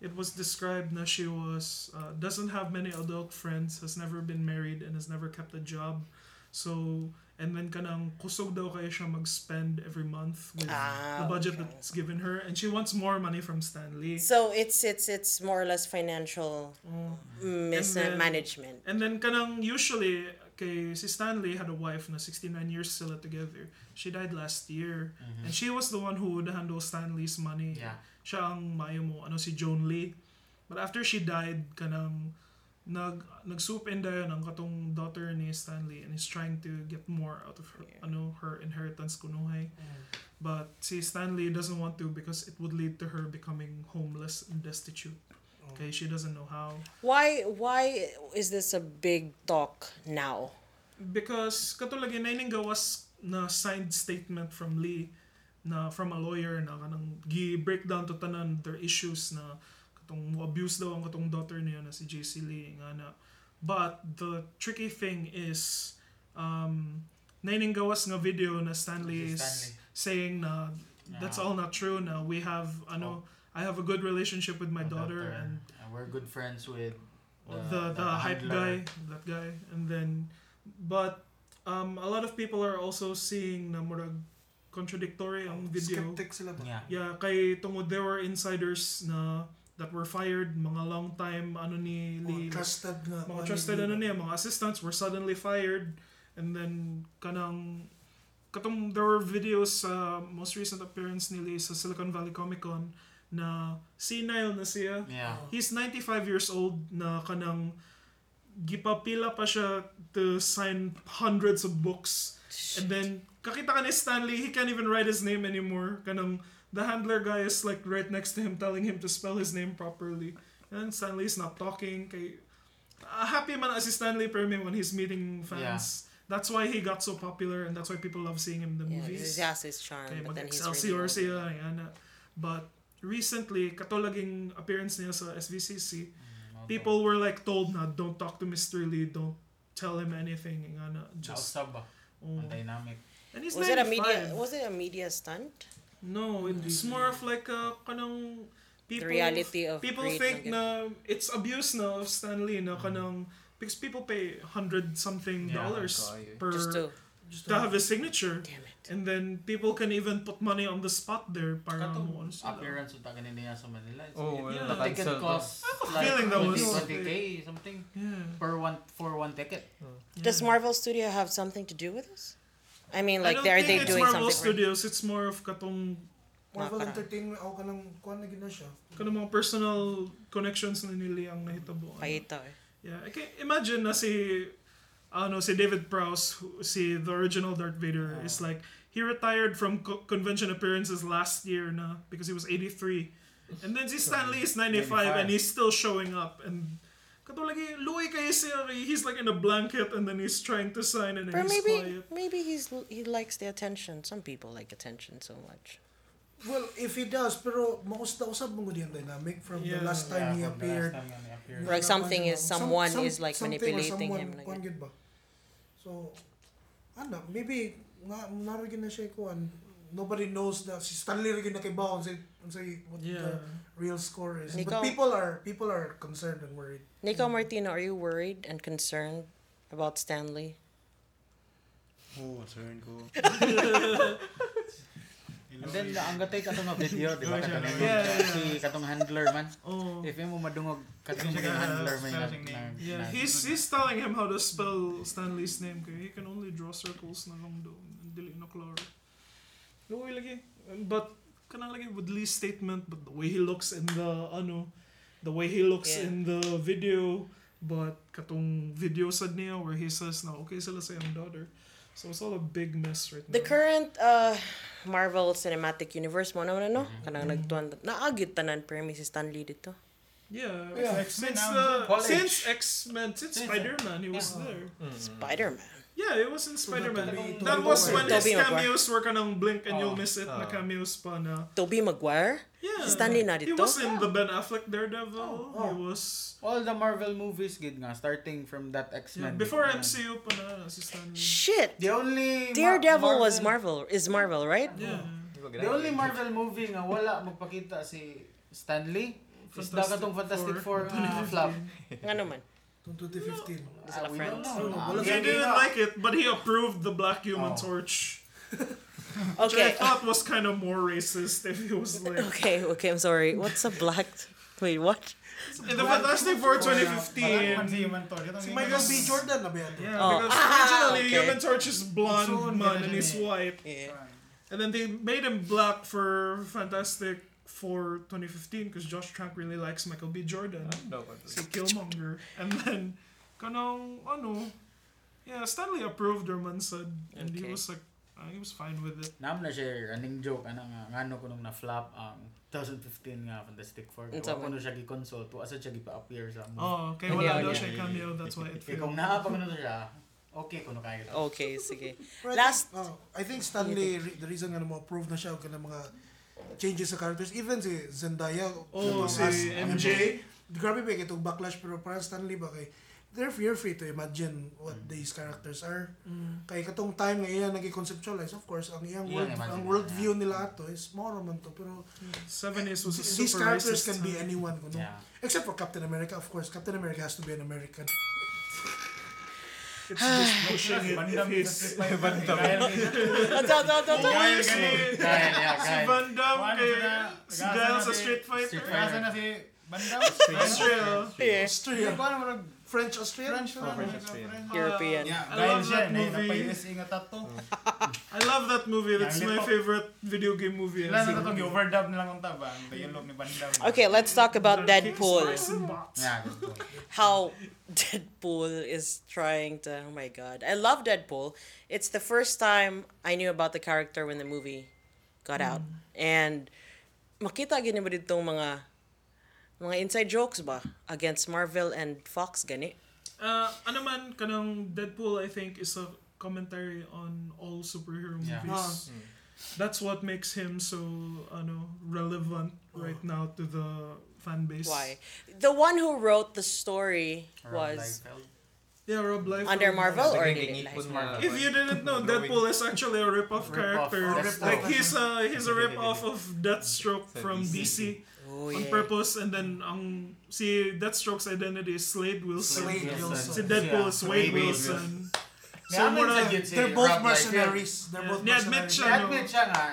[SPEAKER 1] it was described na she was uh, doesn't have many adult friends, has never been married and has never kept a job. So and then kanang kusog daw kaya siya mag-spend every month with
[SPEAKER 2] Ah,
[SPEAKER 1] the budget
[SPEAKER 2] okay.
[SPEAKER 1] that's given her and she wants more money from Stanley.
[SPEAKER 2] So it's it's it's more or less financial
[SPEAKER 1] Oh. then-
[SPEAKER 2] mismanagement.
[SPEAKER 1] And then kanang usually kay si Stanley had a wife na 69 years sila together. She died last year and
[SPEAKER 2] Mm-hmm.
[SPEAKER 1] she was the one who would handle Stanley's money.
[SPEAKER 6] Yeah.
[SPEAKER 1] Siya ang mayo mo ano si Joan Lee. But after she died kanang nag nag-swoop in dayon ang katong daughter ni Stanley and is trying to get more out of her ano her inheritance kunuhay. But si Stanley doesn't want to because it would lead to her becoming homeless and destitute. Okay, she doesn't know how.
[SPEAKER 2] Why why is this a big talk now?
[SPEAKER 1] because katulad yun ay gawas na signed statement from Lee na from a lawyer na kanang gi breakdown to tanan their issues na katong abuse daw ang katong daughter niya na si JC Lee nga na but the tricky thing is um naining gawas nga video na Stanley, Ah.
[SPEAKER 6] Si
[SPEAKER 1] is saying na that's all not true na we have ano I have a good relationship with my
[SPEAKER 6] Ang
[SPEAKER 1] daughter and Oh,
[SPEAKER 6] we're good friends with
[SPEAKER 1] the the hype guy,
[SPEAKER 6] handler.
[SPEAKER 1] that guy, and then, but um, a lot of people are also seeing na murag contradictory ang video.
[SPEAKER 4] Skeptic sila ba?
[SPEAKER 6] Yeah.
[SPEAKER 1] Yeah, kay tungod there were insiders na that were fired mga long time ano ni Lee
[SPEAKER 4] Mga trusted nga.
[SPEAKER 1] mga trusted ano niya, mga assistants were suddenly fired and then kanang katong there were videos sa most recent appearance ni Lee sa Silicon Valley Comic Con na senile na siya
[SPEAKER 6] Yeah.
[SPEAKER 1] He's 95 years old na kanang gipapila pa siya to sign hundreds of books. And then, kakita ka ni Stanley, he can't even write his name anymore. Kanang, the handler guy is like right next to him telling him to spell his name properly. And then Stanley is not talking. Kay... Ah, happy man as si Stanley Perme when he's meeting fans. That's why he got so popular and that's why people love seeing him in the
[SPEAKER 2] Yeah,
[SPEAKER 1] movies.
[SPEAKER 2] this is his charm,
[SPEAKER 1] Okay,
[SPEAKER 2] but then he's
[SPEAKER 1] mag-Excelsior
[SPEAKER 2] really old.
[SPEAKER 1] siya, yan na. But recently, katulaging appearance niya sa
[SPEAKER 2] Mm,
[SPEAKER 1] SVCC, people were like told na, don't talk to Mr. Lee, don't tell him anything, nga na, just,
[SPEAKER 6] Kausab ba?
[SPEAKER 1] oh.
[SPEAKER 6] Ang dynamic.
[SPEAKER 1] And he's
[SPEAKER 2] Was
[SPEAKER 1] 95.
[SPEAKER 2] it a media was it a media stunt?
[SPEAKER 1] No, it's
[SPEAKER 2] Mm.
[SPEAKER 1] more of like a, kanang, people,
[SPEAKER 2] reality of
[SPEAKER 1] people
[SPEAKER 2] great
[SPEAKER 1] think
[SPEAKER 2] nugget.
[SPEAKER 1] na, it's abuse na of Stanley,
[SPEAKER 2] Mm.
[SPEAKER 1] na kanang, because people pay hundred something
[SPEAKER 6] Yeah,
[SPEAKER 1] dollars
[SPEAKER 5] kayo.
[SPEAKER 1] per,
[SPEAKER 2] Just to
[SPEAKER 1] to have his signature.
[SPEAKER 2] damn it.
[SPEAKER 1] And then people can even put money on the spot there para
[SPEAKER 6] Katong
[SPEAKER 1] mo ano sila.
[SPEAKER 6] appearance yung taga niya sa Manila. It's-
[SPEAKER 5] Oh,
[SPEAKER 1] Yeah.
[SPEAKER 5] yeah.
[SPEAKER 6] the ticket
[SPEAKER 5] nakancel daw.
[SPEAKER 6] costs like
[SPEAKER 1] feeling that was-
[SPEAKER 6] 20, 20k something
[SPEAKER 1] Yeah.
[SPEAKER 6] per one for one ticket.
[SPEAKER 2] Does Marvel Studio have something to do with this? I mean,
[SPEAKER 1] I
[SPEAKER 2] like,
[SPEAKER 1] don't
[SPEAKER 2] they- are
[SPEAKER 1] think
[SPEAKER 2] they
[SPEAKER 1] it's
[SPEAKER 2] doing
[SPEAKER 1] Marvel
[SPEAKER 2] something?
[SPEAKER 1] Studios. It's more of katong
[SPEAKER 4] Marvel
[SPEAKER 2] Nakaka-
[SPEAKER 4] Entertainment, ako ka lang, kuhan na gina siya.
[SPEAKER 1] kanang mga personal connections na nili ang nahitabo.
[SPEAKER 2] Paita, eh.
[SPEAKER 1] Yeah, I can imagine na si ano si David Prowse, who- si the original Darth Vader is like he retired from co- convention appearances last year na because he was 83. And then si Stanley is 95 and he's still showing up and katulad yung Louis kay siya, he's like in a blanket and then he's trying to sign and then
[SPEAKER 2] Or
[SPEAKER 1] he's
[SPEAKER 2] maybe
[SPEAKER 1] quiet.
[SPEAKER 2] maybe he's he likes the attention. Some people like attention so much.
[SPEAKER 4] Well, if he does, pero makusta usab mo gud yung dynamic from the
[SPEAKER 1] Yeah.
[SPEAKER 4] last time he
[SPEAKER 7] Yeah, from the last
[SPEAKER 4] appeared.
[SPEAKER 7] time yan, appeared.
[SPEAKER 2] Like something is- someone is, like,
[SPEAKER 4] something or
[SPEAKER 2] manipulating him,
[SPEAKER 4] someone,
[SPEAKER 2] like
[SPEAKER 4] kuhan
[SPEAKER 2] that.
[SPEAKER 4] gid ba? So, ano, maybe, nga, naroon gid na siya kuhan. Nobody knows that si Stanley rin gid na kay Bao, unsay unsay what the
[SPEAKER 1] Yeah.
[SPEAKER 4] real score is.
[SPEAKER 2] Ikaw-
[SPEAKER 4] But people are people are concerned and worried.
[SPEAKER 2] Nico Martino, are you worried and concerned about Stanley?
[SPEAKER 3] Oh, concern ko.
[SPEAKER 6] And then ang gatay katong nga video, di ba katong
[SPEAKER 1] Yeah, yeah, yeah.
[SPEAKER 6] si katong handler man.
[SPEAKER 1] Oh.
[SPEAKER 6] If mo madungog katong
[SPEAKER 7] Siya
[SPEAKER 6] mga
[SPEAKER 7] ka,
[SPEAKER 6] handler man
[SPEAKER 7] spelling
[SPEAKER 6] na-
[SPEAKER 7] name.
[SPEAKER 6] na-
[SPEAKER 1] Yeah,
[SPEAKER 6] na-
[SPEAKER 1] he's he's telling him how to spell Stanley's name. Kaya he can only draw circles na lang doon. and Dili na klaro. No way lagi. But kanang lagi with Lee's statement, but the way he looks in the ano, the way he looks
[SPEAKER 2] Yeah.
[SPEAKER 1] in the video, But katong video sad niya where he says na okay sila sa iyang daughter. So it's all a big mess right
[SPEAKER 2] The
[SPEAKER 1] now.
[SPEAKER 2] current uh, Marvel Cinematic Universe mo naman ano? Kanang nagtuan. Naagit tanan per si Stan Lee dito.
[SPEAKER 1] yeah.
[SPEAKER 4] Yeah.
[SPEAKER 1] Since,
[SPEAKER 7] now,
[SPEAKER 1] the,
[SPEAKER 7] college.
[SPEAKER 1] since X-Men, since Spider-Man, he was there.
[SPEAKER 2] Spider-Man.
[SPEAKER 1] Yeah, it was in
[SPEAKER 4] Tobey-
[SPEAKER 1] Spider-Man.
[SPEAKER 4] Tobey
[SPEAKER 1] That Oh, was when his
[SPEAKER 2] Maguire. Tobey Maguire.
[SPEAKER 1] cameos were kanang blink and you'll miss it na cameos pa na.
[SPEAKER 2] Tobey Maguire?
[SPEAKER 1] Yeah.
[SPEAKER 2] Si Stanley na
[SPEAKER 1] He
[SPEAKER 2] dito?
[SPEAKER 1] was in the Ben Affleck Daredevil. He was...
[SPEAKER 6] All the Marvel movies, gid nga, starting from that X-Men.
[SPEAKER 1] Before
[SPEAKER 6] Yeah.
[SPEAKER 1] MCU pa na si Stanley.
[SPEAKER 2] Shit!
[SPEAKER 6] The only... Ma-
[SPEAKER 2] Daredevil was Marvel, is Marvel, right?
[SPEAKER 1] Yeah.
[SPEAKER 6] The only Marvel movie nga wala magpakita si Stanley is da
[SPEAKER 1] Fantastic
[SPEAKER 6] katong Fantastic
[SPEAKER 1] Four.
[SPEAKER 6] Four nga flop.
[SPEAKER 2] Nga naman.
[SPEAKER 4] Itong 2015.
[SPEAKER 6] Ah, we don't know.
[SPEAKER 4] Wala
[SPEAKER 1] He
[SPEAKER 4] sa
[SPEAKER 1] didn't like it, but he approved the Black Human Torch. Which I
[SPEAKER 2] Okay.
[SPEAKER 1] thought was kind of more racist if he was like.
[SPEAKER 2] Okay, okay, I'm sorry. What's a black... Wait, what?
[SPEAKER 1] In the Fantastic Four 2015.
[SPEAKER 7] Parang si Human Torch. Ito,
[SPEAKER 4] Si
[SPEAKER 7] hindi
[SPEAKER 4] Michael
[SPEAKER 7] naman-
[SPEAKER 4] B. Jordan na ba yan?
[SPEAKER 1] Yeah,
[SPEAKER 2] Oh.
[SPEAKER 1] because
[SPEAKER 2] Ah,
[SPEAKER 1] originally
[SPEAKER 2] okay.
[SPEAKER 1] Human Torch is blonde
[SPEAKER 7] So,
[SPEAKER 1] man and he's
[SPEAKER 7] eh.
[SPEAKER 1] white.
[SPEAKER 2] Yeah.
[SPEAKER 1] And then they made him black for Fantastic Four 2015 because Josh Trank really likes Michael B. Jordan.
[SPEAKER 4] Ah.
[SPEAKER 1] Si Killmonger. And then, kanong, ano, yeah, Stanley approved her man said. And he
[SPEAKER 2] Okay.
[SPEAKER 1] was like, ah, he was fine with it.
[SPEAKER 6] Naam na siya running joke ana nga ngano kuno na flop ang 2015 nga Fantastic Four.
[SPEAKER 2] Ang
[SPEAKER 6] Wa
[SPEAKER 2] sama.
[SPEAKER 6] kuno siya gi-console to asa siya gi-appear sa movie.
[SPEAKER 1] Oh, okay,
[SPEAKER 6] Yeah,
[SPEAKER 1] wala
[SPEAKER 6] yeah,
[SPEAKER 1] daw
[SPEAKER 6] yeah,
[SPEAKER 1] siya
[SPEAKER 6] yeah,
[SPEAKER 1] cameo, that's why it
[SPEAKER 6] Kaya
[SPEAKER 1] failed.
[SPEAKER 6] kung naa pa kuno siya, okay kuno kayo.
[SPEAKER 2] Okay, sige.
[SPEAKER 4] Pero I
[SPEAKER 2] Last-
[SPEAKER 4] think- oh, I think Stanley, re- the reason nga na ma-approve na siya, kaya mga changes sa characters, even si Zendaya,
[SPEAKER 1] Oh,
[SPEAKER 4] kanang
[SPEAKER 1] si
[SPEAKER 4] as-
[SPEAKER 1] MJ.
[SPEAKER 4] grabe ba itong backlash pero parang Stanley ba kay they're you're free to imagine what these characters are kay katong time nga iya nag-conceptualize of course ang iyang
[SPEAKER 6] Iya,
[SPEAKER 4] world,
[SPEAKER 6] imagine
[SPEAKER 4] ang
[SPEAKER 6] nila.
[SPEAKER 4] world view nila ato is more man to pero
[SPEAKER 1] 70s was a super
[SPEAKER 4] these
[SPEAKER 1] racist
[SPEAKER 4] characters can be
[SPEAKER 1] time.
[SPEAKER 4] anyone kuno
[SPEAKER 6] Yeah.
[SPEAKER 4] except for Captain America of course Captain America has to be an American
[SPEAKER 1] It's just pushing it.
[SPEAKER 7] Bandam
[SPEAKER 1] If
[SPEAKER 7] sa
[SPEAKER 1] he's-
[SPEAKER 7] Spider-Man. Dahil
[SPEAKER 2] Ato, ato, ato, ato.
[SPEAKER 1] Why
[SPEAKER 7] ganun.
[SPEAKER 1] si,
[SPEAKER 6] Kaya niya,
[SPEAKER 1] si
[SPEAKER 6] kaya.
[SPEAKER 1] Van Damme
[SPEAKER 7] Wala
[SPEAKER 1] kay
[SPEAKER 7] na.
[SPEAKER 1] si
[SPEAKER 7] Gasa
[SPEAKER 1] Dale
[SPEAKER 7] na
[SPEAKER 1] sa
[SPEAKER 7] si-
[SPEAKER 1] Street Fighter?
[SPEAKER 6] Street
[SPEAKER 7] Nasa na si Bandam.
[SPEAKER 1] Israel.
[SPEAKER 2] Yeah.
[SPEAKER 7] Hindi
[SPEAKER 4] Australia
[SPEAKER 7] ko alam, parang
[SPEAKER 4] French Australia
[SPEAKER 7] French na.
[SPEAKER 5] French,
[SPEAKER 7] parang
[SPEAKER 5] French.
[SPEAKER 7] French.
[SPEAKER 2] European.
[SPEAKER 7] Yeah,
[SPEAKER 1] I
[SPEAKER 7] dahil
[SPEAKER 1] love
[SPEAKER 7] siya,
[SPEAKER 1] that movie.
[SPEAKER 7] napa-US nga tato.
[SPEAKER 1] I love that movie. That's
[SPEAKER 7] Yang
[SPEAKER 1] my
[SPEAKER 7] lipo.
[SPEAKER 1] favorite video game movie.
[SPEAKER 7] Wala na tato, overdub na lang ang tabang. Dahil loob ni Bandam.
[SPEAKER 2] Okay, let's talk about Deadpool.
[SPEAKER 6] Yeah, good point.
[SPEAKER 2] how Deadpool is trying to. Oh my god. I love Deadpool. It's the first time I knew about the character when the movie got
[SPEAKER 1] Mm.
[SPEAKER 2] out. And makita gini ba ditong mga mga inside jokes ba against Marvel and Fox gani?
[SPEAKER 1] Uh, ano man, kanang Deadpool, I think, is a commentary on all superhero movies. Mm.
[SPEAKER 6] Yeah.
[SPEAKER 2] Ah.
[SPEAKER 1] That's what makes him so, ano, relevant right now to the fan base.
[SPEAKER 2] Oh. Why? The one who wrote the story
[SPEAKER 6] Rob
[SPEAKER 2] was
[SPEAKER 6] Liefeld.
[SPEAKER 1] Yeah, Rob Liefeld.
[SPEAKER 2] under Marvel or did it
[SPEAKER 5] Naging
[SPEAKER 2] like-
[SPEAKER 5] ipon na-
[SPEAKER 1] If you didn't know, Deadpool is actually a rip-off
[SPEAKER 6] Rip-off.
[SPEAKER 1] character.
[SPEAKER 6] Oh, rip-off.
[SPEAKER 1] Like he's a he's a rip-off of Deathstroke from DC
[SPEAKER 2] Oh
[SPEAKER 1] on
[SPEAKER 2] yeah.
[SPEAKER 1] purpose, and then ang si Deathstroke's identity is Slade Wilson.
[SPEAKER 4] Slade Wilson.
[SPEAKER 1] Si Deadpool is Wade
[SPEAKER 6] Wade
[SPEAKER 1] Wilson.
[SPEAKER 6] So,
[SPEAKER 1] mura-
[SPEAKER 4] they're both mercenaries they're
[SPEAKER 1] Yeah.
[SPEAKER 4] both
[SPEAKER 1] Ni-admit
[SPEAKER 4] mercenaries
[SPEAKER 1] siya.
[SPEAKER 6] Admit siya nga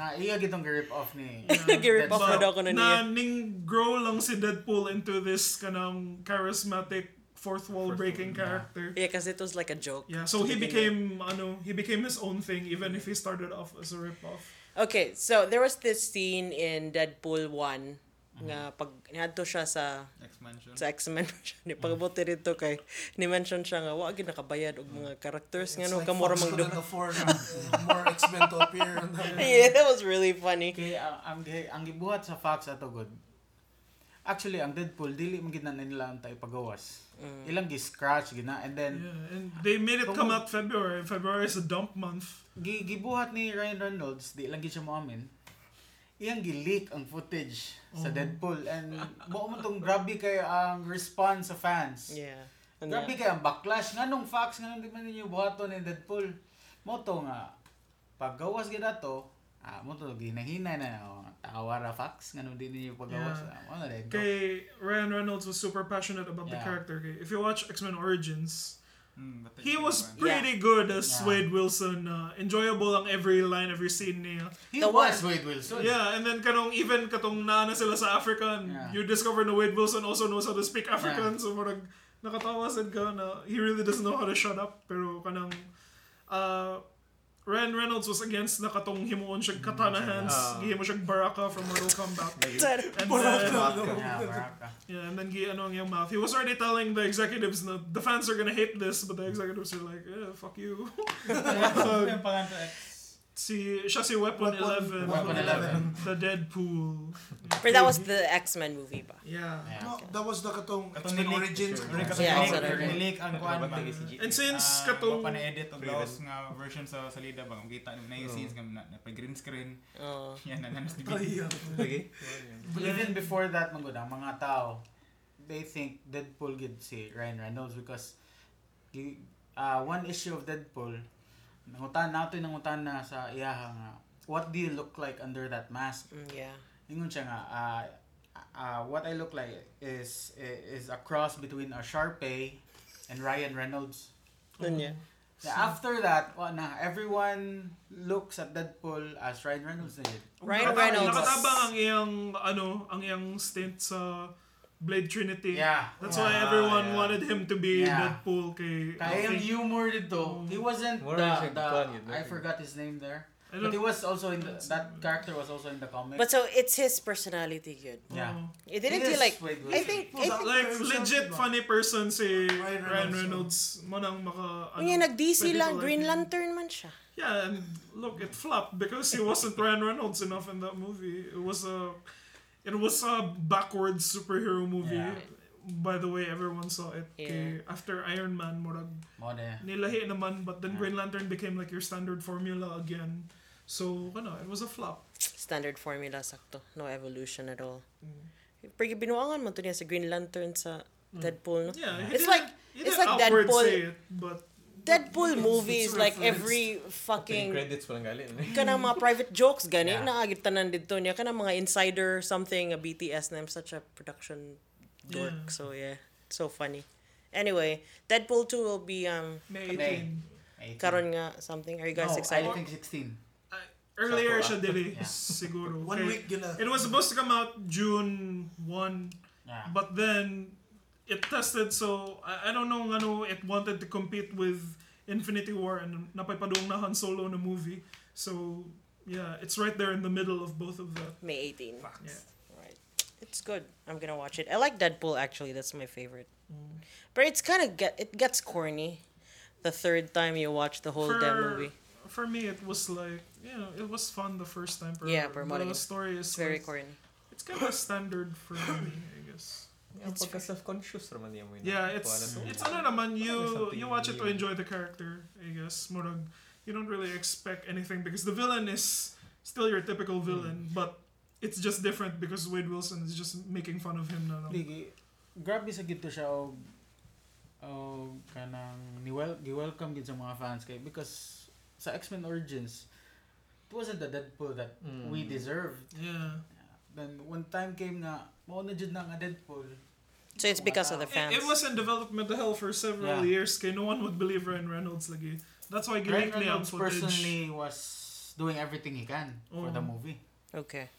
[SPEAKER 6] nga iya gitong rip off ni.
[SPEAKER 2] Nag-rip off na
[SPEAKER 1] But
[SPEAKER 2] daw ko
[SPEAKER 1] na
[SPEAKER 2] na niya.
[SPEAKER 1] ning grow lang si Deadpool into this kanang charismatic fourth wall breaking character.
[SPEAKER 2] Yeah, because it was like a joke.
[SPEAKER 1] Yeah, so he became ano, he became his own thing even if he started off as a rip-off.
[SPEAKER 2] Okay, so there was this scene in Deadpool 1
[SPEAKER 1] Mm-hmm.
[SPEAKER 2] nga pag niadto siya sa
[SPEAKER 7] X-Mansion.
[SPEAKER 2] sa X-Men ni pagbuti rito kay ni mention siya nga wa gyud nakabayad og mga characters nga no
[SPEAKER 4] It's like
[SPEAKER 2] kamura
[SPEAKER 4] Fox
[SPEAKER 2] mang
[SPEAKER 4] couldn't afford, uh, more X-Men to appear on the-
[SPEAKER 2] Yeah, that was really funny.
[SPEAKER 6] Kay ang ang, gi- ang gibuhat sa Fox ato good. Actually, ang Deadpool dili man gid na nila ang ipagawas.
[SPEAKER 2] Mm.
[SPEAKER 6] Ilang gi-scratch gina and then
[SPEAKER 1] Yeah, and they made it come out February. February is a dump month.
[SPEAKER 6] gi- gibuhat ni Ryan Reynolds, di lang gid siya moamin. Iyang gi-leak ang footage sa Deadpool and mo man tong grabe kay ang response sa fans.
[SPEAKER 2] Yeah. Ano
[SPEAKER 6] Grabe
[SPEAKER 2] yan?
[SPEAKER 6] kay ang backlash nganong Fox nganong di man ninyo buhaton ni Deadpool. Mo to nga paggawas gid ato, ah mo to ginahinay na oh, tawa ra Fox nganong di ninyo paggawas.
[SPEAKER 1] Yeah.
[SPEAKER 6] Ah, mo na rin.
[SPEAKER 1] Okay, Ryan Reynolds was super passionate about the
[SPEAKER 6] Yeah.
[SPEAKER 1] character. Okay, if you watch X Men Origins,
[SPEAKER 7] Hmm, but-
[SPEAKER 1] he was pretty good as
[SPEAKER 6] Yeah.
[SPEAKER 1] Wade Wilson. Uh, enjoyable ang every line, every scene niya.
[SPEAKER 6] He
[SPEAKER 2] The
[SPEAKER 6] was Wade Wilson.
[SPEAKER 1] Yeah, and then kanong even katong naana sila sa African,
[SPEAKER 6] Yeah.
[SPEAKER 1] you discover na Wade Wilson also knows how to speak African. So murag nakatawa sad ka na he really doesn't know how to shut up. Pero kanang uh, Ryan Reynolds was against na katong himuon siyang katana hands. Gihimo siyang baraka from Mortal Kombat. And then,
[SPEAKER 6] Yeah, Baraka.
[SPEAKER 1] yeah, and then gi ano ang yung mouth. He was already telling the executives na the fans are gonna hate this, but the executives are like, eh, fuck you.
[SPEAKER 7] Yung panganto X.
[SPEAKER 1] si, siya si Weapon, 11.
[SPEAKER 6] Weapon 11.
[SPEAKER 1] The Deadpool.
[SPEAKER 2] But that was the X Men movie ba?
[SPEAKER 1] Yeah.
[SPEAKER 4] No, that was the katong
[SPEAKER 7] Katong
[SPEAKER 4] X-Men
[SPEAKER 7] nilik.
[SPEAKER 4] Origins.
[SPEAKER 7] Uri ka
[SPEAKER 2] Yeah,
[SPEAKER 7] sa
[SPEAKER 2] sorry.
[SPEAKER 7] nilik ang kuan man.
[SPEAKER 1] And since
[SPEAKER 7] Ah,
[SPEAKER 1] katong...
[SPEAKER 7] wa pa na-edit og
[SPEAKER 5] Pre-edit.
[SPEAKER 7] laos nga version sa salida ba kung kita na yung scenes nga na pa green screen.
[SPEAKER 2] Oh.
[SPEAKER 7] Yan na nanas di
[SPEAKER 4] Ay,
[SPEAKER 5] Lagi?
[SPEAKER 6] Even before that, magod, ang mga tao, they think Deadpool gid si Ryan Reynolds because gi- uh, one issue of Deadpool, nangutan nato nangutan na sa iyaha nga, what do you look like under that mask?
[SPEAKER 2] Mm, Yeah.
[SPEAKER 6] Ingon siya nga, ah, ah, what I look like is eh, is a cross between a Sharpay and Ryan Reynolds.
[SPEAKER 2] Dun niya.
[SPEAKER 6] Yeah, after that, wa na, everyone looks at Deadpool as Ryan Reynolds na yun.
[SPEAKER 2] Ryan
[SPEAKER 1] Nakatabang-
[SPEAKER 2] Reynolds.
[SPEAKER 1] Nakatabang ang iyang, ano, ang iyang stint sa Blade Trinity.
[SPEAKER 6] Yeah.
[SPEAKER 1] That's
[SPEAKER 6] Yeah.
[SPEAKER 1] why everyone
[SPEAKER 5] yeah.
[SPEAKER 1] wanted him to be
[SPEAKER 6] Yeah.
[SPEAKER 1] Deadpool kay...
[SPEAKER 6] Kaya yung
[SPEAKER 1] okay.
[SPEAKER 6] humor dito, he wasn't
[SPEAKER 5] More
[SPEAKER 6] the,
[SPEAKER 5] siya
[SPEAKER 6] the
[SPEAKER 5] gwan yun,
[SPEAKER 6] I
[SPEAKER 5] no?
[SPEAKER 6] forgot his name there.
[SPEAKER 1] I
[SPEAKER 6] But
[SPEAKER 1] don't-
[SPEAKER 6] he was also in the, that character was also in the comic.
[SPEAKER 2] But so it's his personality good.
[SPEAKER 6] yeah.
[SPEAKER 1] Oh.
[SPEAKER 2] It didn't
[SPEAKER 6] It
[SPEAKER 2] feel
[SPEAKER 6] is
[SPEAKER 2] like
[SPEAKER 6] way
[SPEAKER 2] I think I think
[SPEAKER 1] like legit funny person si Ryan
[SPEAKER 4] Ryan
[SPEAKER 1] Reynolds,
[SPEAKER 4] Reynolds,
[SPEAKER 1] mo nang maka ano,
[SPEAKER 2] Kanya nag DC
[SPEAKER 1] pwede
[SPEAKER 2] lang
[SPEAKER 1] ko
[SPEAKER 2] Green
[SPEAKER 1] like-
[SPEAKER 2] Lantern man siya.
[SPEAKER 1] yeah and look it flopped because he wasn't Ryan Reynolds enough in that movie it was a it was a backwards superhero movie
[SPEAKER 6] Yeah.
[SPEAKER 1] by the way everyone saw it Kay- after Iron Man murag
[SPEAKER 6] Mo na.
[SPEAKER 1] nilahi naman but then Green Lantern became like your standard formula again so ano it was a flop
[SPEAKER 2] Standard formula sakto. No evolution at all.
[SPEAKER 6] Mm.
[SPEAKER 2] Pero binuangan mo to niya sa Green Lantern sa Deadpool no?
[SPEAKER 1] yeah he
[SPEAKER 2] It's
[SPEAKER 1] didn't-
[SPEAKER 2] like
[SPEAKER 1] he
[SPEAKER 2] it's
[SPEAKER 1] didn't
[SPEAKER 2] like
[SPEAKER 1] outward
[SPEAKER 2] Deadpool.
[SPEAKER 1] say it, but
[SPEAKER 2] Deadpool movies
[SPEAKER 4] it's
[SPEAKER 2] like
[SPEAKER 4] referenced.
[SPEAKER 2] every
[SPEAKER 5] Yung
[SPEAKER 2] fucking
[SPEAKER 5] credits pa lang galing.
[SPEAKER 2] kana mga private jokes gani
[SPEAKER 6] Yeah.
[SPEAKER 2] na agitanan dito niya kana mga insider something a BTS na I'm such a production dork
[SPEAKER 1] Yeah.
[SPEAKER 2] so yeah so funny anyway Deadpool 2 will be um
[SPEAKER 1] May
[SPEAKER 6] May.
[SPEAKER 1] 18
[SPEAKER 2] karon nga something are you guys
[SPEAKER 6] no,
[SPEAKER 2] excited
[SPEAKER 6] I think 16.
[SPEAKER 1] Earlier
[SPEAKER 5] Sakura.
[SPEAKER 1] siya dili,
[SPEAKER 6] Yeah.
[SPEAKER 1] siguro.
[SPEAKER 4] One
[SPEAKER 1] Kay-
[SPEAKER 4] week gila.
[SPEAKER 1] It was supposed to come out June 1,
[SPEAKER 6] Yeah.
[SPEAKER 1] but then it tested so I, I don't know ano it wanted to compete with Infinity War and napaypadong na Han Solo na movie. So yeah, it's right there in the middle of both of that.
[SPEAKER 2] May 18
[SPEAKER 1] Yeah.
[SPEAKER 2] right it's good I'm gonna watch it I like Deadpool actually that's my favorite but it's kind of get it gets corny the third time you watch the whole damn movie
[SPEAKER 1] For me, it was like you know, it was fun the first time. For
[SPEAKER 2] Yeah, pero
[SPEAKER 1] the
[SPEAKER 2] madaling-
[SPEAKER 1] story is
[SPEAKER 2] it's very
[SPEAKER 1] like,
[SPEAKER 2] corny
[SPEAKER 1] It's kind of standard for me, I guess.
[SPEAKER 5] Ang pagka self-conscious naman niya mo yun.
[SPEAKER 1] Yeah,
[SPEAKER 5] Kuha
[SPEAKER 1] it's
[SPEAKER 5] na to.
[SPEAKER 1] it's ano naman you
[SPEAKER 5] Something
[SPEAKER 1] you watch it to
[SPEAKER 5] new.
[SPEAKER 1] enjoy the character, I guess. Murag, you don't really expect anything because the villain is still your typical
[SPEAKER 6] Hmm.
[SPEAKER 1] villain, but it's just different because Wade Wilson is just making fun of him na lang.
[SPEAKER 6] Ligi, grabe sa gito siya og og kanang ni wel welcome gid sa mga fans kay because sa X-Men Origins it wasn't the Deadpool that
[SPEAKER 5] Mm.
[SPEAKER 2] Hmm.
[SPEAKER 6] we deserved.
[SPEAKER 1] Yeah.
[SPEAKER 6] Then one time came nga mao na jud na nga Deadpool.
[SPEAKER 2] so it's because of the fans
[SPEAKER 1] It, it was in development hell for several
[SPEAKER 6] Yeah.
[SPEAKER 1] years kay no one would believe Ryan Reynolds lagi. That's why
[SPEAKER 6] Ryan
[SPEAKER 1] ginig niya ang
[SPEAKER 6] Reynolds
[SPEAKER 1] footage.
[SPEAKER 6] personally was doing everything he can for the
[SPEAKER 2] Mm.
[SPEAKER 1] Oo.
[SPEAKER 6] movie.
[SPEAKER 2] okay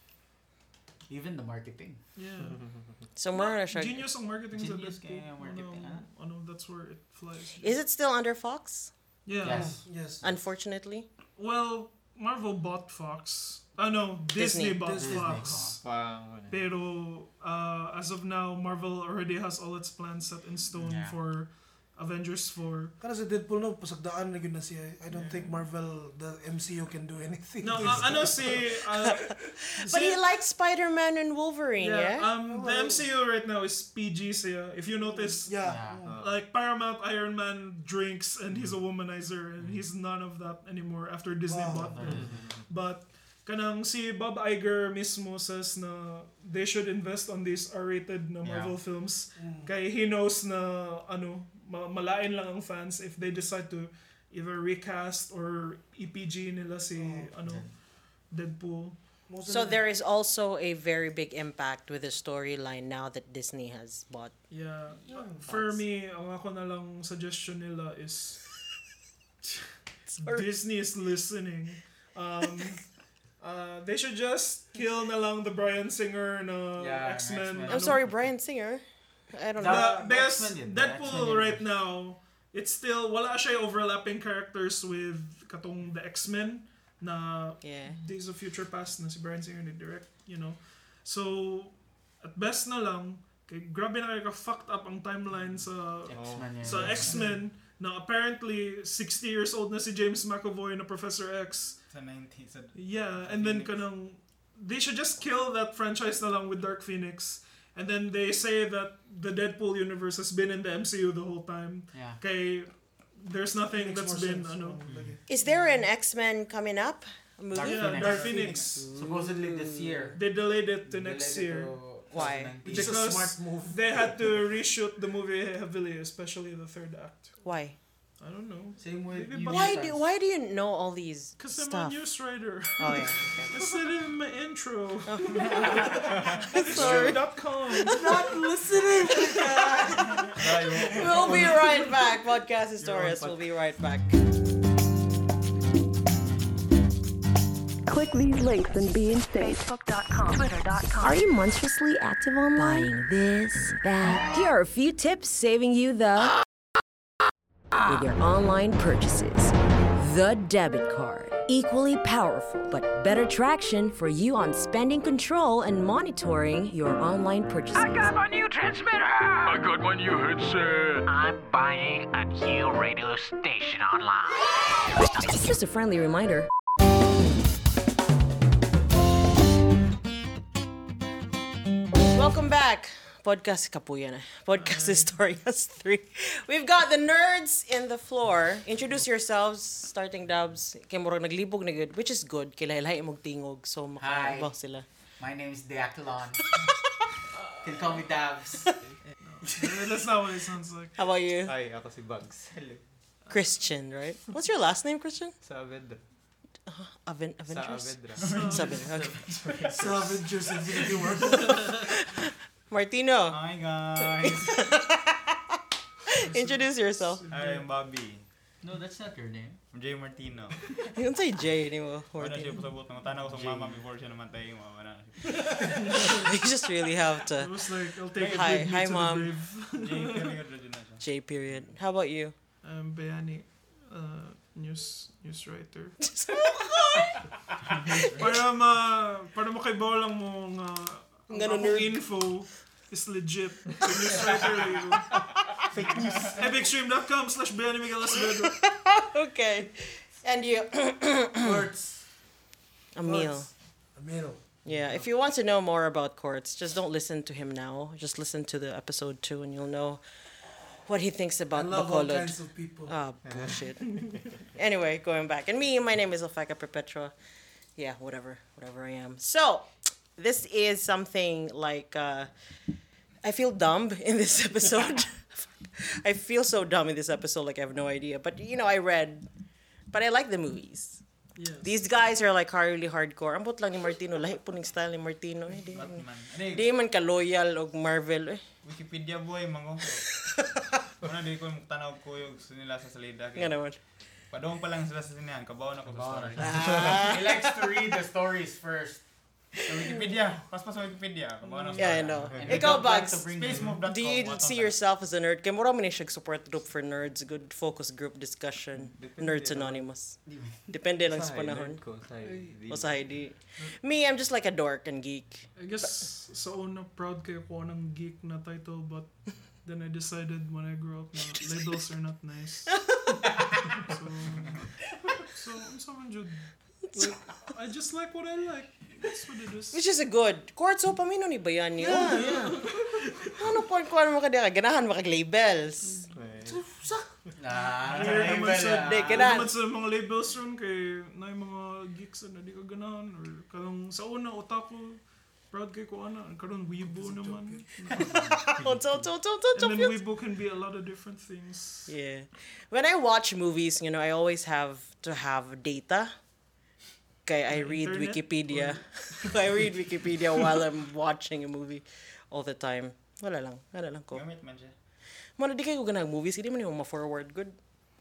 [SPEAKER 6] Even the marketing.
[SPEAKER 1] Yeah.
[SPEAKER 6] Mhm.
[SPEAKER 2] so more na siya
[SPEAKER 1] Genius ang marketing sa
[SPEAKER 6] Genius
[SPEAKER 1] Deadpool.
[SPEAKER 6] kaya ang marketing,
[SPEAKER 1] Ano, ano, Um, that's where it flies.
[SPEAKER 2] is it still under Fox
[SPEAKER 1] Yeah.
[SPEAKER 6] Yes.
[SPEAKER 4] Yes.
[SPEAKER 2] unfortunately
[SPEAKER 1] Well, Marvel bought Fox. Ah, no, Disney,
[SPEAKER 2] Disney.
[SPEAKER 1] bought
[SPEAKER 4] Disney.
[SPEAKER 1] Fox.
[SPEAKER 5] Pang, ano.
[SPEAKER 1] Pero uh, as of now, Marvel already has all its plans set in stone
[SPEAKER 6] Yeah.
[SPEAKER 1] for Avengers 4.
[SPEAKER 4] Kana sa Deadpool no, pasagdaan na yun na siya. I don't think Marvel, the MCU can do anything.
[SPEAKER 1] No, uh, ano si... Uh,
[SPEAKER 2] But
[SPEAKER 1] si-
[SPEAKER 2] he likes Spider Man and Wolverine, yeah?
[SPEAKER 1] yeah, um, the MCU right now is PG siya. If you notice,
[SPEAKER 2] Oh.
[SPEAKER 4] Yeah.
[SPEAKER 6] Yeah.
[SPEAKER 1] like Paramount Iron Man drinks and he's a womanizer and he's none of that anymore after Disney bought
[SPEAKER 4] Wow.
[SPEAKER 1] him. But kanang si Bob Iger mismo says na they should invest on these R-rated na
[SPEAKER 6] Yeah.
[SPEAKER 1] Marvel films. Kay he knows na ano ma- malain lang ang fans if they decide to either recast or EPG nila si ano Deadpool.
[SPEAKER 4] Most of
[SPEAKER 2] So
[SPEAKER 4] the-
[SPEAKER 2] there is also a very big impact with the storyline now that Disney has bought.
[SPEAKER 1] Yeah. Uh, For me, ang ako na lang suggestion nila is Disney is listening. Um, uh, they should just kill na lang the Brian Singer na
[SPEAKER 6] Yeah,
[SPEAKER 1] X-Men.
[SPEAKER 6] X-Men.
[SPEAKER 2] I'm
[SPEAKER 1] ano.
[SPEAKER 2] sorry, Brian Singer. I don't know.
[SPEAKER 1] The
[SPEAKER 6] That-
[SPEAKER 1] best
[SPEAKER 6] X-Men yun.
[SPEAKER 1] Deadpool
[SPEAKER 6] X-Men yun.
[SPEAKER 1] right now, it's still, wala siya overlapping characters with katong the X-Men na
[SPEAKER 2] Yeah.
[SPEAKER 1] Days of Future Past na si Brian Singer ni-direct, you know. So, at best na lang, kay, grabe na kayo ka-fucked up ang timeline sa
[SPEAKER 6] X-Men yun.
[SPEAKER 1] sa X-Men na apparently 60 years old na si James McAvoy na Professor X.
[SPEAKER 7] Sa 90s. Sa...
[SPEAKER 1] Yeah, and then kanang they should just kill that franchise na lang with Dark Phoenix. And then they say that the Deadpool universe has been in the MCU the whole time.
[SPEAKER 6] Yeah.
[SPEAKER 1] Kay there's nothing that's
[SPEAKER 4] Makes more
[SPEAKER 1] been
[SPEAKER 4] sense.
[SPEAKER 1] ano.
[SPEAKER 4] Like,
[SPEAKER 2] Is there an X Men coming up? A movie?
[SPEAKER 6] Dark
[SPEAKER 1] Yeah,
[SPEAKER 6] Phoenix.
[SPEAKER 1] Dark Phoenix.
[SPEAKER 6] Supposedly this year.
[SPEAKER 1] They delayed it to
[SPEAKER 6] Related
[SPEAKER 1] next year.
[SPEAKER 6] to
[SPEAKER 2] Why?
[SPEAKER 4] It's
[SPEAKER 6] 2019.
[SPEAKER 4] a
[SPEAKER 1] Because
[SPEAKER 4] smart move.
[SPEAKER 1] They had to reshoot the movie heavily, especially the third act.
[SPEAKER 2] Why?
[SPEAKER 1] I don't know.
[SPEAKER 6] Same with
[SPEAKER 1] Maybe
[SPEAKER 6] New
[SPEAKER 1] Batman.
[SPEAKER 2] Why
[SPEAKER 6] Mutants.
[SPEAKER 2] do Why do you know all these
[SPEAKER 1] Because I'm a
[SPEAKER 2] stuff?
[SPEAKER 1] news writer.
[SPEAKER 2] Oh yeah.
[SPEAKER 1] I said it in my intro.
[SPEAKER 2] Oh. Sorry.
[SPEAKER 1] True.com.
[SPEAKER 2] Not listening. we'll be right back. Podcast historians. We'll be right back.
[SPEAKER 10] Click these links and be in safe. Facebook.com, Twitter.com.
[SPEAKER 9] Are you monstrously active online? Buying this, that. Here are a few tips saving you the. with your online purchases. The debit card. Equally powerful, but better traction for you on spending control and monitoring your online purchases.
[SPEAKER 10] my new transmitter. I got my new headset. I'm buying a new radio station online.
[SPEAKER 9] Just a friendly reminder.
[SPEAKER 2] Welcome back. Podcast Kapuyan. Podcast Historians 3. We've got the nerds in the floor. Introduce yourselves, starting dubs. Kay murag naglibog na good, which is good. Kilahilahi mong tingog. So,
[SPEAKER 6] Hi.
[SPEAKER 2] makabaw sila.
[SPEAKER 6] My name is Deaclon. Can call me Dabs.
[SPEAKER 1] That's not what it sounds like.
[SPEAKER 2] How about you?
[SPEAKER 5] Hi, ako si Bugs. Hello.
[SPEAKER 2] Christian, right? What's your last name, Christian?
[SPEAKER 5] Sa Avedra.
[SPEAKER 2] Aven-
[SPEAKER 5] Sa
[SPEAKER 2] Avengers?
[SPEAKER 5] Avedra.
[SPEAKER 2] Sabi na, okay.
[SPEAKER 4] Sa Avengers Infinity War.
[SPEAKER 2] Martino,
[SPEAKER 7] Hi guys!
[SPEAKER 2] introduce yourself.
[SPEAKER 7] Hi, I'm Bobby.
[SPEAKER 6] No, that's not your name.
[SPEAKER 7] I'm Jay Martino.
[SPEAKER 2] Yung say Jay ni mo,
[SPEAKER 7] Wala na siya
[SPEAKER 2] Martino.
[SPEAKER 7] pasabot. Nangutan ako sa mama before siya namatay. Mama na.
[SPEAKER 2] You just really have
[SPEAKER 1] It
[SPEAKER 2] to.
[SPEAKER 1] was like, I'll take it
[SPEAKER 2] Hi-
[SPEAKER 1] with me
[SPEAKER 2] hi,
[SPEAKER 1] to
[SPEAKER 2] Mom.
[SPEAKER 1] the grave.
[SPEAKER 7] Jay, feeling good na siya.
[SPEAKER 2] J period. How about you?
[SPEAKER 1] I'm Um, Bayani, uh, news news writer. para ma para makaibaw lang mo nga ang
[SPEAKER 2] Nga na
[SPEAKER 1] akong
[SPEAKER 2] nerd.
[SPEAKER 1] info is legit. Kay news writer yun. Epicstream.com slash Bayani Miguel Acevedo.
[SPEAKER 2] Okay. And you?
[SPEAKER 4] Words.
[SPEAKER 2] Emil.
[SPEAKER 4] Words. Amil.
[SPEAKER 2] Yeah, if you want to know more about Quartz, just don't listen to him now. Just listen to the episode two and you'll know what he thinks
[SPEAKER 4] I
[SPEAKER 2] about
[SPEAKER 4] love all
[SPEAKER 2] Bacolod.
[SPEAKER 4] kinds of people.
[SPEAKER 2] Ah, bullshit. anyway, going back. And me, my name is Alfaca Perpetua. Yeah, whatever, whatever I am. So, this is something like uh, I feel dumb in this episode. I feel so dumb in this episode, like I have no idea. But you know, I read, but I like the movies.
[SPEAKER 1] Yes.
[SPEAKER 2] These guys are like really hardcore. Ambot lang ni Martino, lahi po ng style ni Martino. Eh, di, man-
[SPEAKER 7] Man. Ano eh,
[SPEAKER 2] di man ka loyal og Marvel. Eh.
[SPEAKER 7] Wikipedia boy, mango. Una di ko tanaw ko yung gusto nila sa salida.
[SPEAKER 2] Nga naman.
[SPEAKER 7] Padong pa lang sila sa sinihan. Kabaw na ko sa story.
[SPEAKER 6] He likes to read the stories first.
[SPEAKER 7] Sa Wikipedia. Paspas sa Wikipedia. Kabaw na ko
[SPEAKER 2] Yeah, I
[SPEAKER 7] story.
[SPEAKER 2] know.
[SPEAKER 6] And we
[SPEAKER 2] Ikaw,
[SPEAKER 6] don't like
[SPEAKER 2] Bugs.
[SPEAKER 6] to bring
[SPEAKER 7] Space
[SPEAKER 6] them.
[SPEAKER 7] move that
[SPEAKER 2] Do you see yourself as a nerd? Kaya mura man siyang support group for nerds, good focus group discussion, Nerds Anonymous. Depende lang sa
[SPEAKER 5] Sa
[SPEAKER 2] panahon. Oh,
[SPEAKER 5] nerd ko. Sa hindi.
[SPEAKER 2] O sa ID. Me, I'm just like a dork and geek.
[SPEAKER 1] I guess sa una proud kayo ko ng geek na title but then I decided when I grew up na labels are not nice. so so I'm so injured. Like, I just like what I like. That's what it is.
[SPEAKER 2] Which is a good. Quartz, so pamino ni Bayan niyo. Yeah, ano po ang kuhan mo ka di ka? Ganahan mo kag labels.
[SPEAKER 6] Ah,
[SPEAKER 1] Weird
[SPEAKER 6] iba
[SPEAKER 1] naman
[SPEAKER 6] na.
[SPEAKER 1] sa,
[SPEAKER 2] Di,
[SPEAKER 1] weird
[SPEAKER 2] ganahan.
[SPEAKER 1] naman sa mga labels ron kay na yung mga geeks na di ka ganahan or kalang sa una otaku proud kay ko ana karon weibo naman
[SPEAKER 2] Chok, chok, chok, chok, chok,
[SPEAKER 1] and then
[SPEAKER 2] chok.
[SPEAKER 1] weibo can be a lot of different things
[SPEAKER 2] Yeah. When I watch movies, you know, I always have to have data. Okay, I read
[SPEAKER 1] Mm, internet
[SPEAKER 2] Wikipedia. I read Wikipedia while I'm watching a movie all the time. Wala lang. Wala lang ko.
[SPEAKER 7] Gamit man siya.
[SPEAKER 2] Mano, di kayo ganag movies. Hindi mo nyo ma-forward. Good.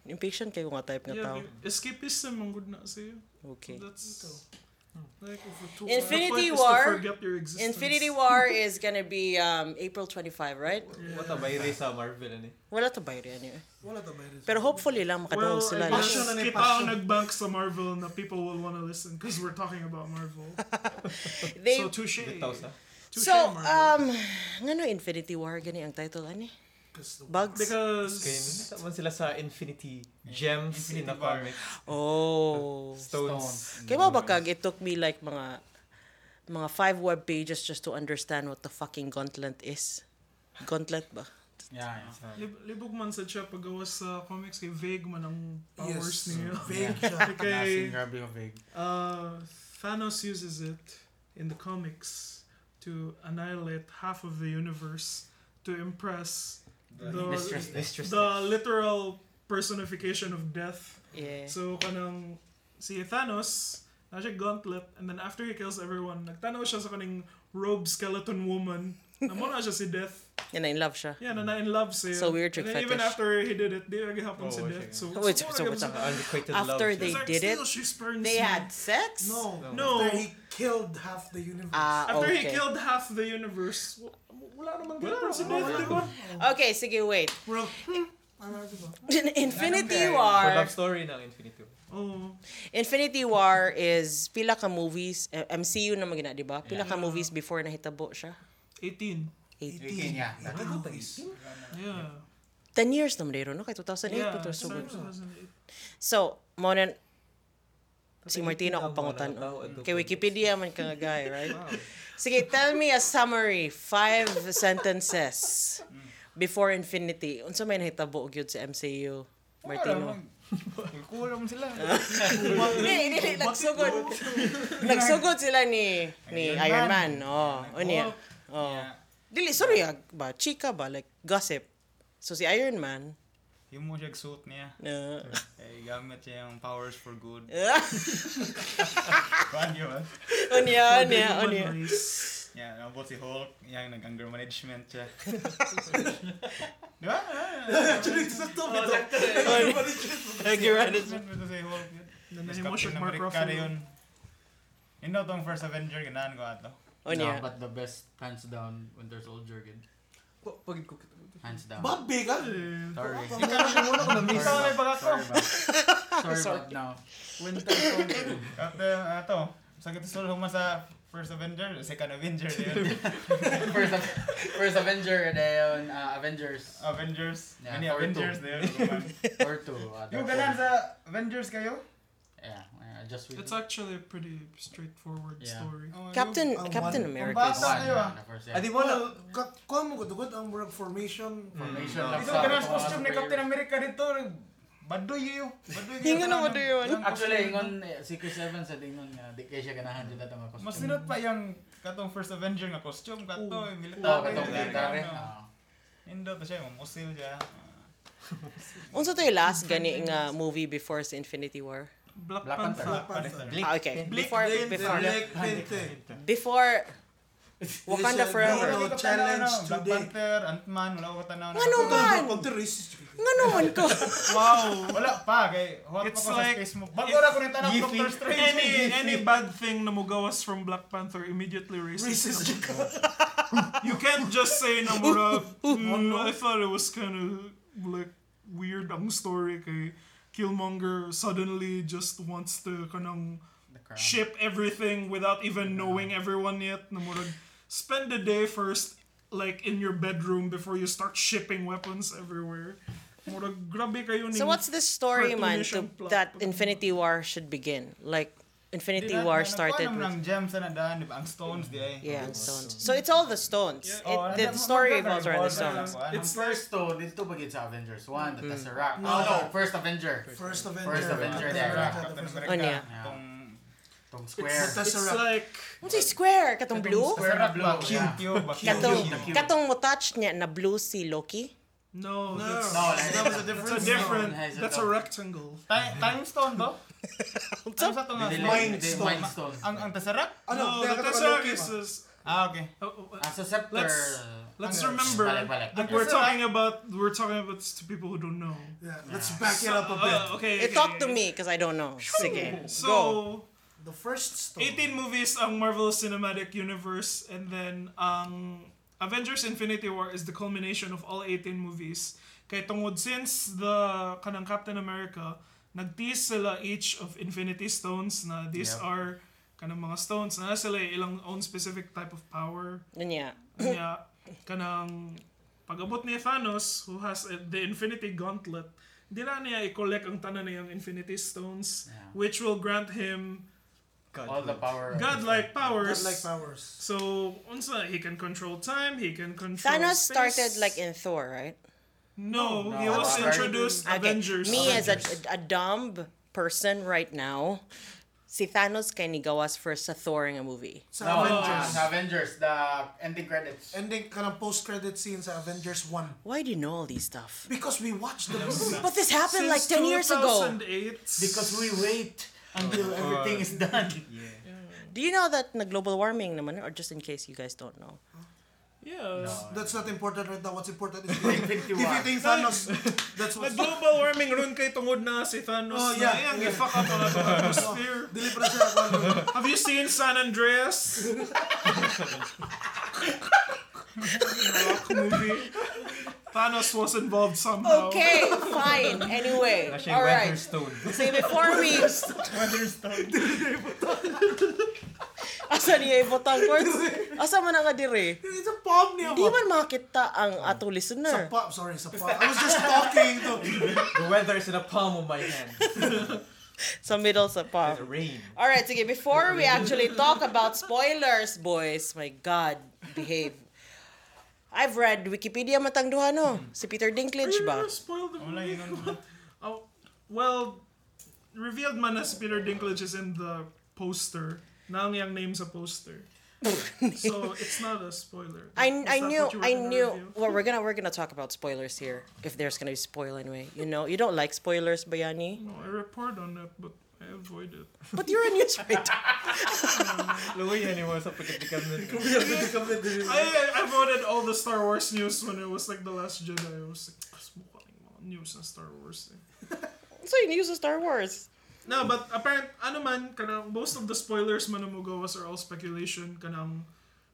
[SPEAKER 2] Impatient kayo nga type nga
[SPEAKER 1] yeah
[SPEAKER 2] tao.
[SPEAKER 1] di- escapism ang good na sa'yo
[SPEAKER 2] Okay.
[SPEAKER 1] that's hmm. Like, if we took- the point
[SPEAKER 2] Infinity
[SPEAKER 1] is to
[SPEAKER 2] War.
[SPEAKER 1] forget your existence.
[SPEAKER 2] Infinity War is gonna be um, April 25, right?
[SPEAKER 5] What a bayri sa Marvel ano? ani.
[SPEAKER 2] Wala to bayad anyway.
[SPEAKER 4] Wala to bayad.
[SPEAKER 2] Pero hopefully lang
[SPEAKER 1] Well,
[SPEAKER 2] makadawag
[SPEAKER 1] I
[SPEAKER 2] sila. lang.
[SPEAKER 1] guess kita ang nagbank sa Marvel na people will want to listen because we're talking about Marvel.
[SPEAKER 2] They-
[SPEAKER 1] so, touche. Touche,
[SPEAKER 2] So,
[SPEAKER 1] Marvel.
[SPEAKER 2] um, ngano Infinity War gani ang title ani? Bugs?
[SPEAKER 1] Because
[SPEAKER 5] Kaya nandito man sila sa Infinity Gems in the comics.
[SPEAKER 2] Oh.
[SPEAKER 5] Stones.
[SPEAKER 2] Kaya ba bakag, it took me like mga mga five web pages just to understand what the fucking gauntlet is. Gauntlet ba?
[SPEAKER 6] Yeah,
[SPEAKER 1] Lib- libog man sa siya paggawas sa comics kay vague man ang powers
[SPEAKER 4] Yes.
[SPEAKER 1] niya.
[SPEAKER 4] Vague siya.
[SPEAKER 1] Kay-
[SPEAKER 6] Nasing, grabe ka vague.
[SPEAKER 1] Uh, Thanos uses it in the comics to annihilate half of the universe to impress the,
[SPEAKER 6] Mistress
[SPEAKER 1] the,
[SPEAKER 6] Death. Mistress
[SPEAKER 1] literal personification of death.
[SPEAKER 2] Yeah.
[SPEAKER 1] So kanang si Thanos na siya gauntlet and then after he kills everyone nagtanaw siya sa kaning robe skeleton woman Namo na siya si Death.
[SPEAKER 2] Yan na in love siya.
[SPEAKER 1] Yeah, na na in love siya.
[SPEAKER 2] So weird
[SPEAKER 1] And
[SPEAKER 2] trick
[SPEAKER 1] then even
[SPEAKER 2] fetish.
[SPEAKER 1] after he did it, di agi hapon
[SPEAKER 5] Oh,
[SPEAKER 1] si
[SPEAKER 5] okay.
[SPEAKER 1] Death. So,
[SPEAKER 2] Wait,
[SPEAKER 1] so,
[SPEAKER 2] so wait, so-
[SPEAKER 5] Unrequited uh, love.
[SPEAKER 2] After
[SPEAKER 5] siya.
[SPEAKER 2] they
[SPEAKER 1] like,
[SPEAKER 2] did it,
[SPEAKER 1] still, she spurns
[SPEAKER 2] they
[SPEAKER 1] me.
[SPEAKER 2] had sex?
[SPEAKER 4] No.
[SPEAKER 1] No.
[SPEAKER 4] After he killed half the universe.
[SPEAKER 2] Ah,
[SPEAKER 1] After he
[SPEAKER 2] okay.
[SPEAKER 1] killed half the universe, w- wala namang ganun si Death, di ba?
[SPEAKER 2] Okay, sige, wait.
[SPEAKER 1] Bro,
[SPEAKER 4] Ano, diba?
[SPEAKER 2] Infinity
[SPEAKER 5] For
[SPEAKER 2] War.
[SPEAKER 5] love story ng Infinity War.
[SPEAKER 1] oh,
[SPEAKER 2] Infinity War is pila ka movies, eh, MCU na magina, di ba? Pila ka movies before nahitabo siya.
[SPEAKER 1] 18.
[SPEAKER 2] 18.
[SPEAKER 6] Weekend, yeah.
[SPEAKER 5] Ano
[SPEAKER 1] Yeah.
[SPEAKER 2] 10 years naman dito, no? Kay 2008
[SPEAKER 1] Yeah.
[SPEAKER 2] pa to.
[SPEAKER 1] so
[SPEAKER 2] So, good.
[SPEAKER 1] 2008.
[SPEAKER 2] so mo na, si Martina akong
[SPEAKER 5] Ang mga
[SPEAKER 2] pangutan. oh.
[SPEAKER 5] tao, ano,
[SPEAKER 2] Kay Wikipedia man ka nga guy, right? Sige, tell me a summary. Five sentences before infinity. Unsa may nahitabo gyud sa MCU, Martino?
[SPEAKER 7] Kulang sila.
[SPEAKER 2] Hindi, hindi, nagsugod. Nagsugod sila ni ni Iron
[SPEAKER 7] Iron
[SPEAKER 2] Man.
[SPEAKER 7] Man.
[SPEAKER 2] Oh, unya. Oh. Dili, sorry, ah, ba? Chika ba? Like, gossip. So, si Iron Man,
[SPEAKER 7] Yung mo siya suit niya.
[SPEAKER 2] na
[SPEAKER 7] Eh, gamit niya yung powers for good. Kuhan niyo ba?
[SPEAKER 2] unya,
[SPEAKER 1] The
[SPEAKER 2] unya,
[SPEAKER 1] human
[SPEAKER 2] unya.
[SPEAKER 1] race.
[SPEAKER 7] Yan, nabot si Hulk. Yan, nag-anger management siya. Di ba? Oh, Management mo si Hulk. yun. Tapos
[SPEAKER 1] Nanahin mo siya,
[SPEAKER 7] Captain
[SPEAKER 1] Mark
[SPEAKER 7] America
[SPEAKER 1] Ruffalo.
[SPEAKER 7] na yun. Yun daw tong first Avenger, ganahan ko ato.
[SPEAKER 2] Unya.
[SPEAKER 6] No, but the best, hands down, Winter Soldier, good.
[SPEAKER 5] Pagid ko
[SPEAKER 6] Hands down.
[SPEAKER 4] Babbe ka?
[SPEAKER 6] Sorry.
[SPEAKER 7] Ito na yung pagkako.
[SPEAKER 6] Sorry, but no. Winter Soldier.
[SPEAKER 7] Captain, ato. Sa katisul huma sa first Avenger, second Avenger na yun.
[SPEAKER 6] First, Av- first Avenger, then uh, Avengers.
[SPEAKER 7] Avengers.
[SPEAKER 6] Yeah,
[SPEAKER 7] Many
[SPEAKER 6] Thor
[SPEAKER 7] Avengers
[SPEAKER 6] two.
[SPEAKER 7] na yun. kuman.
[SPEAKER 6] Or two. Uh,
[SPEAKER 7] Yung
[SPEAKER 6] that's
[SPEAKER 7] ganan
[SPEAKER 6] all.
[SPEAKER 7] sa Avengers kayo?
[SPEAKER 6] Yeah, uh, just with
[SPEAKER 1] It's actually a pretty straightforward
[SPEAKER 6] Yeah.
[SPEAKER 1] story.
[SPEAKER 7] Oh,
[SPEAKER 2] Captain,
[SPEAKER 4] Ang
[SPEAKER 2] Captain
[SPEAKER 4] one-
[SPEAKER 2] America is...
[SPEAKER 7] Bata
[SPEAKER 6] One,
[SPEAKER 7] kayo, ah.
[SPEAKER 6] yeah, the first, yeah.
[SPEAKER 5] Adi mo na.
[SPEAKER 4] Well, ka- kuha mo ko dugod ang murag formation.
[SPEAKER 6] Formation
[SPEAKER 5] Mm.
[SPEAKER 6] lang
[SPEAKER 7] Ito
[SPEAKER 6] sa-
[SPEAKER 7] ganan
[SPEAKER 6] sa
[SPEAKER 7] sa
[SPEAKER 6] mga
[SPEAKER 7] costume ni
[SPEAKER 6] players.
[SPEAKER 7] Captain America dito. Badoy yun. Badoy yun.
[SPEAKER 2] Hingan na mo do yun.
[SPEAKER 6] Actually, ingon eh, si Chris Evans sa ingon nga di kay siya ganahan jud ato mga
[SPEAKER 7] Mas sinot pa yung katong first Avenger nga costume kato,
[SPEAKER 6] Oh,
[SPEAKER 7] yung military.
[SPEAKER 6] katong military.
[SPEAKER 7] ano. Indo to siya, yung musil siya.
[SPEAKER 2] Unsa to yung last gani nga movie before sa Infinity War?
[SPEAKER 1] Black,
[SPEAKER 6] Black
[SPEAKER 1] Panther.
[SPEAKER 6] Panther.
[SPEAKER 2] Ah, okay.
[SPEAKER 1] Blink,
[SPEAKER 2] Before,
[SPEAKER 1] blink,
[SPEAKER 2] before,
[SPEAKER 4] Black Panther.
[SPEAKER 2] before, Wakanda
[SPEAKER 4] Listen,
[SPEAKER 2] Forever.
[SPEAKER 4] no, no, Oh, challenge
[SPEAKER 7] Black
[SPEAKER 4] today.
[SPEAKER 7] Panther, Ant-Man, wala ko tanaw na.
[SPEAKER 2] Ano ba? Man.
[SPEAKER 4] Pag racist.
[SPEAKER 2] Nga naman ko.
[SPEAKER 7] Wow! Wala pa, kay hot
[SPEAKER 1] It's
[SPEAKER 7] pa ko
[SPEAKER 1] like-
[SPEAKER 7] sa space mo. Bago na ko rin tanaw Doctor Strange.
[SPEAKER 1] Any any bad thing na mugawas from Black Panther immediately racist. you can't just say na mura.
[SPEAKER 7] Oh,
[SPEAKER 1] "Mm, I thought it was kind of like weird ang story kay Killmonger suddenly just wants to kanang ship everything without even knowing everyone yet. Na murag, spend the day first like in your bedroom before you start shipping weapons everywhere. Murag, grabe kayo ni
[SPEAKER 2] So what's the story man
[SPEAKER 1] Cartoonish
[SPEAKER 2] to,
[SPEAKER 1] ang plot.
[SPEAKER 2] that Infinity War should begin? Like Infinity War started
[SPEAKER 7] Ano
[SPEAKER 2] with
[SPEAKER 7] ng gems na nadaan, di ba? Ang stones, di ay.
[SPEAKER 2] yeah, and stones. So it's all the stones. it,
[SPEAKER 7] Oh,
[SPEAKER 2] the
[SPEAKER 7] nandun-
[SPEAKER 2] story
[SPEAKER 7] magkakaroon
[SPEAKER 2] revolves around the
[SPEAKER 7] ng
[SPEAKER 2] stones.
[SPEAKER 7] stones.
[SPEAKER 1] It's
[SPEAKER 6] It's first to dito pa gid sa Avengers 1, the Tesseract. No, no, first Avenger.
[SPEAKER 4] First Avenger.
[SPEAKER 6] First Avenger,
[SPEAKER 4] Captain
[SPEAKER 6] yeah,
[SPEAKER 4] America,
[SPEAKER 6] yeah.
[SPEAKER 4] Captain America.
[SPEAKER 2] Oh, yeah.
[SPEAKER 7] Itong
[SPEAKER 6] Tong
[SPEAKER 4] The
[SPEAKER 6] square.
[SPEAKER 1] It's
[SPEAKER 4] Tesseract.
[SPEAKER 1] like
[SPEAKER 2] What's square? Katong blue?
[SPEAKER 7] square na
[SPEAKER 6] Blue,
[SPEAKER 7] blue.
[SPEAKER 6] yeah.
[SPEAKER 7] Cute yun. ba?
[SPEAKER 2] Katong
[SPEAKER 7] Cute yun.
[SPEAKER 2] katong mo touch niya na blue si Loki.
[SPEAKER 1] no,
[SPEAKER 4] No,
[SPEAKER 1] that's-
[SPEAKER 4] that was
[SPEAKER 1] It's
[SPEAKER 4] a different.
[SPEAKER 1] a different.
[SPEAKER 6] Has a
[SPEAKER 1] That's a
[SPEAKER 6] double-
[SPEAKER 1] rectangle.
[SPEAKER 7] Ti- Time stone ba? Ano sa ito nga?
[SPEAKER 6] Dili-
[SPEAKER 4] Mind
[SPEAKER 6] dili-
[SPEAKER 4] Stone.
[SPEAKER 6] Mind Stone.
[SPEAKER 7] Ang, ang Tesseract?
[SPEAKER 4] Ano?
[SPEAKER 1] No,
[SPEAKER 4] Kaya
[SPEAKER 1] the
[SPEAKER 4] ka
[SPEAKER 1] Tesseract
[SPEAKER 4] Loki
[SPEAKER 1] is. uh,
[SPEAKER 4] ba?
[SPEAKER 1] is-
[SPEAKER 7] Ah, okay.
[SPEAKER 1] oh, oh,
[SPEAKER 6] Ah, sa scepter.
[SPEAKER 1] Let's- Let's remember
[SPEAKER 6] Balik, balik.
[SPEAKER 1] that we're talking about we're talking about this to people who don't know.
[SPEAKER 4] Yeah, let's back it Ah, up a bit.
[SPEAKER 1] Uh, okay,
[SPEAKER 2] It
[SPEAKER 1] okay,
[SPEAKER 2] talk to
[SPEAKER 1] okay.
[SPEAKER 2] me because I don't know. Sige.
[SPEAKER 1] So
[SPEAKER 4] the first story.
[SPEAKER 1] 18 movies ang Marvel Cinematic Universe and then ang Avengers Infinity War is the culmination of all 18 movies. Kay tungod since the kanang Captain America, nagtiis sila each of Infinity Stones na these
[SPEAKER 2] Yeah.
[SPEAKER 1] are kanang mga stones na sila ay ilang own specific type of power.
[SPEAKER 2] Niya.
[SPEAKER 1] Kanya, kanang pag-abot ni Thanos, who has uh, the Infinity Gauntlet, di na niya i-collect ang tanan niyang Infinity Stones, which will grant him
[SPEAKER 6] All the power.
[SPEAKER 1] godlike powers.
[SPEAKER 4] Godlike powers.
[SPEAKER 1] So, unsa, he can control time, he can control
[SPEAKER 2] Thanos
[SPEAKER 1] space.
[SPEAKER 2] started like in Thor, right?
[SPEAKER 1] No, he was introduced Avengers.
[SPEAKER 2] Me as a, a dumb person right now, si Thanos kay ni gawas first sa Thor nga movie.
[SPEAKER 4] Sa Avengers.
[SPEAKER 6] sa Avengers, the ending credits.
[SPEAKER 4] Ending ka ng post-credit scene sa Avengers 1.
[SPEAKER 2] Why do you know all these stuff?
[SPEAKER 4] Because we watched the movie.
[SPEAKER 2] But this happened like 10 years ago.
[SPEAKER 6] Because we wait until everything is done.
[SPEAKER 2] Do you know that na global warming naman or just in case you guys don't know?
[SPEAKER 1] Yeah.
[SPEAKER 4] That's not important right now. What's important is
[SPEAKER 6] defeating
[SPEAKER 4] defeating Thanos. That's
[SPEAKER 1] Nag
[SPEAKER 4] what's
[SPEAKER 1] global warming run kay tungod na si Thanos.
[SPEAKER 4] Oh,
[SPEAKER 1] Oh, yeah. Na,
[SPEAKER 4] yeah, yeah.
[SPEAKER 1] yeah. fuck up ang atong atmosphere.
[SPEAKER 4] Dili pa na siya ako.
[SPEAKER 1] Have you seen San Andreas? Rock movie. Thanos was involved somehow.
[SPEAKER 2] Okay, fine. Anyway,
[SPEAKER 5] Actually,
[SPEAKER 2] all right.
[SPEAKER 5] Weatherstone.
[SPEAKER 2] So before we Asa niya ibutang cords? Asa man ang adire?
[SPEAKER 4] It's a pop niya.
[SPEAKER 2] Di man makita ang ato listener.
[SPEAKER 4] Pop, sorry, sa pop. I was just talking to...
[SPEAKER 5] The weather is in the palm of my hand.
[SPEAKER 2] Sa middle sa pop.
[SPEAKER 5] The rain.
[SPEAKER 2] All right, sige, before we actually talk about spoilers, boys, my God, behave. I've read Wikipedia matangduhan, no? Si Peter Dinklage
[SPEAKER 1] You're
[SPEAKER 2] ba?
[SPEAKER 1] gonna spoil the movie. oh, well, revealed man na si Peter Dinklage is in the poster. Na ang yung name sa poster. so, it's not a spoiler.
[SPEAKER 2] I,
[SPEAKER 1] Is
[SPEAKER 2] I
[SPEAKER 1] that
[SPEAKER 2] knew
[SPEAKER 1] what you were
[SPEAKER 2] I
[SPEAKER 1] gonna
[SPEAKER 2] knew.
[SPEAKER 1] review?
[SPEAKER 2] Well, we're gonna we're gonna talk about spoilers here if there's gonna be spoil anyway. You know, you don't like spoilers, Bayani,
[SPEAKER 1] No, I report on it, but I avoid it.
[SPEAKER 2] but you're a newswriter.
[SPEAKER 5] Luwi yan yung sa pagkatikan nito.
[SPEAKER 1] I, I voted all the Star Wars news when it was like The Last Jedi. I was like, "Mas mukhang mga news na Star Wars eh."
[SPEAKER 2] so you use Star Wars.
[SPEAKER 1] No, but apparent ano man kanang most of the spoilers man mo gawas are all speculation kanang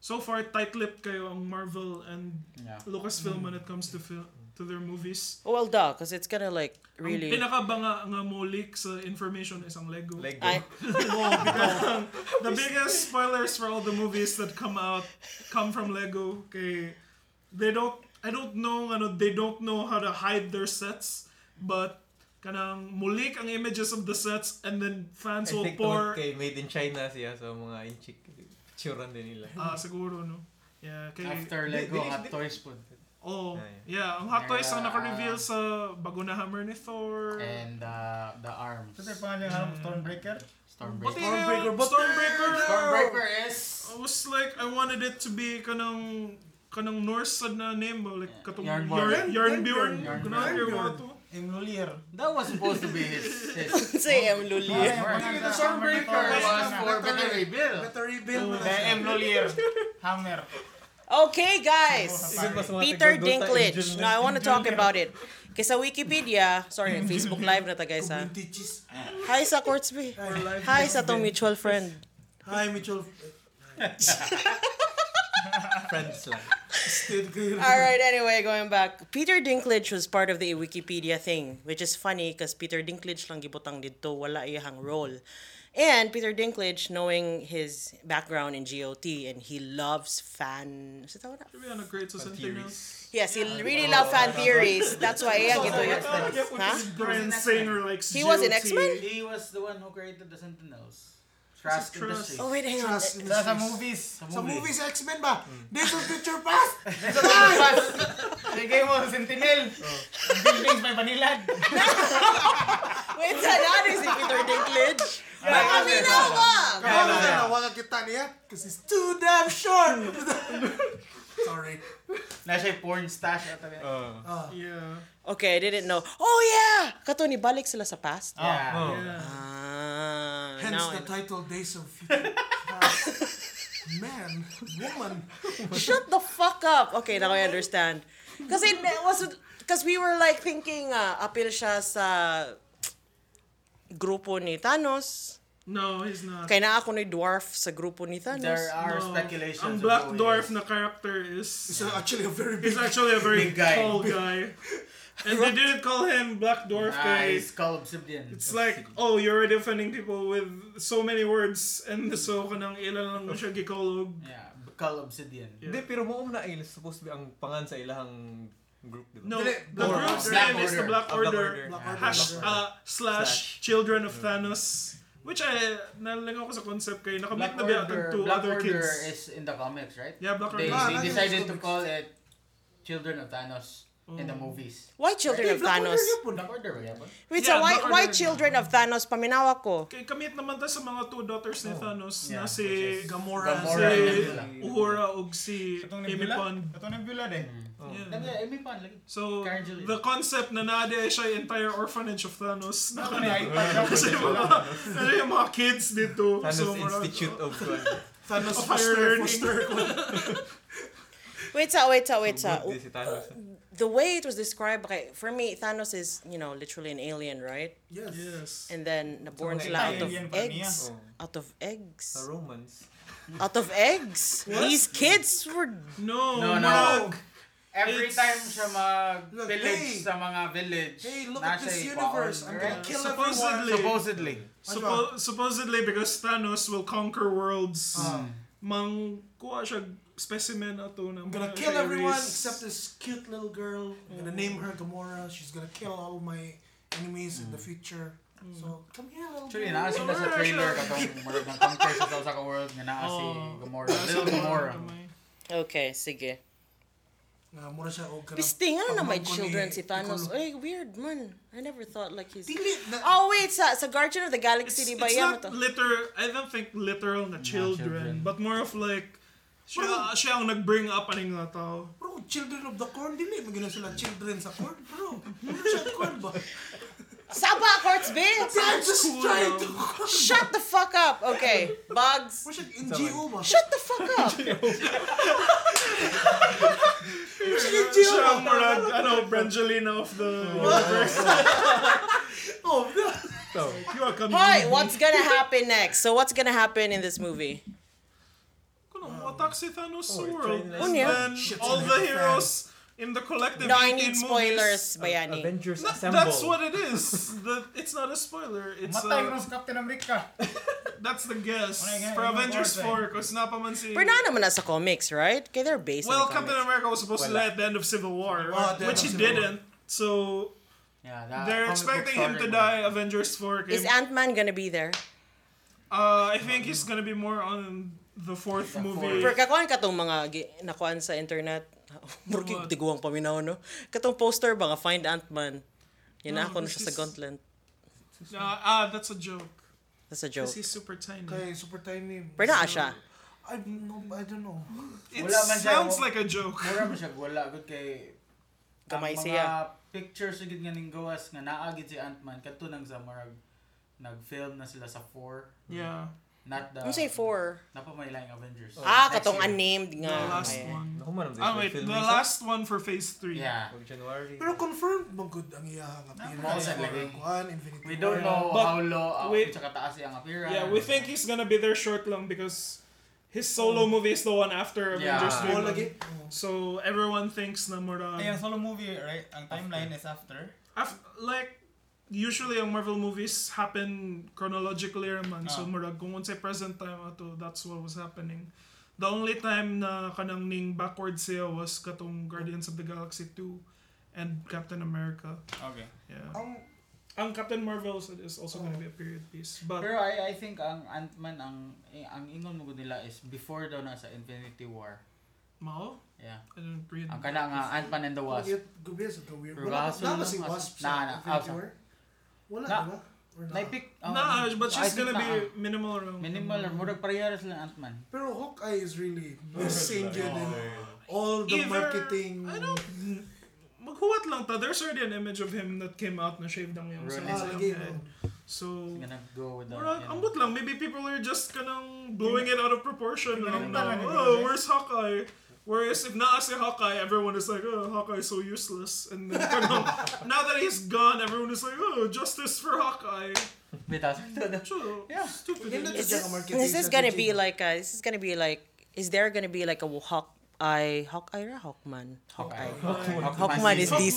[SPEAKER 1] so far tight-lipped kayo ang Marvel and
[SPEAKER 6] Yeah.
[SPEAKER 5] Hmm.
[SPEAKER 1] Lucasfilm when it comes to fil- to their movies.
[SPEAKER 2] Well, duh, cause it's gonna like
[SPEAKER 1] Really?
[SPEAKER 2] really.
[SPEAKER 1] Ang pinakabanga nga mo leak sa information is ang Lego.
[SPEAKER 5] Lego.
[SPEAKER 2] I,
[SPEAKER 1] Kanang, the biggest spoilers for all the movies that come out come from Lego. Kay they don't I don't know ano they don't know how to hide their sets, but kanang mulik ang images of the sets and then
[SPEAKER 5] I
[SPEAKER 1] fans will
[SPEAKER 5] think
[SPEAKER 1] pour
[SPEAKER 5] tungkol kay Made in China siya sa mga inchik. Tsuran din nila.
[SPEAKER 1] ah siguro no. Yeah, kay
[SPEAKER 6] After Lego Hot Toys po.
[SPEAKER 1] Oh,
[SPEAKER 5] Ah,
[SPEAKER 1] yeah, ang Hot Toys ang
[SPEAKER 6] Yeah.
[SPEAKER 1] naka-reveal sa bago na hammer ni Thor.
[SPEAKER 6] And uh, the arms.
[SPEAKER 7] Ito yung pangalan ng Stormbreaker.
[SPEAKER 1] Pati nga,
[SPEAKER 6] Stormbreaker.
[SPEAKER 4] Stormbreaker, but-
[SPEAKER 1] Stormbreaker!
[SPEAKER 6] Stormbreaker is...
[SPEAKER 1] I was like, I wanted it to be kanang kanang Norse sad na name ba? Like, katong
[SPEAKER 6] Yarnbjorn.
[SPEAKER 1] Yarn, Yarnbjorn.
[SPEAKER 6] Yarnbjorn.
[SPEAKER 1] Kunaan yung mga to.
[SPEAKER 7] Imlulier.
[SPEAKER 6] That was supposed to be his. his
[SPEAKER 2] say M. Luli.
[SPEAKER 4] Hindi, the
[SPEAKER 6] Stormbreaker was
[SPEAKER 4] Better
[SPEAKER 6] for Better Rebuild.
[SPEAKER 4] Better rebuild mo na
[SPEAKER 7] The
[SPEAKER 4] siya.
[SPEAKER 7] Imlulier. Eh, Hammer.
[SPEAKER 2] Okay, guys.
[SPEAKER 5] Ikan mas mga
[SPEAKER 2] Peter
[SPEAKER 5] taga-Dota
[SPEAKER 2] Dinklage.
[SPEAKER 5] Angel
[SPEAKER 2] No,
[SPEAKER 5] na-
[SPEAKER 2] I want to talk about it. Kay sa Wikipedia, sorry, Facebook Live na ta guys ha.
[SPEAKER 4] Community cheese.
[SPEAKER 2] Hi sa Courtsby. Hi sa tong mutual friend.
[SPEAKER 4] Hi, Mitchell.
[SPEAKER 5] Friends lang.
[SPEAKER 4] Stayed good.
[SPEAKER 2] All right, anyway, going back. Peter Dinklage was part of the Wikipedia thing, which is funny because Peter Dinklage lang gibutang dito, wala iyang role. And Peter Dinklage, knowing his background in GOT, and he loves fan... Is it tawag na?
[SPEAKER 1] Should be on a great centennials.
[SPEAKER 2] Yes, he really loves fan theories. That's why iyang gito yun. Ha?
[SPEAKER 1] Brian Singer likes
[SPEAKER 2] He was in
[SPEAKER 1] GOT.
[SPEAKER 2] X-Men?
[SPEAKER 6] He was the one who created the Sentinels. Trask
[SPEAKER 1] Trask.
[SPEAKER 6] Industries.
[SPEAKER 2] Oh, wait, hang on.
[SPEAKER 4] Trust in
[SPEAKER 7] Sa, sa
[SPEAKER 4] this.
[SPEAKER 7] movies.
[SPEAKER 4] eh, Sa Hmm. movies, X-Men ba? Days of Future Past!
[SPEAKER 7] Sige mo, Sentinel.
[SPEAKER 4] Oh.
[SPEAKER 7] Buildings by Banilad.
[SPEAKER 2] Wait, sa nanay si Peter Dinklage? Nakaminaw ba?
[SPEAKER 4] Kaya na nawagan kita niya because it's too damn short! Sorry. Ah.
[SPEAKER 6] Nasa porn stash. at the-
[SPEAKER 5] Uh,
[SPEAKER 1] Yeah.
[SPEAKER 2] Okay, I didn't know. Oh, yeah! Kato ni balik sila sa past.
[SPEAKER 6] Yeah.
[SPEAKER 5] oh.
[SPEAKER 1] Yeah.
[SPEAKER 2] Ah,
[SPEAKER 4] Hence
[SPEAKER 2] now I
[SPEAKER 4] the
[SPEAKER 2] know.
[SPEAKER 4] title Days of Future Past. Man, woman.
[SPEAKER 2] Shut the fuck up! Okay, now I understand. Kasi it was... Because we were like ah, thinking, uh, apil siya sa grupo ni Thanos.
[SPEAKER 1] No, he's not.
[SPEAKER 2] Kaya na ako ni dwarf sa grupo ni Thanos.
[SPEAKER 6] There are speculations
[SPEAKER 1] Ang
[SPEAKER 6] of
[SPEAKER 1] Black
[SPEAKER 6] who he
[SPEAKER 1] Dwarf
[SPEAKER 6] is.
[SPEAKER 1] na character is is
[SPEAKER 4] actually a very
[SPEAKER 1] big, actually a very
[SPEAKER 6] Big guy.
[SPEAKER 1] tall guy. And they didn't call him Black Dwarf
[SPEAKER 6] Ah,
[SPEAKER 1] guy.
[SPEAKER 6] he's called Obsidian.
[SPEAKER 1] It's like, oh, you're already offending people with so many words and so kanang ilan lang mo siya gikolog.
[SPEAKER 6] Yeah, Call Obsidian.
[SPEAKER 5] Hindi, pero mo na il supposed to be ang pangan sa ilahang group, di ba?
[SPEAKER 1] No,
[SPEAKER 5] Dili,
[SPEAKER 1] the
[SPEAKER 5] Order.
[SPEAKER 1] group's
[SPEAKER 5] Black
[SPEAKER 1] name is the Black
[SPEAKER 5] Ah,
[SPEAKER 1] Order,
[SPEAKER 5] Black
[SPEAKER 4] Order.
[SPEAKER 1] hash
[SPEAKER 4] Black
[SPEAKER 1] uh, slash Children of Thanos. Which I, nalang ako sa concept kayo, nakamit
[SPEAKER 6] Black
[SPEAKER 1] na biya
[SPEAKER 6] Order,
[SPEAKER 1] to
[SPEAKER 6] Black
[SPEAKER 1] other
[SPEAKER 6] Order
[SPEAKER 1] kids.
[SPEAKER 6] is in the comics, right?
[SPEAKER 1] Yeah, Black
[SPEAKER 6] They,
[SPEAKER 1] Order. Ah,
[SPEAKER 6] they
[SPEAKER 1] that's
[SPEAKER 4] in
[SPEAKER 6] decided
[SPEAKER 4] the
[SPEAKER 6] to call it Children of Thanos in the movies.
[SPEAKER 2] Why Children of Thanos?
[SPEAKER 6] Black Order, yeah. but-
[SPEAKER 1] Yeah,
[SPEAKER 2] Wait, so why,
[SPEAKER 1] Black Order
[SPEAKER 2] why
[SPEAKER 1] na.
[SPEAKER 2] Children of Thanos? Paminawa ko.
[SPEAKER 1] Kay kamit naman ta sa mga two daughters ni Thanos
[SPEAKER 6] Yeah,
[SPEAKER 1] na si
[SPEAKER 6] which is
[SPEAKER 1] Gamora,
[SPEAKER 6] Gamora
[SPEAKER 1] si
[SPEAKER 6] and Nebula.
[SPEAKER 1] Uhura ug si
[SPEAKER 7] Itong
[SPEAKER 1] Amy
[SPEAKER 7] nebula?
[SPEAKER 1] Pond.
[SPEAKER 7] Itong nebula eh. din.
[SPEAKER 1] Yeah.
[SPEAKER 6] Nag- Amy Pond, eh, lagi.
[SPEAKER 1] So,
[SPEAKER 6] Karen Gillan.
[SPEAKER 1] the concept na naadi ay siya yung entire orphanage of Thanos. Na
[SPEAKER 7] Ano yung iPad?
[SPEAKER 1] kasi mga, kasi yung mga kids dito.
[SPEAKER 5] Thanos
[SPEAKER 1] so, marami-
[SPEAKER 5] Institute of uh, God.
[SPEAKER 4] Thanos
[SPEAKER 1] Of
[SPEAKER 4] foster,
[SPEAKER 1] learning.
[SPEAKER 4] foster.
[SPEAKER 2] Wait, sa, wait, sa, wait, sa.
[SPEAKER 5] Hindi si Thanos.
[SPEAKER 2] The way it was described, okay, for me, Thanos is, you know, literally an alien, right?
[SPEAKER 4] Yes.
[SPEAKER 1] Yes.
[SPEAKER 2] And then, naborn
[SPEAKER 5] So,
[SPEAKER 2] sila out of
[SPEAKER 7] alien pa niya.
[SPEAKER 2] eggs.
[SPEAKER 5] Oh.
[SPEAKER 2] Out of
[SPEAKER 5] Sa
[SPEAKER 2] eggs?
[SPEAKER 5] Romans.
[SPEAKER 2] Out of eggs? These kids were...
[SPEAKER 1] No,
[SPEAKER 6] No, no.
[SPEAKER 1] murag-
[SPEAKER 6] Every
[SPEAKER 1] It's-
[SPEAKER 6] time siya mag-village
[SPEAKER 4] Look, hey!
[SPEAKER 6] sa mga village,
[SPEAKER 4] Hey, look
[SPEAKER 6] na
[SPEAKER 4] at this
[SPEAKER 6] siya
[SPEAKER 4] universe. I'm
[SPEAKER 6] ipaon,
[SPEAKER 4] gonna
[SPEAKER 6] right?
[SPEAKER 4] kill
[SPEAKER 1] Supposedly.
[SPEAKER 4] everyone.
[SPEAKER 6] Supposedly.
[SPEAKER 1] Suppo- supposedly because Thanos will conquer worlds.
[SPEAKER 4] Ah.
[SPEAKER 1] Mang kuha siya specimen ato na
[SPEAKER 4] I'm gonna kill everyone except this cute little girl. I'm gonna name her Gamora. She's gonna kill all my enemies in the
[SPEAKER 1] Mm.
[SPEAKER 4] future. So come here, little
[SPEAKER 6] Actually,
[SPEAKER 4] girl.
[SPEAKER 6] naasin na sa trailer katong marag ng conquer sa sa ka world nga naa si
[SPEAKER 1] Oh.
[SPEAKER 6] Gamora. Little Gamora.
[SPEAKER 2] Okay, sige.
[SPEAKER 4] Nga, mura siya oh, og kanang
[SPEAKER 2] Pistingan na may
[SPEAKER 4] pamangko ni
[SPEAKER 2] children si Thanos.
[SPEAKER 4] Piccolo.
[SPEAKER 2] Ay, weird man. I never thought like he's...
[SPEAKER 4] Dili na-
[SPEAKER 2] Oh, wait, sa, sa Guardian of the Galaxy, di
[SPEAKER 1] It's,
[SPEAKER 2] ba
[SPEAKER 1] it's
[SPEAKER 2] yan?
[SPEAKER 1] not
[SPEAKER 2] to?
[SPEAKER 1] literal, I don't think literal na children,
[SPEAKER 6] children.
[SPEAKER 1] but more of like, siya, siya ang nag-bring up aning nga tao.
[SPEAKER 4] Bro, children of the corn, dili magina sila children sa corn, bro. Ano siya corn ba?
[SPEAKER 2] Saba, Quartz B!
[SPEAKER 4] I'm just
[SPEAKER 1] cool,
[SPEAKER 4] trying
[SPEAKER 1] no?
[SPEAKER 4] to corn.
[SPEAKER 2] Shut the fuck up! Okay, Bugs.
[SPEAKER 4] Mo siya NGO ba?
[SPEAKER 2] Shut the fuck up!
[SPEAKER 1] Siya ang murag, ano, Brangelina of the universe.
[SPEAKER 4] Oh, no.
[SPEAKER 5] So,
[SPEAKER 1] You are coming.
[SPEAKER 2] Hi, what's gonna happen next? So what's gonna happen in this movie?
[SPEAKER 1] Kuno, mo attack si Thanos sa
[SPEAKER 5] Oh,
[SPEAKER 1] world.
[SPEAKER 5] it's
[SPEAKER 2] Oh,
[SPEAKER 1] And
[SPEAKER 2] yeah.
[SPEAKER 1] then,
[SPEAKER 4] Shit's
[SPEAKER 1] all
[SPEAKER 4] gonna
[SPEAKER 1] the
[SPEAKER 4] hit the fan.
[SPEAKER 1] heroes in the collective
[SPEAKER 2] No, I
[SPEAKER 1] 18
[SPEAKER 2] need
[SPEAKER 1] movies-
[SPEAKER 2] spoilers, Bayani.
[SPEAKER 5] Avengers
[SPEAKER 1] Th-
[SPEAKER 5] Assemble.
[SPEAKER 1] That's what it is. The, it's not a spoiler. It's
[SPEAKER 7] Matay ko
[SPEAKER 1] a,
[SPEAKER 7] sa Captain America.
[SPEAKER 1] that's the guess
[SPEAKER 7] Wala nga,
[SPEAKER 1] for
[SPEAKER 7] yung
[SPEAKER 1] Avengers
[SPEAKER 7] order.
[SPEAKER 1] 4 because napa man si
[SPEAKER 2] We're not naman nasa comics, right? Okay, they're based
[SPEAKER 1] Well,
[SPEAKER 2] on the
[SPEAKER 1] Captain
[SPEAKER 2] comics.
[SPEAKER 1] America was supposed to die
[SPEAKER 5] Wala.
[SPEAKER 1] at the end of Civil War,
[SPEAKER 4] Oh, at the end
[SPEAKER 1] which
[SPEAKER 4] of
[SPEAKER 1] he
[SPEAKER 4] Civil War.
[SPEAKER 1] didn't. So
[SPEAKER 6] Yeah, that
[SPEAKER 1] they're
[SPEAKER 6] Uh, comic
[SPEAKER 1] expecting
[SPEAKER 6] book
[SPEAKER 1] him to
[SPEAKER 6] story.
[SPEAKER 1] die Avengers 4 game.
[SPEAKER 2] Is Ant-Man gonna be there?
[SPEAKER 1] uh, I think he's gonna be more on the fourth movie.
[SPEAKER 2] For kakuan ka tong mga gi- nakuan sa internet. Murky
[SPEAKER 1] What?
[SPEAKER 2] tiguang paminaw no. Katong poster ba nga Find Ant-Man. Yan
[SPEAKER 1] No,
[SPEAKER 2] ako na
[SPEAKER 1] this
[SPEAKER 2] siya sa
[SPEAKER 1] is-
[SPEAKER 2] gauntlet.
[SPEAKER 1] Uh, ah, that's a joke.
[SPEAKER 2] That's a
[SPEAKER 1] 'Cause
[SPEAKER 2] joke.
[SPEAKER 1] he's super tiny.
[SPEAKER 4] Okay, super tiny.
[SPEAKER 2] Pero naa siya.
[SPEAKER 4] I don't know, I don't know.
[SPEAKER 1] It
[SPEAKER 6] Wala man siya,
[SPEAKER 1] sounds
[SPEAKER 6] oh.
[SPEAKER 1] like a joke.
[SPEAKER 6] Mura man siya wala good kay
[SPEAKER 2] Gamay
[SPEAKER 6] ang
[SPEAKER 2] siya.
[SPEAKER 6] Mga pictures ugid nga ning gawas nga naagid si Ant-Man katunang sa marag nag-film na sila sa 4.
[SPEAKER 1] Yeah.
[SPEAKER 6] Not the
[SPEAKER 2] Ano say four?
[SPEAKER 6] Napamailaing Avengers.
[SPEAKER 2] Ah,
[SPEAKER 6] Next
[SPEAKER 2] katong
[SPEAKER 6] year.
[SPEAKER 2] unnamed
[SPEAKER 1] The
[SPEAKER 2] nga.
[SPEAKER 1] last
[SPEAKER 2] Okay.
[SPEAKER 1] one.
[SPEAKER 5] Naku, maram,
[SPEAKER 1] Ah, wait. The last one for phase 3.
[SPEAKER 6] Yeah.
[SPEAKER 5] Pag January.
[SPEAKER 4] Pero confirmed bang good ang iyahang appearance
[SPEAKER 6] Most likely.
[SPEAKER 4] for Kuan, Infinity
[SPEAKER 6] We
[SPEAKER 4] War?
[SPEAKER 6] don't know
[SPEAKER 1] But
[SPEAKER 6] how low uh,
[SPEAKER 1] we-
[SPEAKER 6] tsaka taas yung appearance.
[SPEAKER 1] Yeah, we think he's gonna be there short long because his solo movie is the one after
[SPEAKER 6] Yeah.
[SPEAKER 1] Avengers
[SPEAKER 6] Ah.
[SPEAKER 1] Dreamland.
[SPEAKER 4] Wala lagi. Oh.
[SPEAKER 1] So everyone thinks na mura.
[SPEAKER 7] Ay, Eh, ang solo movie, right? Ang timeline is after.
[SPEAKER 1] Af- like usually ang Marvel movies happen chronologically man. So
[SPEAKER 7] Ah.
[SPEAKER 1] mura kung unsay present time ato, that's what was happening. The only time na kanang ning backward siya was katong Guardians of the Galaxy 2 and Captain America.
[SPEAKER 7] Okay.
[SPEAKER 1] Yeah.
[SPEAKER 4] Ang
[SPEAKER 1] Ang Captain Marvel is also gonna be a period piece. But
[SPEAKER 6] Pero I I think ang Ant-Man ang ang ingon mo gud nila is before daw na sa Infinity War.
[SPEAKER 1] mao,
[SPEAKER 6] Yeah.
[SPEAKER 1] I didn't read.
[SPEAKER 6] Ang kana nga Ant-Man and the Wasp.
[SPEAKER 4] It could be sa weird.
[SPEAKER 6] Pero
[SPEAKER 4] Wala,
[SPEAKER 6] kaso
[SPEAKER 4] na ba
[SPEAKER 6] lang,
[SPEAKER 4] si
[SPEAKER 6] kaso-
[SPEAKER 4] Wasp
[SPEAKER 6] na,
[SPEAKER 4] sa
[SPEAKER 6] na,
[SPEAKER 4] Infinity
[SPEAKER 6] outside.
[SPEAKER 4] War? Wala,
[SPEAKER 6] Na-
[SPEAKER 4] di ba? Or na?
[SPEAKER 6] Naipick. oh,
[SPEAKER 1] Nah, but
[SPEAKER 6] I
[SPEAKER 1] she's
[SPEAKER 6] think
[SPEAKER 1] gonna
[SPEAKER 6] na,
[SPEAKER 1] be minimal around.
[SPEAKER 6] ah, minimal or murag parehas lang Ant-Man.
[SPEAKER 4] Pero Hawkeye is really missing yun in all the
[SPEAKER 1] Either-
[SPEAKER 4] marketing.
[SPEAKER 1] I don't... Maghuwat lang ta. There's already an image of him that came out na shaved ang yung sa
[SPEAKER 6] Right.
[SPEAKER 4] Ah,
[SPEAKER 1] isang
[SPEAKER 4] lagi.
[SPEAKER 1] head.
[SPEAKER 4] no?
[SPEAKER 1] So,
[SPEAKER 6] Gonna go with the
[SPEAKER 1] murag,
[SPEAKER 6] yun.
[SPEAKER 1] ambot lang. Maybe people are just kanang blowing it out of proportion. Lang
[SPEAKER 7] Ganun
[SPEAKER 1] na,
[SPEAKER 7] talaga,
[SPEAKER 1] oh,
[SPEAKER 7] ganun.
[SPEAKER 1] where's Hawkeye? Whereas if naa si Hawkeye, everyone is like, oh, Hawkeye's so useless. And then kanang, now that he's gone, everyone is like, oh, justice for Hawkeye.
[SPEAKER 6] Bitas. yeah.
[SPEAKER 4] Stupid.
[SPEAKER 2] Is this, this is gonna be like a, this is gonna be like is there gonna be like a hawk eye Hawkeye or Hawkman? Hawkeye. Hawkman, is DC.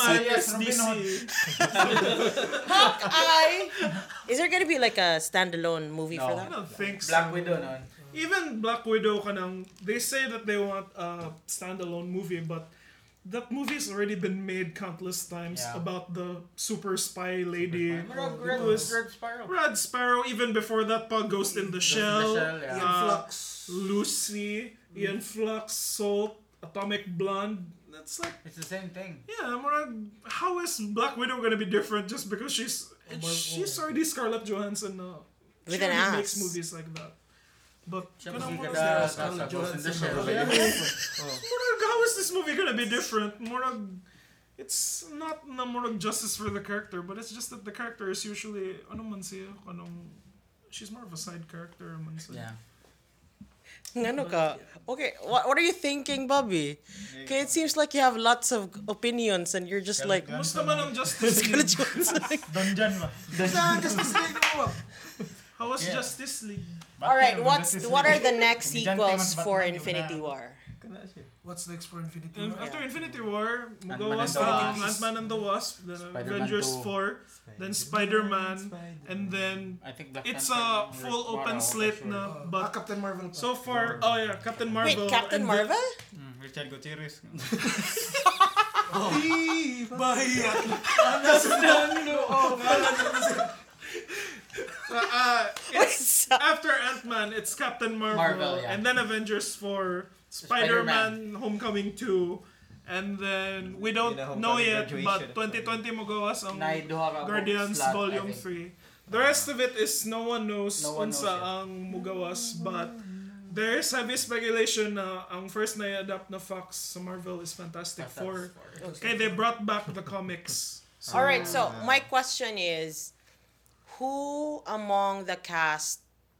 [SPEAKER 2] Hawkeye. Is there gonna be like a standalone movie for
[SPEAKER 1] I
[SPEAKER 2] that?
[SPEAKER 1] don't think so.
[SPEAKER 6] Black Widow nun.
[SPEAKER 1] Even Black Widow kanang they say that they want a standalone movie but that movie's already been made countless times
[SPEAKER 6] Yeah.
[SPEAKER 1] about the super spy lady
[SPEAKER 6] Red,
[SPEAKER 1] who
[SPEAKER 6] Red,
[SPEAKER 1] was-
[SPEAKER 6] Red Spiral.
[SPEAKER 1] Red Sparrow, even before that pa, Ghost in the Shell,
[SPEAKER 6] Shell, yeah.
[SPEAKER 4] Ian
[SPEAKER 1] uh,
[SPEAKER 4] Flux.
[SPEAKER 1] Lucy, Ian Flux, Salt, Atomic Blonde. That's like,
[SPEAKER 6] It's the same thing.
[SPEAKER 1] yeah, mura, how is Black Widow gonna be different just because she's she's already Scarlett Johansson now? she
[SPEAKER 2] With
[SPEAKER 1] already
[SPEAKER 2] an ass.
[SPEAKER 1] makes movies like that. But
[SPEAKER 6] Siya
[SPEAKER 1] kanang
[SPEAKER 6] masigla
[SPEAKER 1] mura, mura,
[SPEAKER 6] ka, sa- sa Ghost in the Shell.
[SPEAKER 1] how is this movie gonna be different? Mura, it's not na murag justice for the character, but it's just that the character is usually ano man siya, anong she's more of a side character man siya.
[SPEAKER 6] Yeah.
[SPEAKER 2] Ano ka? Okay, what, what are you thinking, Bobby? Okay, it seems like you have lots of opinions and you're just like
[SPEAKER 1] Gusto man ang Justice
[SPEAKER 2] Scarlett
[SPEAKER 1] League.
[SPEAKER 2] Johansson.
[SPEAKER 7] Donjan ba?
[SPEAKER 2] Ah,
[SPEAKER 1] How was
[SPEAKER 7] Yeah.
[SPEAKER 1] Justice League?
[SPEAKER 2] All right, what's
[SPEAKER 7] Justice
[SPEAKER 2] what are
[SPEAKER 7] League.
[SPEAKER 2] the next
[SPEAKER 7] Diyan
[SPEAKER 2] sequels
[SPEAKER 7] tayo
[SPEAKER 2] for
[SPEAKER 7] mag-Batman,
[SPEAKER 2] Infinity
[SPEAKER 7] yun na.
[SPEAKER 2] War?
[SPEAKER 5] Kana ano siya.
[SPEAKER 4] What's next for Infinity
[SPEAKER 1] And uh,
[SPEAKER 4] War?
[SPEAKER 1] after Infinity War,
[SPEAKER 6] Ant-Man
[SPEAKER 1] Mugawa
[SPEAKER 6] and the
[SPEAKER 1] sa
[SPEAKER 6] Wasp.
[SPEAKER 1] Ant-Man and the Wasp, then
[SPEAKER 6] Spider-Man
[SPEAKER 1] Avengers
[SPEAKER 6] 2.
[SPEAKER 1] 4, then Spider-Man, and then
[SPEAKER 6] I think Black
[SPEAKER 1] it's
[SPEAKER 6] Panther
[SPEAKER 1] a
[SPEAKER 6] and
[SPEAKER 1] full
[SPEAKER 6] Red
[SPEAKER 1] open
[SPEAKER 6] Sparrow,
[SPEAKER 1] slate
[SPEAKER 6] for
[SPEAKER 1] na,
[SPEAKER 6] sure.
[SPEAKER 4] Ah,
[SPEAKER 1] but
[SPEAKER 4] Captain Marvel. pa.
[SPEAKER 1] so far, oh yeah, Captain
[SPEAKER 2] Wait,
[SPEAKER 1] Marvel. and
[SPEAKER 2] Captain
[SPEAKER 1] then-
[SPEAKER 2] Marvel?
[SPEAKER 7] Mm, Richard Gutierrez.
[SPEAKER 4] Bahaya.
[SPEAKER 5] Oh,
[SPEAKER 1] Uh, uh,
[SPEAKER 2] Wait,
[SPEAKER 1] it's-
[SPEAKER 2] so-
[SPEAKER 1] after Ant Man, it's Captain Marvel,
[SPEAKER 6] Marvel, yeah.
[SPEAKER 1] and then Avengers Four, Spider
[SPEAKER 6] Spider-Man.
[SPEAKER 1] Man Homecoming Two, and then we don't
[SPEAKER 5] Yun ang
[SPEAKER 1] know
[SPEAKER 5] homecoming
[SPEAKER 1] yet, but
[SPEAKER 5] graduation.
[SPEAKER 1] 2020 magawas ang
[SPEAKER 6] Nay, duha ka
[SPEAKER 1] Guardians
[SPEAKER 6] slot, I
[SPEAKER 1] Volume
[SPEAKER 6] think.
[SPEAKER 1] Three. The rest of it is no one knows
[SPEAKER 6] No one
[SPEAKER 1] unsa
[SPEAKER 6] knows yet.
[SPEAKER 1] ang mugawas, but there is heavy speculation na ang first na adapt na Fox sa Marvel is Fantastic
[SPEAKER 6] That's
[SPEAKER 1] Four.
[SPEAKER 6] for-
[SPEAKER 1] Okay, they brought back the comics.
[SPEAKER 2] All right, so my question is who among the cast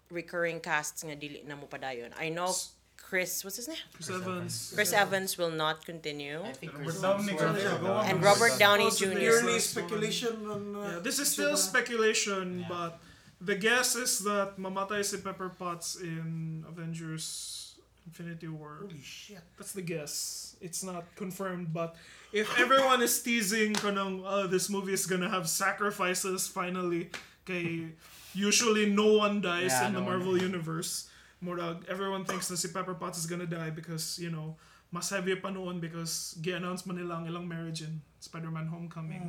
[SPEAKER 2] recurring casts nga dili na mo padayon? I know Chris, what's his name?
[SPEAKER 1] Chris Evans.
[SPEAKER 2] Chris Evans will not continue.
[SPEAKER 6] I think
[SPEAKER 1] Robert
[SPEAKER 6] Chris
[SPEAKER 1] Downey Jr.
[SPEAKER 6] Hemsworth. Yeah.
[SPEAKER 1] Go on.
[SPEAKER 2] And Robert Downey Jr.
[SPEAKER 4] Purely speculation on. Uh,
[SPEAKER 1] Yeah, this is still speculation,
[SPEAKER 6] Yeah.
[SPEAKER 1] but the guess is that mamatay si Pepper Potts in Avengers Infinity War.
[SPEAKER 4] Holy shit.
[SPEAKER 1] That's the guess. It's not confirmed, but if everyone is teasing kanang oh, this movie is gonna have sacrifices finally, kay usually no one dies
[SPEAKER 6] Yeah,
[SPEAKER 1] in the
[SPEAKER 6] no one-
[SPEAKER 1] Marvel universe. Murag, everyone thinks na si Pepper Potts is gonna die because, you know, mas heavy pa noon because gi-announce man nila ang ilang marriage in Spider-Man Homecoming,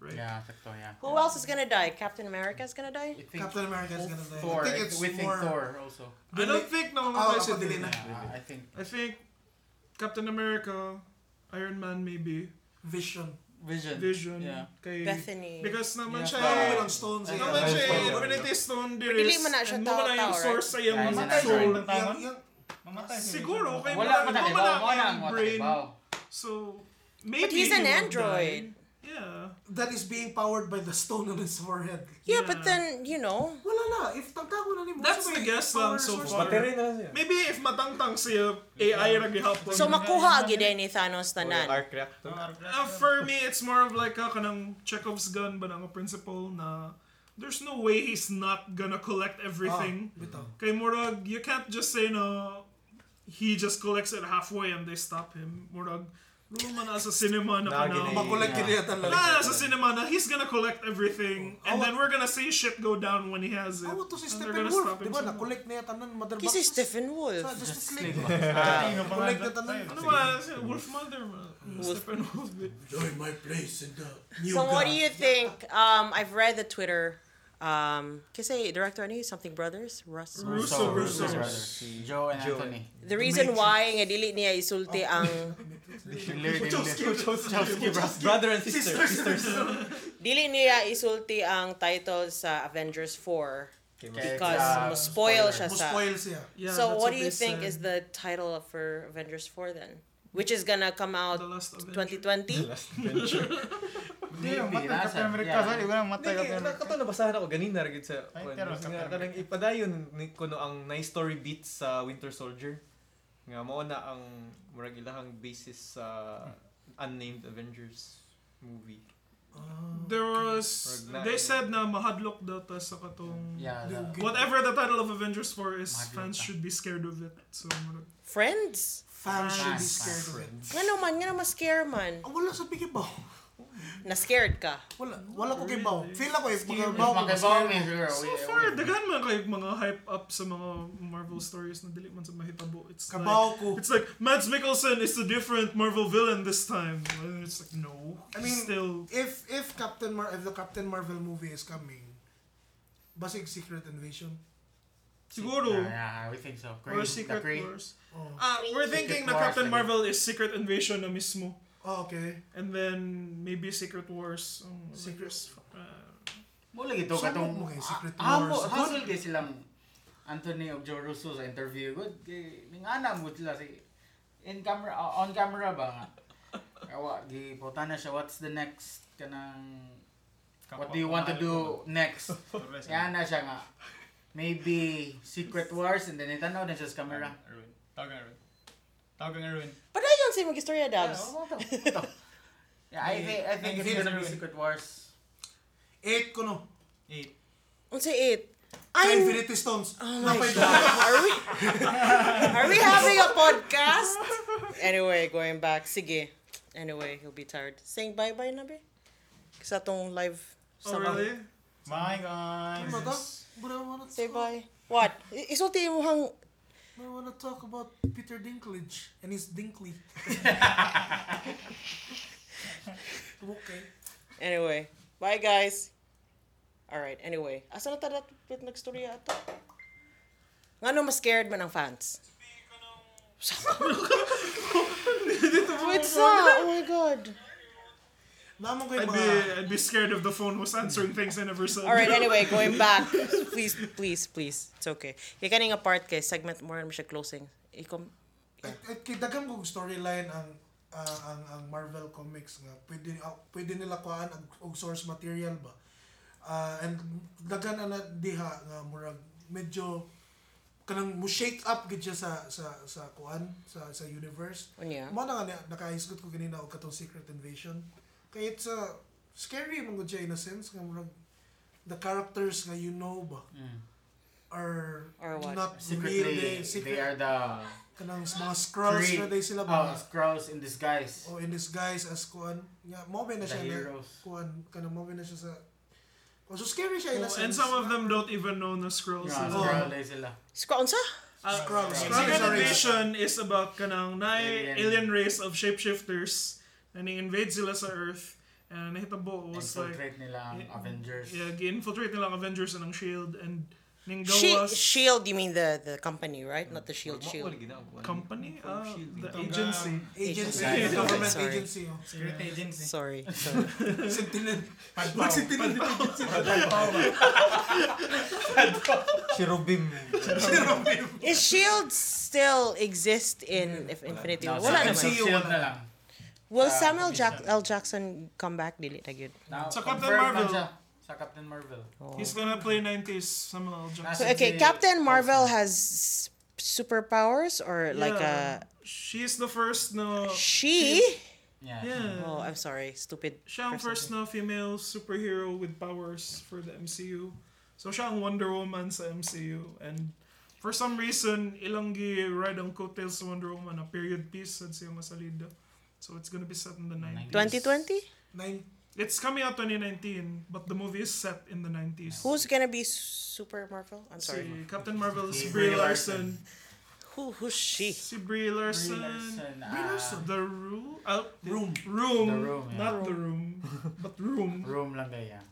[SPEAKER 1] right?
[SPEAKER 6] Mm-hmm. Yeah, sakto, yeah.
[SPEAKER 2] Who else is gonna die? Captain America is gonna die?
[SPEAKER 6] I think
[SPEAKER 4] Captain America is gonna die. I
[SPEAKER 6] Thor.
[SPEAKER 4] think it's
[SPEAKER 6] we think
[SPEAKER 4] more.
[SPEAKER 6] Thor also.
[SPEAKER 1] I don't think na
[SPEAKER 4] Ah,
[SPEAKER 1] mamatay si
[SPEAKER 4] ako dili na.
[SPEAKER 6] Yeah, I think
[SPEAKER 1] I think Captain America, Iron Man maybe,
[SPEAKER 4] Vision.
[SPEAKER 6] Vision.
[SPEAKER 1] Vision,
[SPEAKER 6] Yeah.
[SPEAKER 1] kay
[SPEAKER 2] Bethany.
[SPEAKER 1] Because naman
[SPEAKER 6] Yeah.
[SPEAKER 1] siya
[SPEAKER 4] Parang
[SPEAKER 1] eh,
[SPEAKER 4] wala ng stones. eh.
[SPEAKER 1] naman siya eh,
[SPEAKER 5] Yeah.
[SPEAKER 1] Infinity Stone
[SPEAKER 2] Dili
[SPEAKER 1] diris,
[SPEAKER 2] man na siya
[SPEAKER 1] and mo na
[SPEAKER 2] tao-tao,
[SPEAKER 1] yung
[SPEAKER 2] right?
[SPEAKER 1] source sa iyang mga
[SPEAKER 6] Yeah, he's an
[SPEAKER 1] soul.
[SPEAKER 6] actor.
[SPEAKER 4] Yung, yung,
[SPEAKER 7] Mamatay si
[SPEAKER 1] Siguro, kay
[SPEAKER 6] Wala
[SPEAKER 1] mo
[SPEAKER 6] mo
[SPEAKER 1] na
[SPEAKER 6] na
[SPEAKER 1] wala
[SPEAKER 6] Wala
[SPEAKER 1] ang
[SPEAKER 6] mo
[SPEAKER 1] brain.
[SPEAKER 6] na
[SPEAKER 1] So, maybe
[SPEAKER 2] But he's
[SPEAKER 1] he
[SPEAKER 2] an
[SPEAKER 1] will
[SPEAKER 2] android.
[SPEAKER 1] die. Yeah.
[SPEAKER 4] that is being powered by the stone on his forehead.
[SPEAKER 2] Yeah,
[SPEAKER 1] Yeah.
[SPEAKER 2] but then you know,
[SPEAKER 4] Wala na. If tagtago na ni mo.
[SPEAKER 1] That's
[SPEAKER 4] sabi,
[SPEAKER 1] the guess lang
[SPEAKER 4] power
[SPEAKER 1] so
[SPEAKER 4] source
[SPEAKER 1] far.
[SPEAKER 5] Battery na siya.
[SPEAKER 1] Maybe if matangtang siya, AI ra gihapon.
[SPEAKER 2] so makuha agad eh ni Thanos
[SPEAKER 5] Or
[SPEAKER 2] tanan.
[SPEAKER 5] arc reactor.
[SPEAKER 1] Uh, for me, it's more of like a kanang Chekhov's gun ba na nga principle na there's no way he's not gonna collect everything.
[SPEAKER 4] Ah, bitaw.
[SPEAKER 1] Kay murag, you can't just say na he just collects it halfway and they stop him. Murag, Rulo man na sa cinema na kanang...
[SPEAKER 5] Nagi na
[SPEAKER 1] Makul-
[SPEAKER 4] Makulay
[SPEAKER 6] Yeah.
[SPEAKER 4] kini yata lang.
[SPEAKER 1] na sa cinema na he's gonna collect everything and
[SPEAKER 4] Awa-
[SPEAKER 1] then we're gonna see shit go down when he has it.
[SPEAKER 4] Awa to si
[SPEAKER 1] and they're gonna stop
[SPEAKER 4] Steppenwolf.
[SPEAKER 1] him
[SPEAKER 4] Diba?
[SPEAKER 1] soon.
[SPEAKER 4] Na-collect na yata ng mother
[SPEAKER 2] Kasi
[SPEAKER 4] boxes.
[SPEAKER 2] Stephen
[SPEAKER 4] Sa
[SPEAKER 2] Wolf.
[SPEAKER 4] Justice League. Collect na tanan.
[SPEAKER 1] Ano ba? Wolf Mother man.
[SPEAKER 2] Wolf-
[SPEAKER 1] Steppenwolf.
[SPEAKER 4] Join my place in the new
[SPEAKER 2] So what
[SPEAKER 4] God.
[SPEAKER 2] do you think? Um, I've read the Twitter. Um, kasi director ano yun? something brothers Russ.
[SPEAKER 1] Russo, Russo.
[SPEAKER 6] Russo. brothers. Joe and
[SPEAKER 5] Joe.
[SPEAKER 6] Anthony.
[SPEAKER 2] The reason why nga dili niya isulti ang
[SPEAKER 5] Brother and sister. Sisters.
[SPEAKER 2] dili niya isulti ang title sa Avengers 4
[SPEAKER 6] Okay,
[SPEAKER 2] because
[SPEAKER 6] uh,
[SPEAKER 2] mo spoil siya sa.
[SPEAKER 4] Mo-spoil siya.
[SPEAKER 1] Yeah,
[SPEAKER 2] so
[SPEAKER 1] that's
[SPEAKER 2] what do
[SPEAKER 1] they
[SPEAKER 2] you
[SPEAKER 1] said.
[SPEAKER 2] think is the title of- for Avengers 4 then? Which is gonna come out
[SPEAKER 1] The Last Avenger.
[SPEAKER 2] 2020?
[SPEAKER 5] Last adventure.
[SPEAKER 7] Hindi, mamatay
[SPEAKER 6] nasa-
[SPEAKER 7] Captain America.
[SPEAKER 6] yeah.
[SPEAKER 7] Sorry, wala mamatay
[SPEAKER 5] Dili,
[SPEAKER 7] Captain America.
[SPEAKER 5] nakato nabasahan ako ganina ra gid sa
[SPEAKER 7] Ay,
[SPEAKER 5] kwan.
[SPEAKER 7] pero
[SPEAKER 5] Kasi nga
[SPEAKER 7] Captain
[SPEAKER 5] kanang ipadayon ni kuno ang nice story beat sa Winter Soldier. Nga mao na ang Hmm. murag ilahang basis sa unnamed Avengers movie.
[SPEAKER 1] There was,
[SPEAKER 5] Or Gnarly.
[SPEAKER 1] they said na mahadlok daw ta sa katong,
[SPEAKER 6] Yeah, the-
[SPEAKER 1] whatever the title of Avengers 4 is,
[SPEAKER 6] Mahadlok
[SPEAKER 1] fans
[SPEAKER 6] ta.
[SPEAKER 1] should be scared of it. So, murag-
[SPEAKER 2] Friends?
[SPEAKER 4] Fans should be
[SPEAKER 6] Fans.
[SPEAKER 4] scared of it.
[SPEAKER 2] Nga naman, nga naman scare man.
[SPEAKER 4] Ah, wala sa pikibaw.
[SPEAKER 2] Na-scared ka.
[SPEAKER 4] Wala, wala ko kay baw. Feel ako if magabaw ko.
[SPEAKER 6] Makibaw me, girl.
[SPEAKER 1] So
[SPEAKER 6] We-
[SPEAKER 1] far, daghan man kay mga hype up sa mga Marvel stories na dili man sa mahitabo. It's
[SPEAKER 4] Kabaw
[SPEAKER 1] like,
[SPEAKER 4] ko.
[SPEAKER 1] it's like Mads Mikkelsen is a different Marvel villain this time. And it's like no.
[SPEAKER 4] I mean,
[SPEAKER 1] still
[SPEAKER 4] If if Captain Mar if the Captain Marvel movie is coming, basig Secret Invasion.
[SPEAKER 1] siguro
[SPEAKER 6] Yeah, yeah, we think so. Kree,
[SPEAKER 1] or
[SPEAKER 6] the
[SPEAKER 1] Secret
[SPEAKER 6] Kree.
[SPEAKER 1] Wars.
[SPEAKER 4] Oh,
[SPEAKER 1] Ah, we're
[SPEAKER 6] Secret
[SPEAKER 1] thinking na
[SPEAKER 6] Wars,
[SPEAKER 1] Captain
[SPEAKER 6] I think.
[SPEAKER 1] Marvel is Secret Invasion na mismo.
[SPEAKER 4] oh okay.
[SPEAKER 1] And then maybe Secret Wars. Oh,
[SPEAKER 4] Secret-
[SPEAKER 1] uh,
[SPEAKER 6] Mula gito
[SPEAKER 4] Sumog
[SPEAKER 6] katong
[SPEAKER 4] mo kay Secret Wars.
[SPEAKER 6] Ah, mo, hassle kay silang Anthony og Joe Russo sa interview good kay ning ana mo sila si in camera ah, on camera ba nga. Kawa gi na siya what's the next kanang what do you want to do Ya, next? Yan na siya nga. Maybe Secret Wars and then itanaw na siya sa camera.
[SPEAKER 7] Erwin. Tawag ang Erwin. Tawag ang Erwin.
[SPEAKER 2] Padayon sa imong istorya, Dabs.
[SPEAKER 6] oh. Yeah, I think I think it's gonna be
[SPEAKER 4] Favorite.
[SPEAKER 6] Secret Wars.
[SPEAKER 4] Eight ko no.
[SPEAKER 2] Unsay it?
[SPEAKER 4] Sa
[SPEAKER 2] Ay,
[SPEAKER 4] Infinity Stones.
[SPEAKER 2] oh my God. Are we, are we having a podcast? Anyway, going back. Sige. Anyway, he'll be tired. Saying bye-bye na be? Sa tong live.
[SPEAKER 1] oh really?
[SPEAKER 7] My God.
[SPEAKER 4] Ano ba to? But I wanna
[SPEAKER 2] Say
[SPEAKER 4] talk,
[SPEAKER 2] bye. Oh. What? I- Isulti mo hang...
[SPEAKER 4] but I wanna talk about Peter Dinklage and his Dinkley. okay.
[SPEAKER 2] Anyway. Bye, guys. Alright, anyway. Asa na tadat pit nagstorya ato? Ngano mas scared man ang fans? Wait sa! Oh my God.
[SPEAKER 4] Namo
[SPEAKER 1] I'd
[SPEAKER 4] kay mga
[SPEAKER 1] be I'd be scared if the phone was answering things I never said.
[SPEAKER 2] All right, anyway, going back. Please, please, please. It's okay. Kaya kaning apart kay segment more mo siya closing. Ikom
[SPEAKER 4] at kay daghang kong storyline ang ah, ang ang Marvel Comics nga pwede ah, pwede nila kuhaan ang og source material ba. Ah, and daghan ana diha nga murag medyo kanang mo shake up gid siya sa sa sa kuan sa sa universe.
[SPEAKER 2] Unya.
[SPEAKER 4] Mo na nga na- nakahisgot ko kanina og katong Secret Invasion. Kay it's a scary man gud siya in a sense nga murag the characters nga you know ba are
[SPEAKER 2] Or what?
[SPEAKER 4] not
[SPEAKER 6] Mm. Secretly,
[SPEAKER 4] really
[SPEAKER 6] they are the
[SPEAKER 4] kanang mga scrolls
[SPEAKER 6] Kree.
[SPEAKER 4] na day sila
[SPEAKER 6] oh,
[SPEAKER 4] ba
[SPEAKER 6] Skrulls in disguise.
[SPEAKER 4] o in disguise as kuan nga mo na
[SPEAKER 6] Oh. The
[SPEAKER 4] Oh, siya na
[SPEAKER 6] heroes.
[SPEAKER 4] kuan kanang mo na siya sa oh, so scary siya in a
[SPEAKER 1] Oh, and
[SPEAKER 4] sense
[SPEAKER 1] some of them don't even know the scrolls. Oh, uh,
[SPEAKER 6] Yeah, Skrull day sila.
[SPEAKER 2] Squad unsa?
[SPEAKER 1] Scrolls.
[SPEAKER 4] Scrolls.
[SPEAKER 1] Secret
[SPEAKER 4] Scrolls.
[SPEAKER 1] Invasion is about kanang na
[SPEAKER 6] Alien.
[SPEAKER 1] alien race of shapeshifters and they invade sila sa Earth and nahitabo was like
[SPEAKER 6] Infiltrate nila ang Avengers.
[SPEAKER 1] yeah, gi-infiltrate nila ang Avengers and ang Shield E and ning
[SPEAKER 2] Shi-
[SPEAKER 1] gawas
[SPEAKER 2] shield, you mean the the company, right? Not the shield, shield.
[SPEAKER 1] company ah,
[SPEAKER 5] E
[SPEAKER 1] the
[SPEAKER 7] Itong,
[SPEAKER 1] agency.
[SPEAKER 4] agency
[SPEAKER 2] Agency.
[SPEAKER 4] government
[SPEAKER 2] Sorry.
[SPEAKER 4] agency oh.
[SPEAKER 7] Secret agency.
[SPEAKER 2] Sorry.
[SPEAKER 4] sentinel pag sentinel
[SPEAKER 5] Cherubim.
[SPEAKER 2] Is shield still exist
[SPEAKER 1] Mm.
[SPEAKER 2] in if Infinity War? Wala
[SPEAKER 6] Wala
[SPEAKER 2] naman.
[SPEAKER 6] Shield na lang.
[SPEAKER 1] Ah,
[SPEAKER 2] Will Samuel Jack L. Jackson come back? Dili na gyud.
[SPEAKER 6] Now,
[SPEAKER 1] Sa Captain
[SPEAKER 6] confirmed
[SPEAKER 1] Marvel.
[SPEAKER 6] man siya. Sa Captain Marvel.
[SPEAKER 1] He's gonna play 90s Samuel L. Jackson.
[SPEAKER 2] Oh. So, okay,
[SPEAKER 6] Si-
[SPEAKER 2] Captain Marvel has superpowers or like
[SPEAKER 1] Yeah.
[SPEAKER 2] a
[SPEAKER 1] She's the first no
[SPEAKER 2] she?
[SPEAKER 6] Yeah.
[SPEAKER 1] yeah.
[SPEAKER 2] Oh, I'm sorry, stupid.
[SPEAKER 1] Siya ang
[SPEAKER 2] person.
[SPEAKER 1] first na female superhero with powers for the MCU. So siya ang Wonder Woman sa MCU. And for some reason, ilang gi-ride ang coattails sa Wonder Woman. A period piece at siya masalida. So it's gonna be set in the 90s.
[SPEAKER 2] 2020?
[SPEAKER 4] nine
[SPEAKER 1] It's coming out 2019, but the movie is set in the 90s.
[SPEAKER 2] Who's gonna be Super Marvel? I'm sorry.
[SPEAKER 1] Si Captain Marvel is
[SPEAKER 6] Si
[SPEAKER 1] Brie
[SPEAKER 6] Brie
[SPEAKER 1] Larson.
[SPEAKER 2] Who who's she?
[SPEAKER 1] Si Brie Larson.
[SPEAKER 6] Larson, ah,
[SPEAKER 1] The Room? Uh,
[SPEAKER 4] Room.
[SPEAKER 1] Room.
[SPEAKER 6] The Room, yeah.
[SPEAKER 1] Not The Room, but Room.
[SPEAKER 6] Room lang kaya.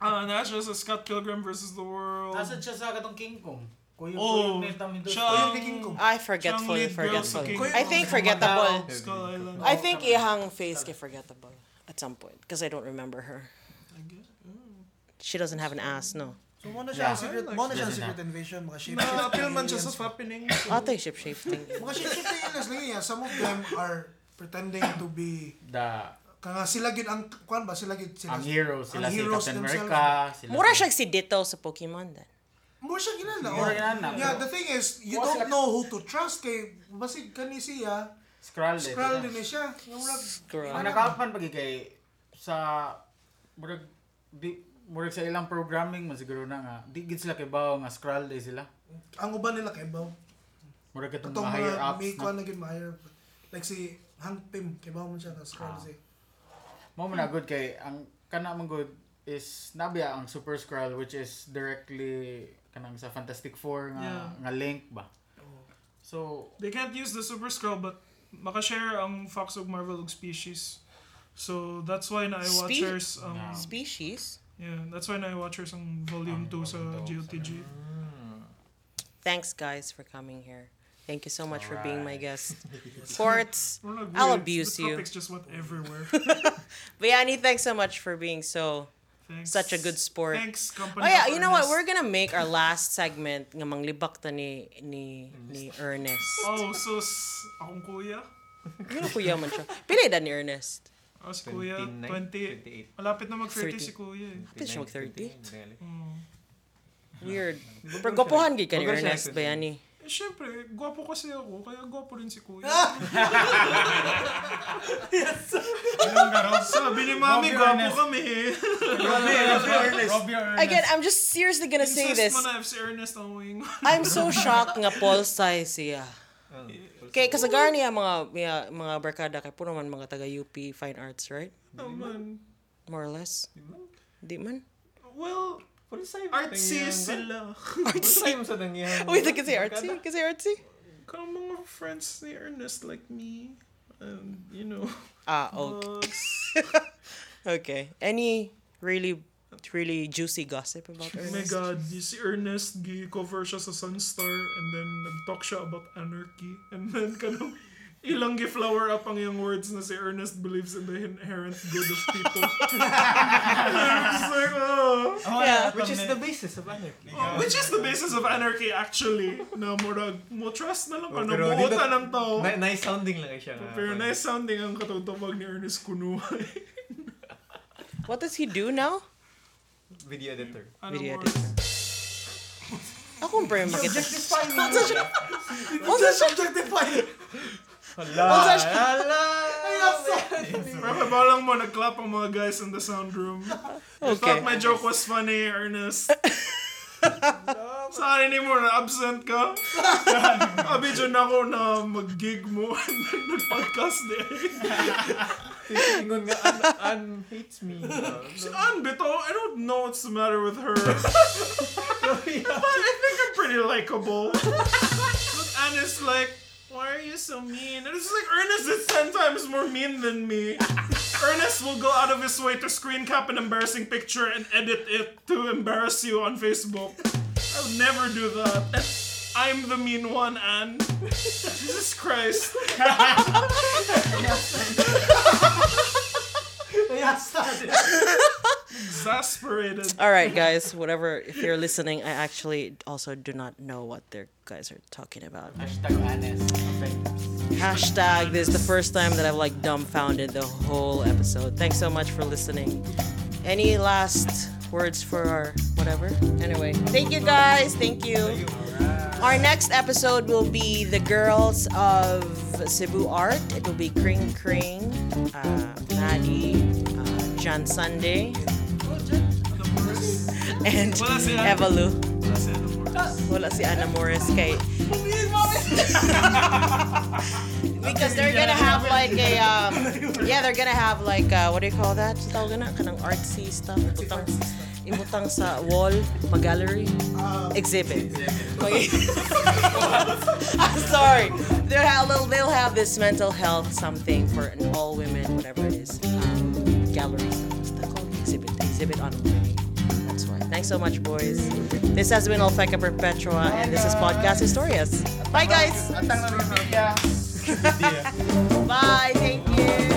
[SPEAKER 1] Ah, and that's just a Scott Pilgrim versus the World.
[SPEAKER 6] Nasaan siya sa katong King Kong? Kuyog
[SPEAKER 1] Oh,
[SPEAKER 6] kuyog na yung tamin doon.
[SPEAKER 1] siya-
[SPEAKER 4] yung king ko
[SPEAKER 2] I forgetful,
[SPEAKER 1] Lead Girl sa
[SPEAKER 2] forgetful.
[SPEAKER 1] King
[SPEAKER 2] I think forgettable.
[SPEAKER 1] Skull Island.
[SPEAKER 2] I think ihang face get forgettable at some point because I don't remember her. She doesn't have an ass, no.
[SPEAKER 4] so mo na siya ang
[SPEAKER 6] Yeah.
[SPEAKER 4] secret mo na siya ang
[SPEAKER 6] Yeah.
[SPEAKER 4] secret invasion mga shape
[SPEAKER 1] Na appeal man siya sa happening.
[SPEAKER 2] I'll take shape shifting.
[SPEAKER 4] mga shape shifting aliens lang yan some of them are pretending to be
[SPEAKER 6] The,
[SPEAKER 4] kanga sila gid ang kuan ba sila gid sila
[SPEAKER 6] ang hero sila
[SPEAKER 4] ang
[SPEAKER 6] si
[SPEAKER 4] heroes
[SPEAKER 6] Captain
[SPEAKER 4] themselves.
[SPEAKER 6] America. Sila
[SPEAKER 2] Mura siya si Ditto sa Pokemon then.
[SPEAKER 4] More siya ginala.
[SPEAKER 6] More
[SPEAKER 4] oh.
[SPEAKER 6] ginala.
[SPEAKER 4] Yeah, the thing is, you
[SPEAKER 6] Wa
[SPEAKER 4] don't
[SPEAKER 6] sila-
[SPEAKER 4] know who to trust kay basig kani siya.
[SPEAKER 6] Skrull. eh, diba?
[SPEAKER 4] Scroll din na siya. Yung rag.
[SPEAKER 2] Girl.
[SPEAKER 6] Ang nakapan pagi kay sa murag di murag sa ilang programming man siguro na nga di gid sila kay bawo nga scroll day sila.
[SPEAKER 4] Ang uban nila kay Bao.
[SPEAKER 6] Murag katong
[SPEAKER 4] Itong
[SPEAKER 6] mga higher
[SPEAKER 4] mga
[SPEAKER 6] ups.
[SPEAKER 4] may kuha
[SPEAKER 6] na-
[SPEAKER 4] na gid ma-hire. Like si Hang Pim, kay Bao mo siya tas
[SPEAKER 6] Ah.
[SPEAKER 4] Carlos eh.
[SPEAKER 6] Mo man na good kay ang kana man good is nabiya ang Super Scroll which is directly kanang sa Fantastic Four nga
[SPEAKER 1] Yeah.
[SPEAKER 6] nga link ba. So,
[SPEAKER 1] They can't use the Super Scroll, but makashare ang Fox of Marvel og species. So that's why na I
[SPEAKER 2] Spe-
[SPEAKER 1] watchers um,
[SPEAKER 2] Species?
[SPEAKER 1] Yeah, that's why na I watchers ang volume 2 sa GLTG.
[SPEAKER 2] Thanks, guys, for coming here. Thank you so much for being my
[SPEAKER 1] Alright.
[SPEAKER 2] guest. Sports,
[SPEAKER 1] We're not
[SPEAKER 2] I'll
[SPEAKER 1] weird.
[SPEAKER 2] abuse
[SPEAKER 1] the
[SPEAKER 2] you.
[SPEAKER 1] Topics just went everywhere.
[SPEAKER 2] Bayani, thanks so much for being so
[SPEAKER 1] Thanks.
[SPEAKER 2] such a good sport.
[SPEAKER 1] Thanks, company.
[SPEAKER 2] Oh yeah,
[SPEAKER 1] of
[SPEAKER 2] you know what?
[SPEAKER 1] Ernest.
[SPEAKER 2] We're gonna make our last segment ng manglibak ta ni ni ni Ernest.
[SPEAKER 1] Oh, so s- akong kuya.
[SPEAKER 2] Ano kuya man siya? Pila edad ni Ernest?
[SPEAKER 1] Oh, si kuya, 20.
[SPEAKER 5] 28.
[SPEAKER 1] Malapit na mag-30
[SPEAKER 2] 30.
[SPEAKER 1] si kuya eh.
[SPEAKER 2] Malapit siya mag-30?
[SPEAKER 1] Mm.
[SPEAKER 2] Weird. Pero gwapuhan gid ka ni
[SPEAKER 1] Bago siya actually.
[SPEAKER 2] Ernest Bayani.
[SPEAKER 1] Eh, syempre, gwapo kasi ako, kaya gwapo rin si kuya.
[SPEAKER 2] Ah,
[SPEAKER 7] Anong garo?
[SPEAKER 1] Sabi ni mami, gwapo kami eh.
[SPEAKER 7] Grabe, grabe, Ernest. Rob your Ernest.
[SPEAKER 2] Again, I'm just seriously gonna say
[SPEAKER 1] Insist
[SPEAKER 2] this.
[SPEAKER 1] mo na if si Ernest ang wing.
[SPEAKER 2] I'm so shocked nga Paul size siya. Kay kasagaran niya mga mga, mga barkada kay puno man mga taga UP Fine Arts, right?
[SPEAKER 1] Naman.
[SPEAKER 2] More or less. Di man.
[SPEAKER 1] Well, artsy sila.
[SPEAKER 5] Artsy mo sa dangyan.
[SPEAKER 2] Oh, Wait, kasi artsy, kasi artsy.
[SPEAKER 1] Kung mga friends ni Ernest like me, and you know,
[SPEAKER 2] Ah, okay. okay. Any really really juicy gossip about
[SPEAKER 1] Oh my
[SPEAKER 2] Ernest?
[SPEAKER 1] god, you see Ernest, gi-cover siya sa Sunstar, and then nag-talk siya about anarchy. And then, kanang, ilang gi-flower up ang yung words na si Ernest believes in the inherent good of people. And I'm just like, oh.
[SPEAKER 7] Yeah.
[SPEAKER 5] Which is the basis of anarchy.
[SPEAKER 1] Oh, Which is the basis of anarchy, actually. Na murag, mo trust na lang ka, na
[SPEAKER 5] Pero dito-
[SPEAKER 1] buota ng tao.
[SPEAKER 5] Na- nice sounding lang siya. ah, nga.
[SPEAKER 1] Pero nice sounding ang katutubag ni Ernest Kunuhay.
[SPEAKER 2] What does he do now?
[SPEAKER 5] Video editor.
[SPEAKER 1] Ano
[SPEAKER 2] Video editor. Ako pa rin makita.
[SPEAKER 5] Unsa siya?
[SPEAKER 2] Unsa siya?
[SPEAKER 5] Hala! ah.
[SPEAKER 1] Rafa, balang mo, nag-clap ang mga guys in the sound room. I
[SPEAKER 2] Okay.
[SPEAKER 1] thought my joke was funny, Ernest. Sorry ni mo, na-absent ka. Abi dyan ako na mag-gig mo and then nag-podcast din.
[SPEAKER 5] Tingon nga, Ann, Ann hates me.
[SPEAKER 1] Si Ann Bito, I don't know what's the matter with her. But I think I'm pretty likable. But Ann is like, why are you so mean? And it's like, Ernest is ten times more mean than me. Ernest will go out of his way to screen cap an embarrassing picture and edit it to embarrass you on Facebook. I'll never do that. And I'm the mean one, Ann. Jesus Christ. Exasperated.
[SPEAKER 2] All right, guys. Whatever. If you're listening, I actually also do not know what their guys are talking about.
[SPEAKER 6] hashtag honest. Okay.
[SPEAKER 2] Hashtag. This is the first time that I've like dumbfounded the whole episode. Thanks so much for listening. Any last words for our whatever? Anyway, thank you guys. Thank you. Our next episode will be the girls of Cebu Art. It will be Kring Kring, uh, Maddie, uh, John Sunday, and
[SPEAKER 1] Wala si Ana.
[SPEAKER 2] Evalu.
[SPEAKER 1] Wala si Ana Morris.
[SPEAKER 2] Wala si Ana Morris kay because they're gonna have like a um, yeah they're gonna have like uh, what do you call that Sa tawag na kanang artsy stuff ibutang ibutang sa wall mag gallery exhibit okay I'm sorry they'll have, they'll, they'll have this mental health something for an all women whatever it is um, gallery stuff what's that called exhibit exhibit on women that's why thanks so much boys this has been Olfeca Perpetua and this is Podcast Historias bye guys
[SPEAKER 7] Atang na rin media.
[SPEAKER 2] bye thank you